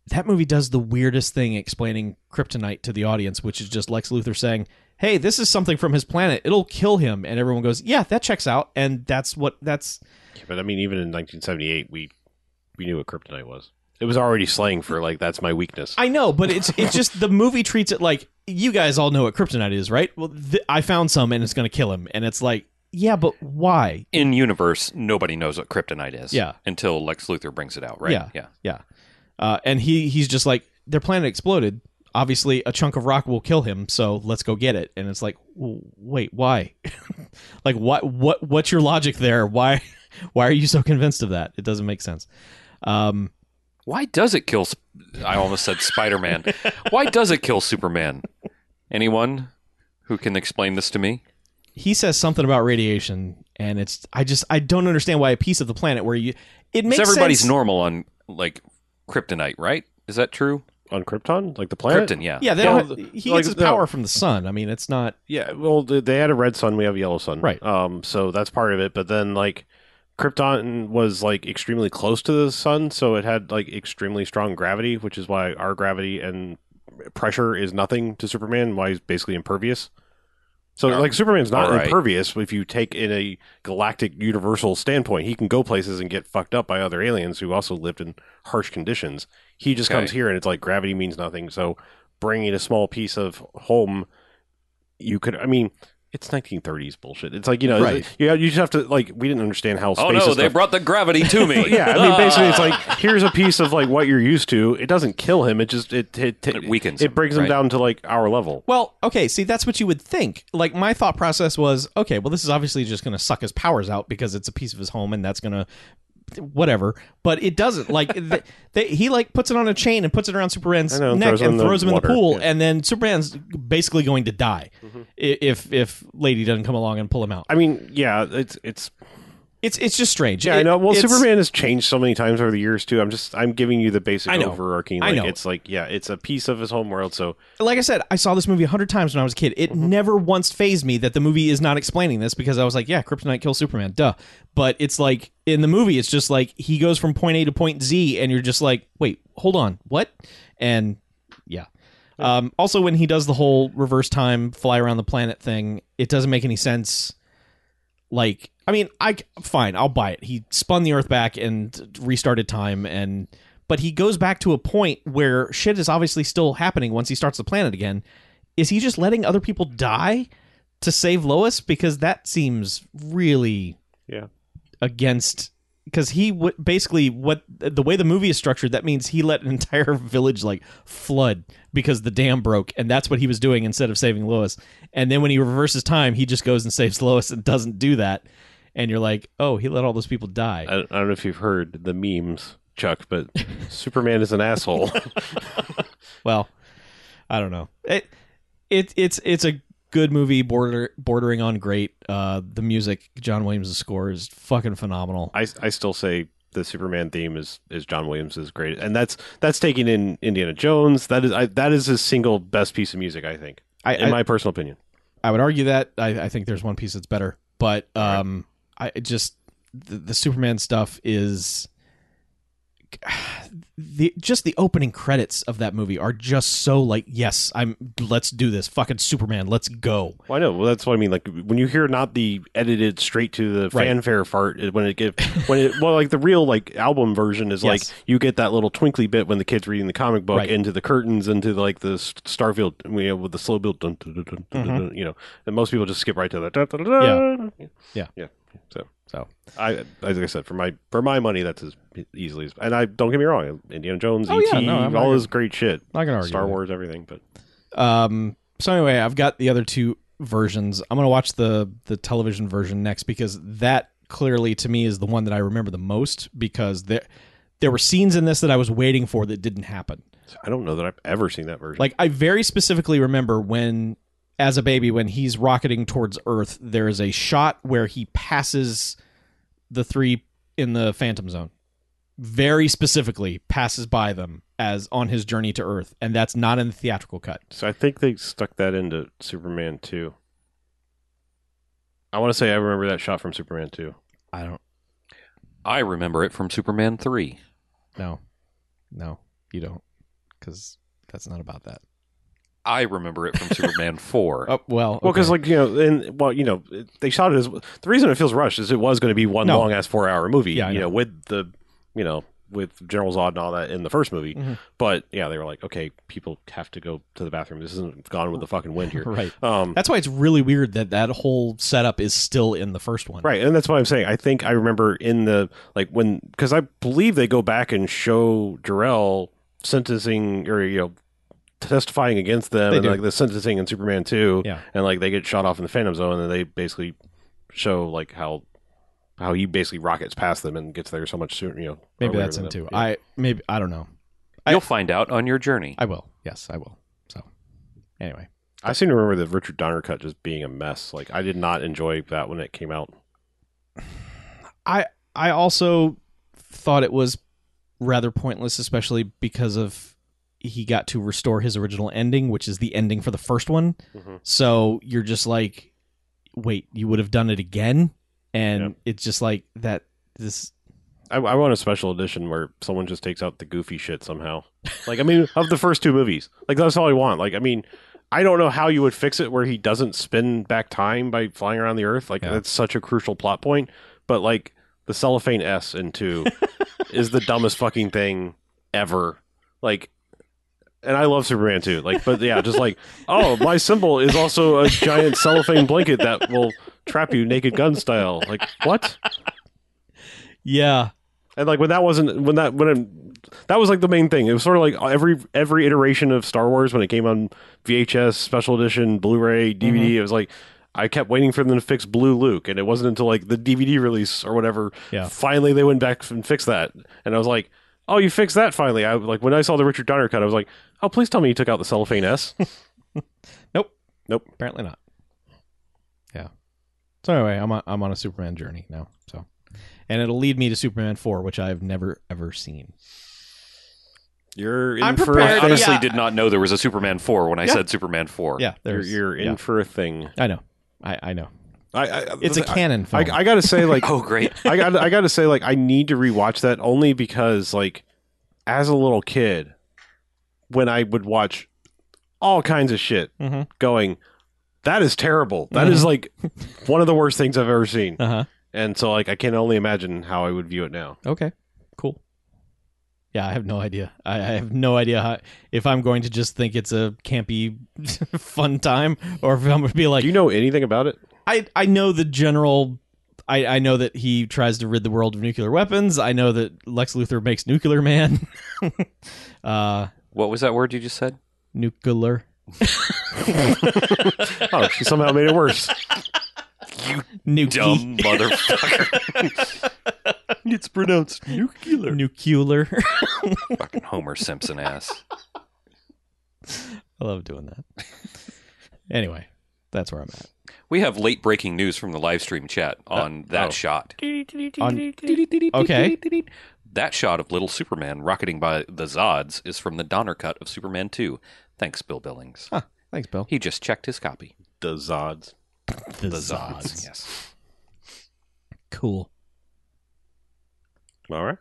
[SPEAKER 3] that movie does the weirdest thing explaining kryptonite to the audience, which is just Lex Luthor saying, "Hey, this is something from his planet. It'll kill him." And everyone goes, "Yeah, that checks out." And that's what that's
[SPEAKER 2] Yeah, but I mean, even in 1978, we we knew what kryptonite was. It was already slang for like that's my weakness.
[SPEAKER 3] I know, but it's it's just the movie treats it like you guys all know what kryptonite is, right? Well, th- I found some and it's going to kill him. And it's like, "Yeah, but why?"
[SPEAKER 1] In universe, nobody knows what kryptonite is.
[SPEAKER 3] Yeah.
[SPEAKER 1] Until Lex Luthor brings it out, right?
[SPEAKER 3] Yeah.
[SPEAKER 1] Yeah.
[SPEAKER 3] Yeah. Uh, and he he's just like their planet exploded. Obviously, a chunk of rock will kill him, so let's go get it. And it's like, w- wait, why? like, what, what, what's your logic there? Why, why are you so convinced of that? It doesn't make sense. Um,
[SPEAKER 1] Why does it kill? Sp- I almost said Spider Man. Why does it kill Superman? Anyone who can explain this to me?
[SPEAKER 3] he says something about radiation, and it's I just I don't understand why a piece of the planet where you it makes
[SPEAKER 1] Because everybody's
[SPEAKER 3] sense.
[SPEAKER 1] normal on like kryptonite, right? Is that true?
[SPEAKER 2] on Krypton, like the planet.
[SPEAKER 1] Krypton, yeah.
[SPEAKER 3] Yeah, they
[SPEAKER 2] Yeah.
[SPEAKER 3] don't, he
[SPEAKER 2] Like,
[SPEAKER 3] gets his
[SPEAKER 2] no.
[SPEAKER 3] power from the sun. I mean, it's not
[SPEAKER 2] Yeah, well, th- they had a red sun. We have a yellow sun,
[SPEAKER 3] Right.
[SPEAKER 2] Um, so that's part of it. But then, like, Krypton was like extremely close to the sun, so it had like extremely strong gravity, which is why our gravity and pressure is nothing to Superman. Why he's basically impervious. So,
[SPEAKER 1] Um,
[SPEAKER 2] like, Superman's not
[SPEAKER 1] alright.
[SPEAKER 2] impervious. If you take in a galactic universal standpoint, he can go places and get fucked up by other aliens who also lived in harsh conditions. He just
[SPEAKER 1] Okay.
[SPEAKER 2] comes here and it's like gravity means nothing. So, bringing a small piece of home you could i mean it's 1930s bullshit it's like you know
[SPEAKER 3] Right.
[SPEAKER 2] it's- you, you just have to like we didn't understand how space
[SPEAKER 1] Oh no,
[SPEAKER 2] is
[SPEAKER 1] they
[SPEAKER 2] stuff-
[SPEAKER 1] brought the gravity to me.
[SPEAKER 2] yeah i mean basically it's
[SPEAKER 1] Ah!
[SPEAKER 2] like here's a piece of like what you're used to it doesn't kill him it just it it,
[SPEAKER 1] It weakens
[SPEAKER 2] it
[SPEAKER 1] him,
[SPEAKER 2] brings him
[SPEAKER 1] right?
[SPEAKER 2] down to like our level
[SPEAKER 3] Well, okay, see, that's what you would think. Like, my thought process was okay, well, this is obviously just going to suck his powers out because it's a piece of his home and that's going to whatever but it doesn't like th they, he like puts it on a chain and puts it around superman's
[SPEAKER 2] I know, and
[SPEAKER 3] neck
[SPEAKER 2] throws it
[SPEAKER 3] and
[SPEAKER 2] in the
[SPEAKER 3] throws him
[SPEAKER 2] water,
[SPEAKER 3] in the pool
[SPEAKER 2] yeah. Mm-hmm.
[SPEAKER 3] and then superman's basically going to die i if if lady doesn't come along and pull him out
[SPEAKER 2] i mean yeah it's it's
[SPEAKER 3] it's it's just strange
[SPEAKER 2] yeah i
[SPEAKER 3] It-
[SPEAKER 2] know well
[SPEAKER 3] it's-
[SPEAKER 2] superman has changed so many times over the years too i'm just i'm giving you the basic
[SPEAKER 3] I know.
[SPEAKER 2] overarching
[SPEAKER 3] I
[SPEAKER 2] like
[SPEAKER 3] know.
[SPEAKER 2] it's like yeah it's a piece of his home world so
[SPEAKER 3] like I said, I saw this movie a hundred times when I was a kid. It never once phased me that the movie is not explaining this because I was like, yeah, Kryptonite kills Superman, duh. But it's like in the movie, it's just like he goes from point A to point Z, and you're just like, wait, hold on, what? And yeah. Um, also, when he does the whole reverse time fly around the planet thing, it doesn't make any sense. Like, I mean, I fine, I'll buy it. He spun the Earth back and restarted time, and but he goes back to a point where shit is obviously still happening once he starts the planet again. Is he just letting other people die to save Lois? Because that seems really
[SPEAKER 2] Yeah.
[SPEAKER 3] against because he w- basically what the way the movie is structured that means he let an entire village like flood because the dam broke and that's what he was doing instead of saving Lois. And then when he reverses time, he just goes and saves Lois and doesn't do that. And you're like, oh, he let all those people die.
[SPEAKER 2] I, I don't know if you've heard the memes chuck but superman is an asshole
[SPEAKER 3] well, I don't know. It, it it's it's a good movie, border bordering on great. Uh, the music, John Williams' score is fucking phenomenal.
[SPEAKER 2] I, I still say the Superman theme is is John Williams is great, and that's that's taking in Indiana Jones. That is I, that is his single best piece of music, I think,
[SPEAKER 3] I,
[SPEAKER 2] in
[SPEAKER 3] I,
[SPEAKER 2] my personal opinion.
[SPEAKER 3] I would argue that I, I think there's one piece that's better, but um, I it just the, the Superman stuff is the just the opening credits of that movie are just so like yes I'm let's do this fucking Superman let's go
[SPEAKER 2] Well, I know. Well, that's what I mean. Like when you hear not the edited straight to the
[SPEAKER 3] Right.
[SPEAKER 2] fanfare part it- when it get when it well like the real like album version is
[SPEAKER 3] Yes.
[SPEAKER 2] like you get that little twinkly bit when the kid's reading the comic book
[SPEAKER 3] Right. into
[SPEAKER 2] into the curtains into like the Starfield you know with the slow build dun, dun, dun, dun, dun, dun, you know and most people just skip right to that dun, dun, dun, dun.
[SPEAKER 3] Mm-hmm. Yeah.
[SPEAKER 2] yeah so
[SPEAKER 3] so
[SPEAKER 2] I as like I said for my for my money that's as easily as and I don't get me wrong Indiana Jones
[SPEAKER 3] Oh,
[SPEAKER 2] ET
[SPEAKER 3] yeah, no, I'm not
[SPEAKER 2] all
[SPEAKER 3] gonna-
[SPEAKER 2] this great shit
[SPEAKER 3] not gonna argue
[SPEAKER 2] Star
[SPEAKER 3] with it.
[SPEAKER 2] Wars everything but
[SPEAKER 3] Um, so anyway, I've got the other two versions. I'm gonna watch the the television version next because that clearly to me is the one that I remember the most because there there were scenes in this that I was waiting for that didn't happen.
[SPEAKER 2] I don't know that I've ever seen that version
[SPEAKER 3] Like I very specifically remember when as a baby when he's rocketing towards Earth, there is a shot where he passes the three in the phantom zone. Very specifically passes by them as on his journey to Earth, and that's not in the theatrical cut.
[SPEAKER 2] so I think they stuck that into Superman 2 I want to say I remember that shot from Superman 2
[SPEAKER 3] I don't
[SPEAKER 1] I remember it from Superman three.
[SPEAKER 3] No, no, you don't, because that's not about that.
[SPEAKER 1] I remember it from Superman four.
[SPEAKER 3] Oh well,
[SPEAKER 2] well because
[SPEAKER 3] okay.
[SPEAKER 2] like you know and well you know it- they shot it as the reason it feels rushed is it was going to be one
[SPEAKER 3] No.
[SPEAKER 2] long ass four hour movie
[SPEAKER 3] Yeah, I
[SPEAKER 2] you
[SPEAKER 3] know.
[SPEAKER 2] know with the you know with General Zod and all that in the first movie
[SPEAKER 3] Mhm.
[SPEAKER 2] but yeah they were like okay people have to go to the bathroom this isn't gone with the fucking wind here
[SPEAKER 3] right.
[SPEAKER 2] Um,
[SPEAKER 3] That's why it's really weird that that whole setup is still in the first one.
[SPEAKER 2] right, and that's what I'm saying. I think I remember in the like when because I believe they go back and show Jarrell sentencing or you know testifying against them
[SPEAKER 3] They
[SPEAKER 2] and
[SPEAKER 3] do.
[SPEAKER 2] like the sentencing in Superman two,
[SPEAKER 3] Yeah.
[SPEAKER 2] and like they get shot off in the Phantom Zone, and then they basically show like how how he basically rockets past them and gets there so much sooner. You know,
[SPEAKER 3] Maybe
[SPEAKER 2] earlier
[SPEAKER 3] that's
[SPEAKER 2] than
[SPEAKER 3] in two.
[SPEAKER 2] them. Yeah.
[SPEAKER 3] I maybe I don't know.
[SPEAKER 1] You'll find out on your journey.
[SPEAKER 3] I will. Yes, I will. So anyway,
[SPEAKER 2] I seem to remember the Richard Donner cut just being a mess. Like I did not enjoy that when it came out.
[SPEAKER 3] I I also thought it was rather pointless, especially because of he got to restore his original ending, which is the ending for the first one.
[SPEAKER 2] Mhm.
[SPEAKER 3] So you're just like, wait, you would have done it again, and
[SPEAKER 2] Yep.
[SPEAKER 3] it's just like that. This
[SPEAKER 2] I, I want a special edition where someone just takes out the goofy shit somehow. Like I mean, of the first two movies, like that's all I want. Like I mean, I don't know how you would fix it where he doesn't spin back time by flying around the Earth. Like
[SPEAKER 3] Yeah.
[SPEAKER 2] that's such a crucial plot point. But like the cellophane S in two is the dumbest fucking thing ever. Like. And I love Superman too. Like, but yeah, just like, oh, my symbol is also a giant cellophane blanket that will trap you naked gun style. Like, what?
[SPEAKER 3] yeah
[SPEAKER 2] And like when that wasn't when that when it, that was like the main thing. It was sort of like every every iteration of Star Wars when it came on VHS, special edition,
[SPEAKER 3] Mm-hmm.
[SPEAKER 2] Blu-ray, DVD. It was like I kept waiting for them to fix Blue Luke, and it wasn't until like the DVD release or whatever.
[SPEAKER 3] Yeah.
[SPEAKER 2] Finally, they went back and fixed that, and I was like, "Oh, you fixed that finally!" I like when I saw the Richard Donner cut, I was like, "Oh, please tell me you took out the cellophane S."
[SPEAKER 3] apparently not. Yeah. So anyway, I'm on, I'm on a Superman journey now. So, and it'll lead me to Superman four, which I've never ever seen.
[SPEAKER 2] You're in
[SPEAKER 3] I'm
[SPEAKER 2] for
[SPEAKER 1] I
[SPEAKER 3] prepared.
[SPEAKER 2] a,
[SPEAKER 1] honestly
[SPEAKER 3] yeah.
[SPEAKER 1] did not know there was a Superman 4 when I
[SPEAKER 3] Yeah.
[SPEAKER 1] said Superman 4.
[SPEAKER 3] Yeah,
[SPEAKER 2] you're,
[SPEAKER 3] there's
[SPEAKER 2] you're in
[SPEAKER 3] yeah.
[SPEAKER 2] for a thing.
[SPEAKER 3] I know. I, I know.
[SPEAKER 2] I, I,
[SPEAKER 3] It's a
[SPEAKER 2] I-
[SPEAKER 3] canon
[SPEAKER 2] I,
[SPEAKER 3] film.
[SPEAKER 2] I gotta say, like,
[SPEAKER 1] Oh, great.
[SPEAKER 2] I got I got to say like I need to rewatch that only because like as a little kid when I would watch all kinds of shit
[SPEAKER 3] Mhm.
[SPEAKER 2] going that is terrible. That is like one of the worst things I've ever seen.
[SPEAKER 3] Uh huh.
[SPEAKER 2] And so like I can only imagine how I would view it now.
[SPEAKER 3] Okay. Cool. Yeah, I have no idea. I, I have no idea how, if I'm going to just think it's a campy, fun time, or if I'm going to be like,
[SPEAKER 2] Do you know anything about it?
[SPEAKER 3] I, I know the general. I, I know that he tries to rid the world of nuclear weapons. I know that Lex Luthor makes Nuclear Man. uh,
[SPEAKER 1] What was that word you just said?
[SPEAKER 3] nuclear.
[SPEAKER 2] Oh, she somehow made it worse.
[SPEAKER 3] Nuki,
[SPEAKER 1] Dumb motherfucker. it's pronounced nuclear.
[SPEAKER 3] nuclear.
[SPEAKER 1] Fucking Homer Simpson ass.
[SPEAKER 3] I love doing that. anyway, that's where I'm at.
[SPEAKER 1] We have late breaking news from the live stream chat on that
[SPEAKER 2] oh.
[SPEAKER 1] shot.
[SPEAKER 3] On- okay.
[SPEAKER 1] That shot of little Superman rocketing by the Zods is from the Donner cut of Superman 2. Thanks, Bill Billings.
[SPEAKER 3] Huh. Thanks, Bill.
[SPEAKER 1] He just checked his copy.
[SPEAKER 2] The Zods.
[SPEAKER 3] The
[SPEAKER 1] Yes.
[SPEAKER 3] Cool.
[SPEAKER 2] All right.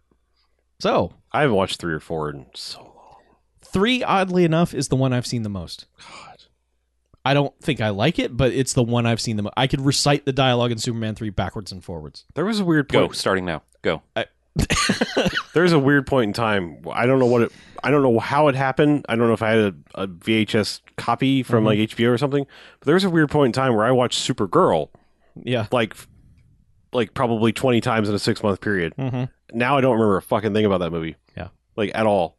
[SPEAKER 3] So,
[SPEAKER 2] I haven't watched 3 or 4 in so long.
[SPEAKER 3] three, oddly enough, is the one I've seen the most.
[SPEAKER 2] God.
[SPEAKER 3] I don't think I like it, but it's the one I've seen the most. I could recite the dialogue in Superman 3 backwards and forwards.
[SPEAKER 2] There was a weird
[SPEAKER 1] Go,
[SPEAKER 2] point.
[SPEAKER 1] starting now. Go.
[SPEAKER 2] There's a weird point in time. I don't know what it. I don't know how it happened. I don't know if I had a, a VHS copy
[SPEAKER 3] Mm-hmm.
[SPEAKER 2] from like HBO or something. But there was a weird point in time where I watched Supergirl
[SPEAKER 3] Yeah.
[SPEAKER 2] like, like probably twenty times in a six month period.
[SPEAKER 3] Mm-hmm.
[SPEAKER 2] Now I don't remember a fucking thing about that movie.
[SPEAKER 3] Yeah.
[SPEAKER 2] like at all.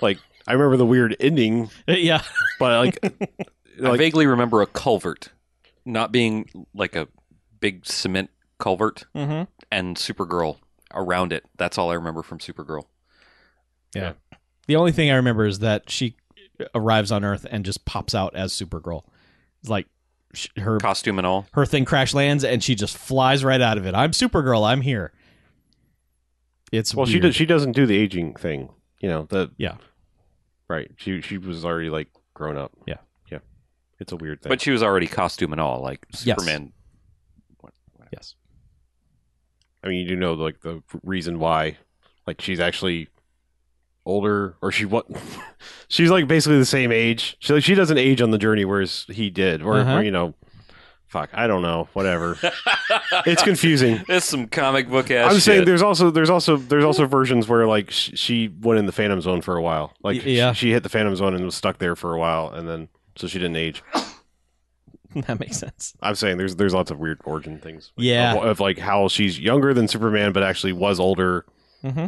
[SPEAKER 2] Like I remember the weird ending,
[SPEAKER 3] Uh, Yeah.
[SPEAKER 2] but like,
[SPEAKER 1] I
[SPEAKER 2] like
[SPEAKER 1] vaguely remember a culvert not being like a big cement culvert
[SPEAKER 3] Mm-hmm.
[SPEAKER 1] and Supergirl around it. That's all I remember from Supergirl.
[SPEAKER 3] The only thing I remember is that she arrives on Earth and just pops out as Supergirl. It's like sh- her
[SPEAKER 1] Costume and all.
[SPEAKER 3] her thing crash lands and she just flies right out of it. I'm Supergirl. I'm here. It's
[SPEAKER 2] well, she
[SPEAKER 3] weird.
[SPEAKER 2] did. She doesn't do the aging thing. You know the
[SPEAKER 3] Yeah.
[SPEAKER 2] right. She she was already like grown up.
[SPEAKER 3] Yeah.
[SPEAKER 2] yeah. It's a weird thing.
[SPEAKER 1] But she was already costume and all, like
[SPEAKER 3] Yes.
[SPEAKER 1] Superman.
[SPEAKER 3] yes.
[SPEAKER 2] I mean, you do know like the reason why, like she's actually older, or she what? she's like basically the same age. She like she doesn't age on the journey, whereas he did, or, or,
[SPEAKER 3] Uh-huh.
[SPEAKER 2] you know, fuck, I don't know, whatever. it's confusing.
[SPEAKER 1] It's some comic book ass.
[SPEAKER 2] I'm
[SPEAKER 1] shit.
[SPEAKER 2] saying there's also there's also there's also versions where like sh- she went in the Phantom Zone for a while, like
[SPEAKER 3] Y- yeah.
[SPEAKER 2] sh- she hit the Phantom Zone and was stuck there for a while, and then so she didn't age.
[SPEAKER 3] that makes sense. Oh,
[SPEAKER 2] I'm saying there's there's lots of weird origin things, like,
[SPEAKER 3] Yeah.
[SPEAKER 2] of, of like how she's younger than Superman, but actually was older.
[SPEAKER 3] Mm-hmm.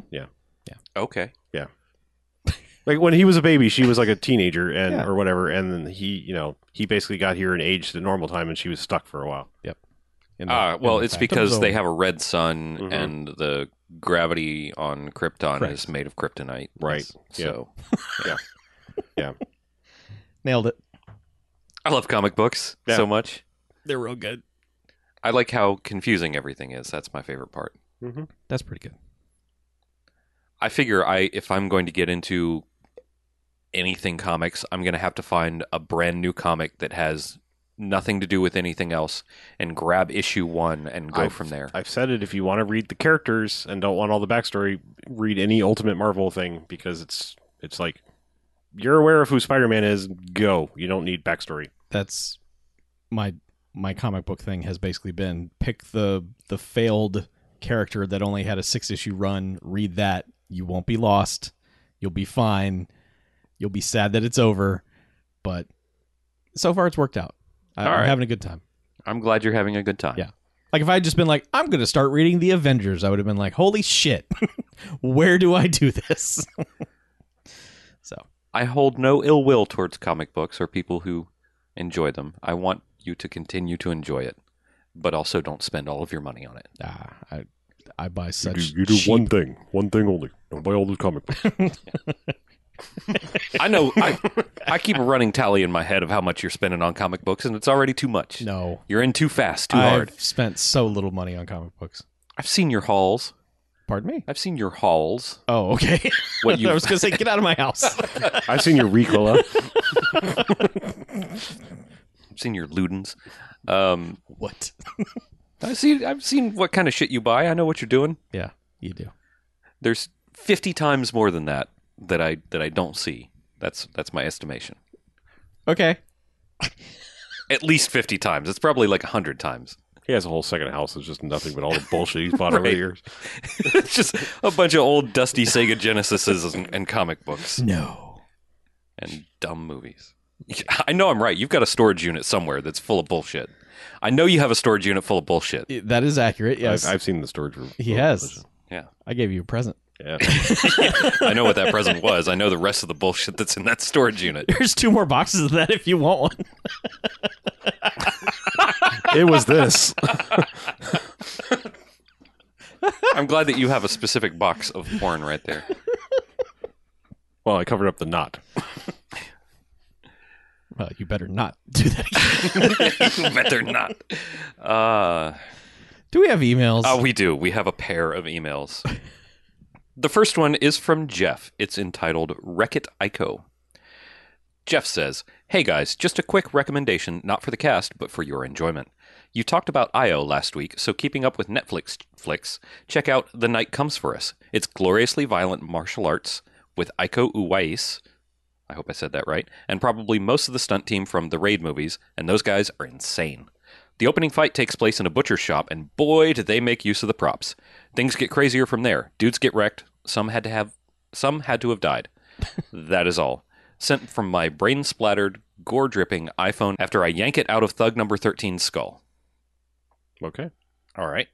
[SPEAKER 1] Okay.
[SPEAKER 2] like when he was a baby she was like a teenager and
[SPEAKER 3] Yeah.
[SPEAKER 2] or whatever and then he you know he basically got here and aged at normal time and she was stuck for a while
[SPEAKER 1] Ah, well, it's because they have a red sun
[SPEAKER 2] Mhm.
[SPEAKER 1] and the gravity on Krypton
[SPEAKER 3] Correct.
[SPEAKER 1] is made of kryptonite.
[SPEAKER 2] Right.
[SPEAKER 1] So
[SPEAKER 3] nailed it.
[SPEAKER 1] I love comic books
[SPEAKER 2] Yeah.
[SPEAKER 1] so much.
[SPEAKER 3] They're real good.
[SPEAKER 1] I like how confusing everything is. That's my favorite part.
[SPEAKER 2] Mhm.
[SPEAKER 3] That's pretty good.
[SPEAKER 1] I figure I if I'm going to get into anything comics, I'm going to have to find a brand new comic that has nothing to do with anything else and grab issue 1 and go
[SPEAKER 2] I've-
[SPEAKER 1] from there.
[SPEAKER 2] I've said it. If you want to read the characters and don't want all the backstory, read any Ultimate Marvel thing because it's it's like you're aware of who Spider Man is. Go. You don't need backstory.
[SPEAKER 3] That's my my comic book thing has basically been pick the the failed character that only had a six issue run. Read that. You won't be lost. You'll be fine. You'll be sad that it's over, but so far it's worked out. I,
[SPEAKER 1] All
[SPEAKER 3] I'm
[SPEAKER 1] right.
[SPEAKER 3] having a good time.
[SPEAKER 1] I'm glad you're having a good time.
[SPEAKER 3] Yeah. Like if I had just been like, I'm gonna start reading the Avengers, I would have been like, holy shit, where do I do this? so
[SPEAKER 1] I hold no ill will towards comic books or people who enjoy them. I want you to continue to enjoy it, but also don't spend all of your money on it.
[SPEAKER 3] ah, I I buy such cheap-
[SPEAKER 2] thing, one thing only. Don't buy all the comic books.
[SPEAKER 1] I know I, I keep a running tally in my head of how much you're spending on comic books, and it's already too much.
[SPEAKER 3] No,
[SPEAKER 1] You're in too fast, too
[SPEAKER 3] I've
[SPEAKER 1] hard.
[SPEAKER 3] spent so little money on comic books.
[SPEAKER 1] I've seen your hauls.
[SPEAKER 3] Pardon me.
[SPEAKER 1] I've seen your hauls.
[SPEAKER 3] Oh, okay.
[SPEAKER 1] What
[SPEAKER 3] I
[SPEAKER 1] you
[SPEAKER 3] was gonna say, get out of my house.
[SPEAKER 2] I've seen your Ricola.
[SPEAKER 1] I've seen your ludens. Um,
[SPEAKER 3] what?
[SPEAKER 1] I've seen I've seen what kind of shit you buy. I know what you're doing.
[SPEAKER 3] Yeah, you do.
[SPEAKER 1] There's 50 times more than that that I that I don't see. That's that's my estimation.
[SPEAKER 3] Okay.
[SPEAKER 1] At least 50 times. It's probably like 100 times.
[SPEAKER 2] he has a whole second house that's just nothing but all the bullshit he's bought over
[SPEAKER 1] Right.
[SPEAKER 2] the years.
[SPEAKER 1] it's just a bunch of old dusty Sega Genesises and, and comic books
[SPEAKER 3] No.
[SPEAKER 1] and dumb movies. I know I'm right. You've got a storage unit somewhere that's full of bullshit. I know you have a storage unit full of bullshit.
[SPEAKER 3] That is accurate. Yes.
[SPEAKER 2] I've, I've seen the storage room.
[SPEAKER 3] he has.
[SPEAKER 1] Yeah.
[SPEAKER 3] I gave you a present.
[SPEAKER 2] Yeah.
[SPEAKER 1] I know what that present was. I know the rest of the bullshit that's in that storage unit.
[SPEAKER 3] There's two more boxes of that if you want one.
[SPEAKER 2] it was this.
[SPEAKER 1] I'm glad that you have a specific box of porn right there.
[SPEAKER 2] Well, I covered up the knot.
[SPEAKER 3] Well, you better not do that. Again.
[SPEAKER 1] Better not. Uh,
[SPEAKER 3] do we have emails?
[SPEAKER 1] oh, we do. We have a pair of emails. The first one is from Jeff. It's entitled Wreck It Ico. Jeff says, Hey guys, just a quick recommendation, not for the cast, but for your enjoyment. You talked about IO last week, so keeping up with Netflix flicks, check out The Night Comes For Us. It's gloriously violent martial arts with Aiko Uwais, I hope I said that right, and probably most of the stunt team from the Raid movies, and those guys are insane. The opening fight takes place in a butcher shop, and boy, did they make use of the props. Things get crazier from there. Dudes get wrecked. Some had to have, some had to have died. that is all. Sent from my brain splattered, gore dripping iPhone after I yank it out of thug number 13's skull.
[SPEAKER 2] Okay.
[SPEAKER 1] All right.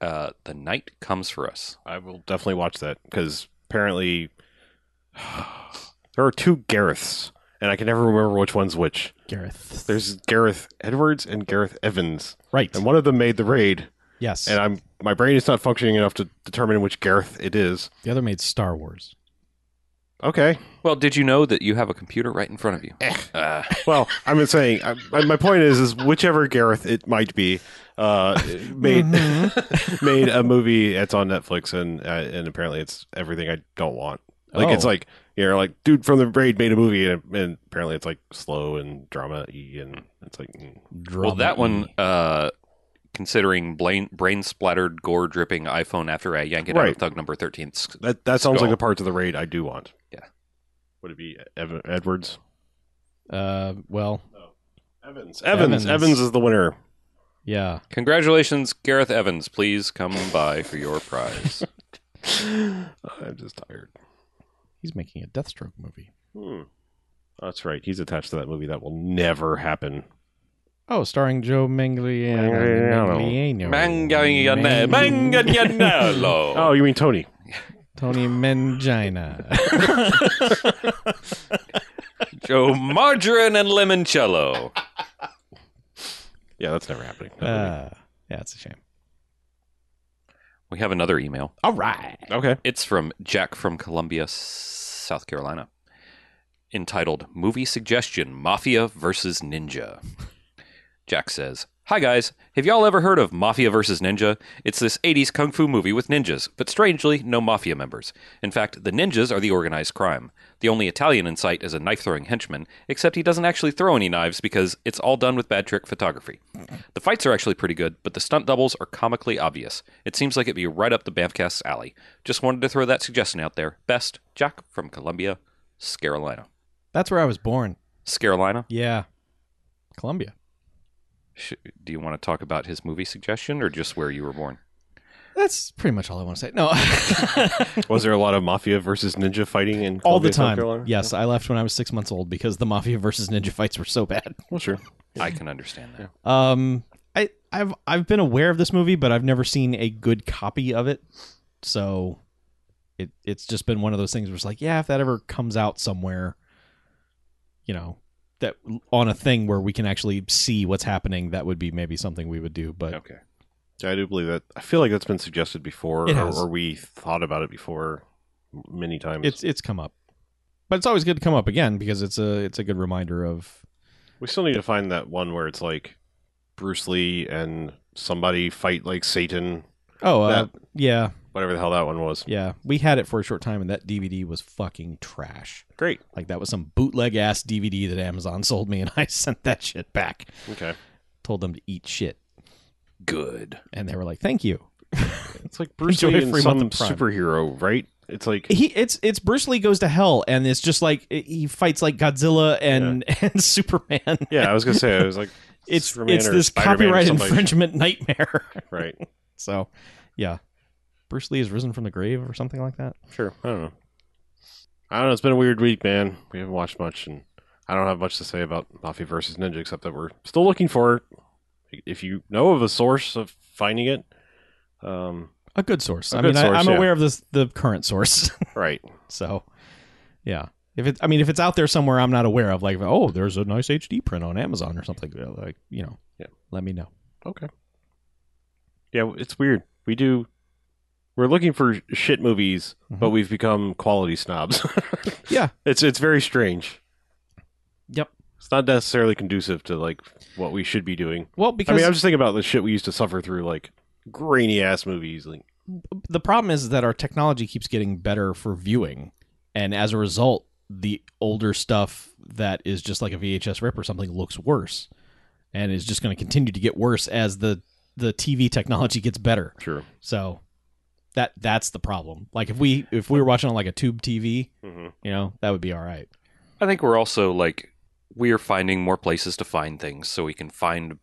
[SPEAKER 1] Uh, the night comes for us.
[SPEAKER 2] I will definitely watch that because apparently there are two Gareths, and I can never remember which one's which.
[SPEAKER 3] Gareth.
[SPEAKER 2] There's Gareth Edwards and Gareth Evans,
[SPEAKER 3] right.
[SPEAKER 2] and one of them made the raid,
[SPEAKER 3] Yes.
[SPEAKER 2] and I'm my brain is not functioning enough to determine which Gareth it is.
[SPEAKER 3] the other made Star Wars.
[SPEAKER 2] Okay.
[SPEAKER 1] Well, did you know that you have a computer right in front of you? Uh,
[SPEAKER 2] Well, I'm just saying. I, I- my point is, is whichever Gareth it might be, uh, made
[SPEAKER 3] Mm-hmm.
[SPEAKER 2] made a movie that's on Netflix, and uh, and apparently it's everything I don't want. Like it's
[SPEAKER 3] Oh.
[SPEAKER 2] like you're like dude from the raid made a movie, and, and apparently it's like slow and drama y, and it's like mm.
[SPEAKER 1] well, that one, uh, considering brain, brain splattered, gore dripping iPhone after I yank it out of
[SPEAKER 2] Right.
[SPEAKER 1] thug number 13's
[SPEAKER 2] that that sounds
[SPEAKER 1] Skull.
[SPEAKER 2] like the parts of the raid I do want.
[SPEAKER 1] Yeah.
[SPEAKER 2] would it be Ev- Edwards?
[SPEAKER 3] Uh, well,
[SPEAKER 2] Evans. Evans.
[SPEAKER 3] Evans.
[SPEAKER 2] Evans is the winner.
[SPEAKER 3] yeah.
[SPEAKER 1] Congratulations, Gareth Evans. Please come by for your prize.
[SPEAKER 2] I'm just tired.
[SPEAKER 3] He's making a Deathstroke movie.
[SPEAKER 2] Hmm. That's right. He's attached to that movie. That will never happen.
[SPEAKER 3] Oh, starring Joe Manganiello.
[SPEAKER 2] Manganiello.
[SPEAKER 1] Manganiello.
[SPEAKER 3] Mang-
[SPEAKER 1] Manganiello.
[SPEAKER 2] Oh, you mean Tony?
[SPEAKER 3] Tony Mangina.
[SPEAKER 1] Joe Margarine and Limoncello.
[SPEAKER 2] Yeah, that's never happening.
[SPEAKER 3] uh, yeah, it's a shame.
[SPEAKER 1] We have another email.
[SPEAKER 3] All right.
[SPEAKER 2] okay.
[SPEAKER 1] It's from Jack from Columbia, S- South Carolina. entitled Movie Suggestion Mafia vs. Ninja. Jack says, Hi guys, have y'all ever heard of Mafia vs. Ninja? It's this 80s kung fu movie with ninjas, but strangely, no mafia members. In fact, the ninjas are the organized crime. The only Italian in sight is a knife throwing henchman, except he doesn't actually throw any knives because it's all done with bad trick photography. The fights are actually pretty good, but the stunt doubles are comically obvious. It seems like it'd be right up the Bamcast's alley. Just wanted to throw that suggestion out there. Best, Jack from Columbia, Carolina.
[SPEAKER 3] That's where I was born.
[SPEAKER 1] Carolina?
[SPEAKER 3] Yeah. Columbia.
[SPEAKER 1] Sh- Do you want to talk about his movie suggestion or just where you were born?
[SPEAKER 3] That's pretty much all I want to say. No.
[SPEAKER 2] Was there a lot of mafia versus ninja fighting in
[SPEAKER 3] all the
[SPEAKER 2] Columbia, South
[SPEAKER 3] time.
[SPEAKER 2] Carolina?
[SPEAKER 3] Yes, I left when I was six months old because the mafia versus ninja fights were so bad.
[SPEAKER 2] Well, sure.
[SPEAKER 1] I can understand that.
[SPEAKER 3] Um, I, I've I've been aware of this movie, but I've never seen a good copy of it. So, it it's just been one of those things where it's like, yeah, if that ever comes out somewhere, you know, that on a thing where we can actually see what's happening, that would be maybe something we would do. But
[SPEAKER 1] Okay.
[SPEAKER 2] I do believe that. I feel like that's been suggested before,
[SPEAKER 3] It
[SPEAKER 2] or,
[SPEAKER 3] has.
[SPEAKER 2] or we thought about it before many times.
[SPEAKER 3] it's it's come up, but it's always good to come up again because it's a it's a good reminder of
[SPEAKER 2] we still need to find that one where it's like Bruce Lee and somebody fight like Satan,
[SPEAKER 3] oh uh, yeah
[SPEAKER 2] whatever the hell that one was.
[SPEAKER 3] yeah we had it for a short time and that DVD was fucking trash.
[SPEAKER 2] Great.
[SPEAKER 3] Like that was some bootleg ass DVD that Amazon sold me, and I sent that shit back.
[SPEAKER 2] Okay.
[SPEAKER 3] Told them to eat shit,
[SPEAKER 1] Good.
[SPEAKER 3] and they were like, "Thank you."
[SPEAKER 2] It's like Bruce
[SPEAKER 3] Enjoy
[SPEAKER 2] Lee and
[SPEAKER 3] free month
[SPEAKER 2] some
[SPEAKER 3] of Prime.
[SPEAKER 2] superhero, right? It's like
[SPEAKER 3] He it's it's Bruce Lee goes to hell, and it's just like eh, he fights like Godzilla and and Superman.
[SPEAKER 2] yeah, I was gonna say I was like
[SPEAKER 3] It's
[SPEAKER 2] Superman
[SPEAKER 3] it's
[SPEAKER 2] or
[SPEAKER 3] this
[SPEAKER 2] Spider-Man or
[SPEAKER 3] copyright
[SPEAKER 2] somebody.
[SPEAKER 3] infringement nightmare.
[SPEAKER 2] right.
[SPEAKER 3] so, yeah, Bruce Lee is risen from the grave or something like that.
[SPEAKER 2] Sure. I don't know. I don't know. It's been a weird week, man. We haven't watched much, and I don't have much to say about Mafia versus Ninja except that we're still looking for it. If you know of a source of finding it, um,
[SPEAKER 3] A good source.
[SPEAKER 2] A
[SPEAKER 3] I
[SPEAKER 2] good
[SPEAKER 3] mean,
[SPEAKER 2] source,
[SPEAKER 3] I, I'm
[SPEAKER 2] yeah.
[SPEAKER 3] aware of this the current source.
[SPEAKER 2] right.
[SPEAKER 3] So, yeah. If it, I mean, if it's out there somewhere I'm not aware of, like, oh, there's a nice HD print on Amazon or something, uh, like, you know,
[SPEAKER 2] Yeah.
[SPEAKER 3] let me know.
[SPEAKER 2] Okay. Yeah, it's weird. We do. We're looking for shit movies, but
[SPEAKER 3] Mhm.
[SPEAKER 2] we've become quality snobs.
[SPEAKER 3] Yeah.
[SPEAKER 2] it's it's very strange.
[SPEAKER 3] Yep.
[SPEAKER 2] It's not necessarily conducive to like what we should be doing.
[SPEAKER 3] Well, because
[SPEAKER 2] I mean, I'm just thinking about the shit we used to suffer through, like grainy ass movies. Like,
[SPEAKER 3] the problem is that our technology keeps getting better for viewing, and as a result, the older stuff that is just like a VHS rip or something looks worse, and is just going to continue to get worse as the the TV technology gets better.
[SPEAKER 2] sure.
[SPEAKER 3] So that that's the problem. Like if we if we were watching on like a tube TV,
[SPEAKER 2] Mhm.
[SPEAKER 3] you know, that would be all right.
[SPEAKER 1] I think we're also like we are finding more places to find things so we can find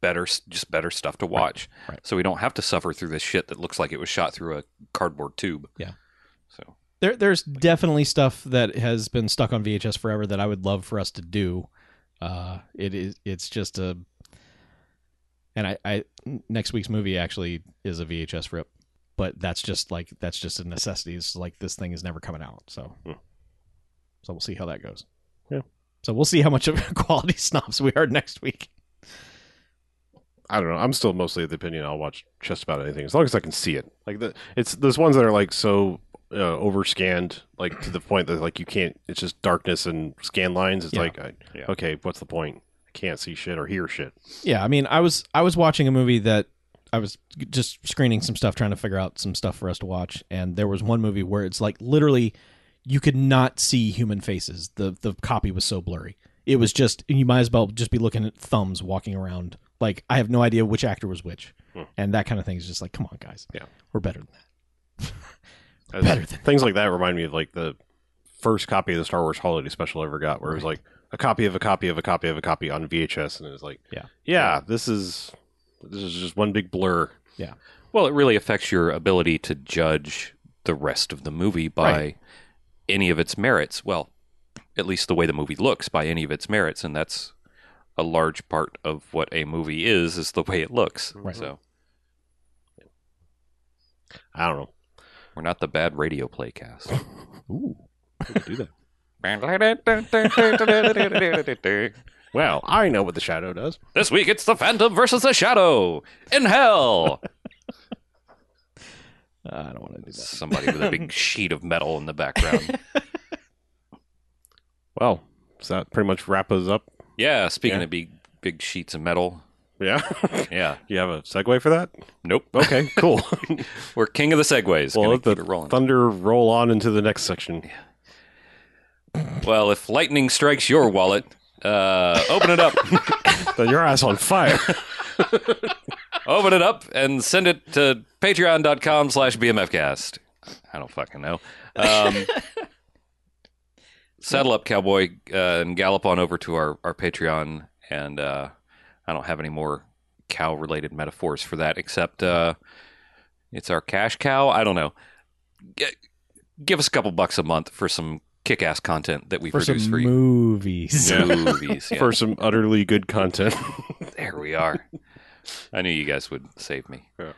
[SPEAKER 1] better just better stuff to watch.
[SPEAKER 3] right.
[SPEAKER 1] So we don't have to suffer through this shit that looks like it was shot through a cardboard tube.
[SPEAKER 3] Yeah.
[SPEAKER 1] So
[SPEAKER 3] There, there's definitely stuff that has been stuck on VHS forever that I would love for us to do. Uh, it is, it's just a, and I, I, next week's movie actually is a VHS rip, but that's just like that's just a necessity. It's like this thing is never coming out, so,
[SPEAKER 2] Hmm.
[SPEAKER 3] so we'll see how that goes.
[SPEAKER 2] Yeah.
[SPEAKER 3] So we'll see how much of quality snobs we are next week.
[SPEAKER 2] I don't know. I'm still mostly of the opinion I'll watch just about anything as long as I can see it. Like the it's those ones that are like so uh, overscanned, like to the point that like you can't. It's just darkness and scan lines. It's
[SPEAKER 3] Yeah.
[SPEAKER 2] like, I,
[SPEAKER 1] Yeah.
[SPEAKER 2] okay, what's the point? I can't see shit or hear shit.
[SPEAKER 3] Yeah, I mean, I was I was watching a movie that I was just screening some stuff, trying to figure out some stuff for us to watch, and there was one movie where it's like literally you could not see human faces. the The copy was so blurry. It was just you might as well just be looking at thumbs walking around. Like I have no idea which actor was which,
[SPEAKER 2] Hmm.
[SPEAKER 3] and that kind of thing is just like, come on, guys,
[SPEAKER 2] Yeah.
[SPEAKER 3] we're better than that.
[SPEAKER 2] As-
[SPEAKER 3] Better than
[SPEAKER 2] things like that remind me of like the first copy of the Star Wars Holiday Special I ever got, where it was like a copy of a copy of a copy of a copy on VHS, and it was like,
[SPEAKER 3] Yeah.
[SPEAKER 2] yeah, this is this is just one big blur.
[SPEAKER 1] Well, it really affects your ability to judge the rest of the movie by
[SPEAKER 3] Right.
[SPEAKER 1] any of its merits. Well, at least the way the movie looks by any of its merits, and that's a large part of what a movie is is the way it looks.
[SPEAKER 3] Right.
[SPEAKER 1] So
[SPEAKER 2] I don't know.
[SPEAKER 1] we're not the bad radio play cast.
[SPEAKER 3] Ooh,
[SPEAKER 2] Do that. Well, I know what the shadow does.
[SPEAKER 1] this week it's the Phantom versus the Shadow in hell.
[SPEAKER 3] Uh, I don't want to do that.
[SPEAKER 1] Somebody with a big sheet of metal in the background.
[SPEAKER 2] Well, so that pretty much wrap us up.
[SPEAKER 1] Yeah, speaking
[SPEAKER 2] Yeah.
[SPEAKER 1] of big big sheets of metal.
[SPEAKER 2] Yeah.
[SPEAKER 1] Yeah.
[SPEAKER 2] you have a segue for that?
[SPEAKER 1] Nope.
[SPEAKER 2] Okay, cool.
[SPEAKER 1] We're king of the segues.
[SPEAKER 2] well,
[SPEAKER 1] Gonna
[SPEAKER 2] let the
[SPEAKER 1] keep it rolling.
[SPEAKER 2] thunder roll on into the next section.
[SPEAKER 1] well, if lightning strikes your wallet, uh, open it up.
[SPEAKER 2] Then your ass on fire.
[SPEAKER 1] open it up and send it to patreon.com slash bmfcast i don't fucking know um, saddle up cowboy uh, and gallop on over to our, our patreon and uh, i don't have any more cow related metaphors for that except uh, it's our cash cow i don't know G- give us a couple bucks a month for some kick-ass content that we
[SPEAKER 3] for some
[SPEAKER 1] produce for you
[SPEAKER 3] movies.
[SPEAKER 2] Yeah.
[SPEAKER 1] movies yeah.
[SPEAKER 2] for some utterly good content.
[SPEAKER 1] There we are. I knew you guys would save me.
[SPEAKER 2] Yeah.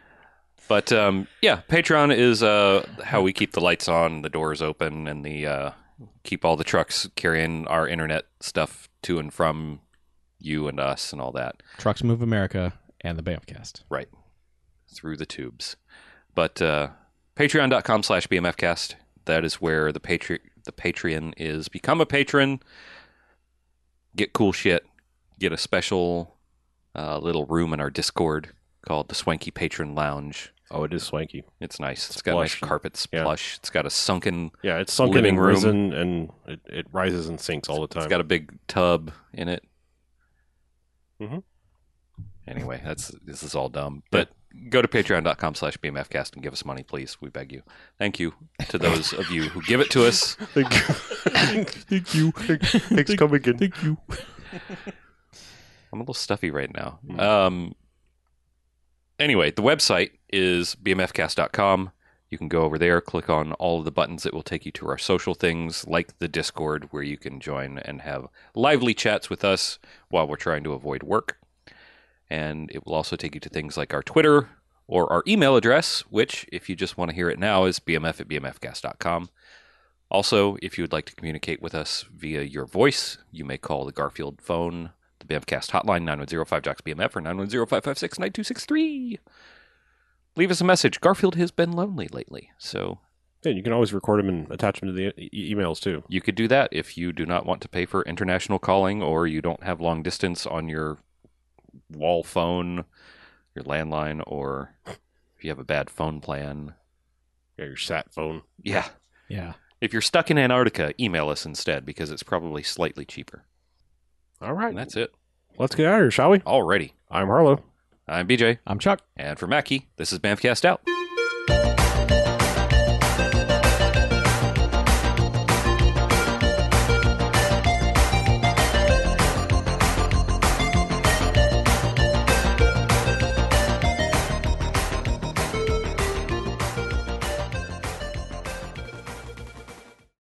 [SPEAKER 1] But um, yeah, Patreon is uh, how we keep the lights on, the doors open, and the uh, keep all the trucks carrying our internet stuff to and from you and us and all that
[SPEAKER 3] Trucks Move America and the Bamcast.
[SPEAKER 1] through the tubes. But uh, patreon.com slash bmfcast. That is where the Patre- the Patreon is. Become a patron. Get cool shit. Get a special uh, little room in our Discord called the Swanky Patron Lounge.
[SPEAKER 2] oh, it is swanky.
[SPEAKER 1] It's nice. it's got
[SPEAKER 2] plush.
[SPEAKER 1] nice carpets,
[SPEAKER 2] Yeah.
[SPEAKER 1] plush. It's got a sunken.
[SPEAKER 2] Yeah, it's sunken
[SPEAKER 1] Living
[SPEAKER 2] and
[SPEAKER 1] room.
[SPEAKER 2] risen, and it, it rises and sinks all the time.
[SPEAKER 1] It's got a big tub in it.
[SPEAKER 2] Mhm.
[SPEAKER 1] Anyway, that's this is all dumb. But go to patreon.com slash bmfcast and give us money, please. We beg you. Thank you to those of you who give it to us.
[SPEAKER 2] Thank you. Thank you. Thanks, come again. Thank you.
[SPEAKER 1] I'm a little stuffy right now. Um, anyway, the website is bmfcast.com. You can go over there, click on all of the buttons that will take you to our social things, like the Discord, where you can join and have lively chats with us while we're trying to avoid work. And it will also take you to things like our Twitter or our email address, which, if you just want to hear it now, is bmf at bmfcast.com. Also, if you would like to communicate with us via your voice, you may call the Garfield phone, the BMFcast hotline, 9105 Jocks BMF, or 910 556 9263. Leave us a message. Garfield has been lonely lately, so
[SPEAKER 2] you can always record them and attach them to the e- e- emails too.
[SPEAKER 1] you could do that if you do not want to pay for international calling or you don't have long distance on your wall phone, your landline, or if you have a bad phone plan.
[SPEAKER 2] Yeah, your sat phone.
[SPEAKER 1] Yeah.
[SPEAKER 3] Yeah.
[SPEAKER 1] If you're stuck in Antarctica, email us instead because it's probably slightly cheaper.
[SPEAKER 2] All right,
[SPEAKER 1] And that's it.
[SPEAKER 2] let's get out of here, shall we?
[SPEAKER 1] Already.
[SPEAKER 2] I'm Harlow.
[SPEAKER 1] I'm BJ.
[SPEAKER 3] I'm Chuck.
[SPEAKER 1] And for Mackie, this is Banffcast Out.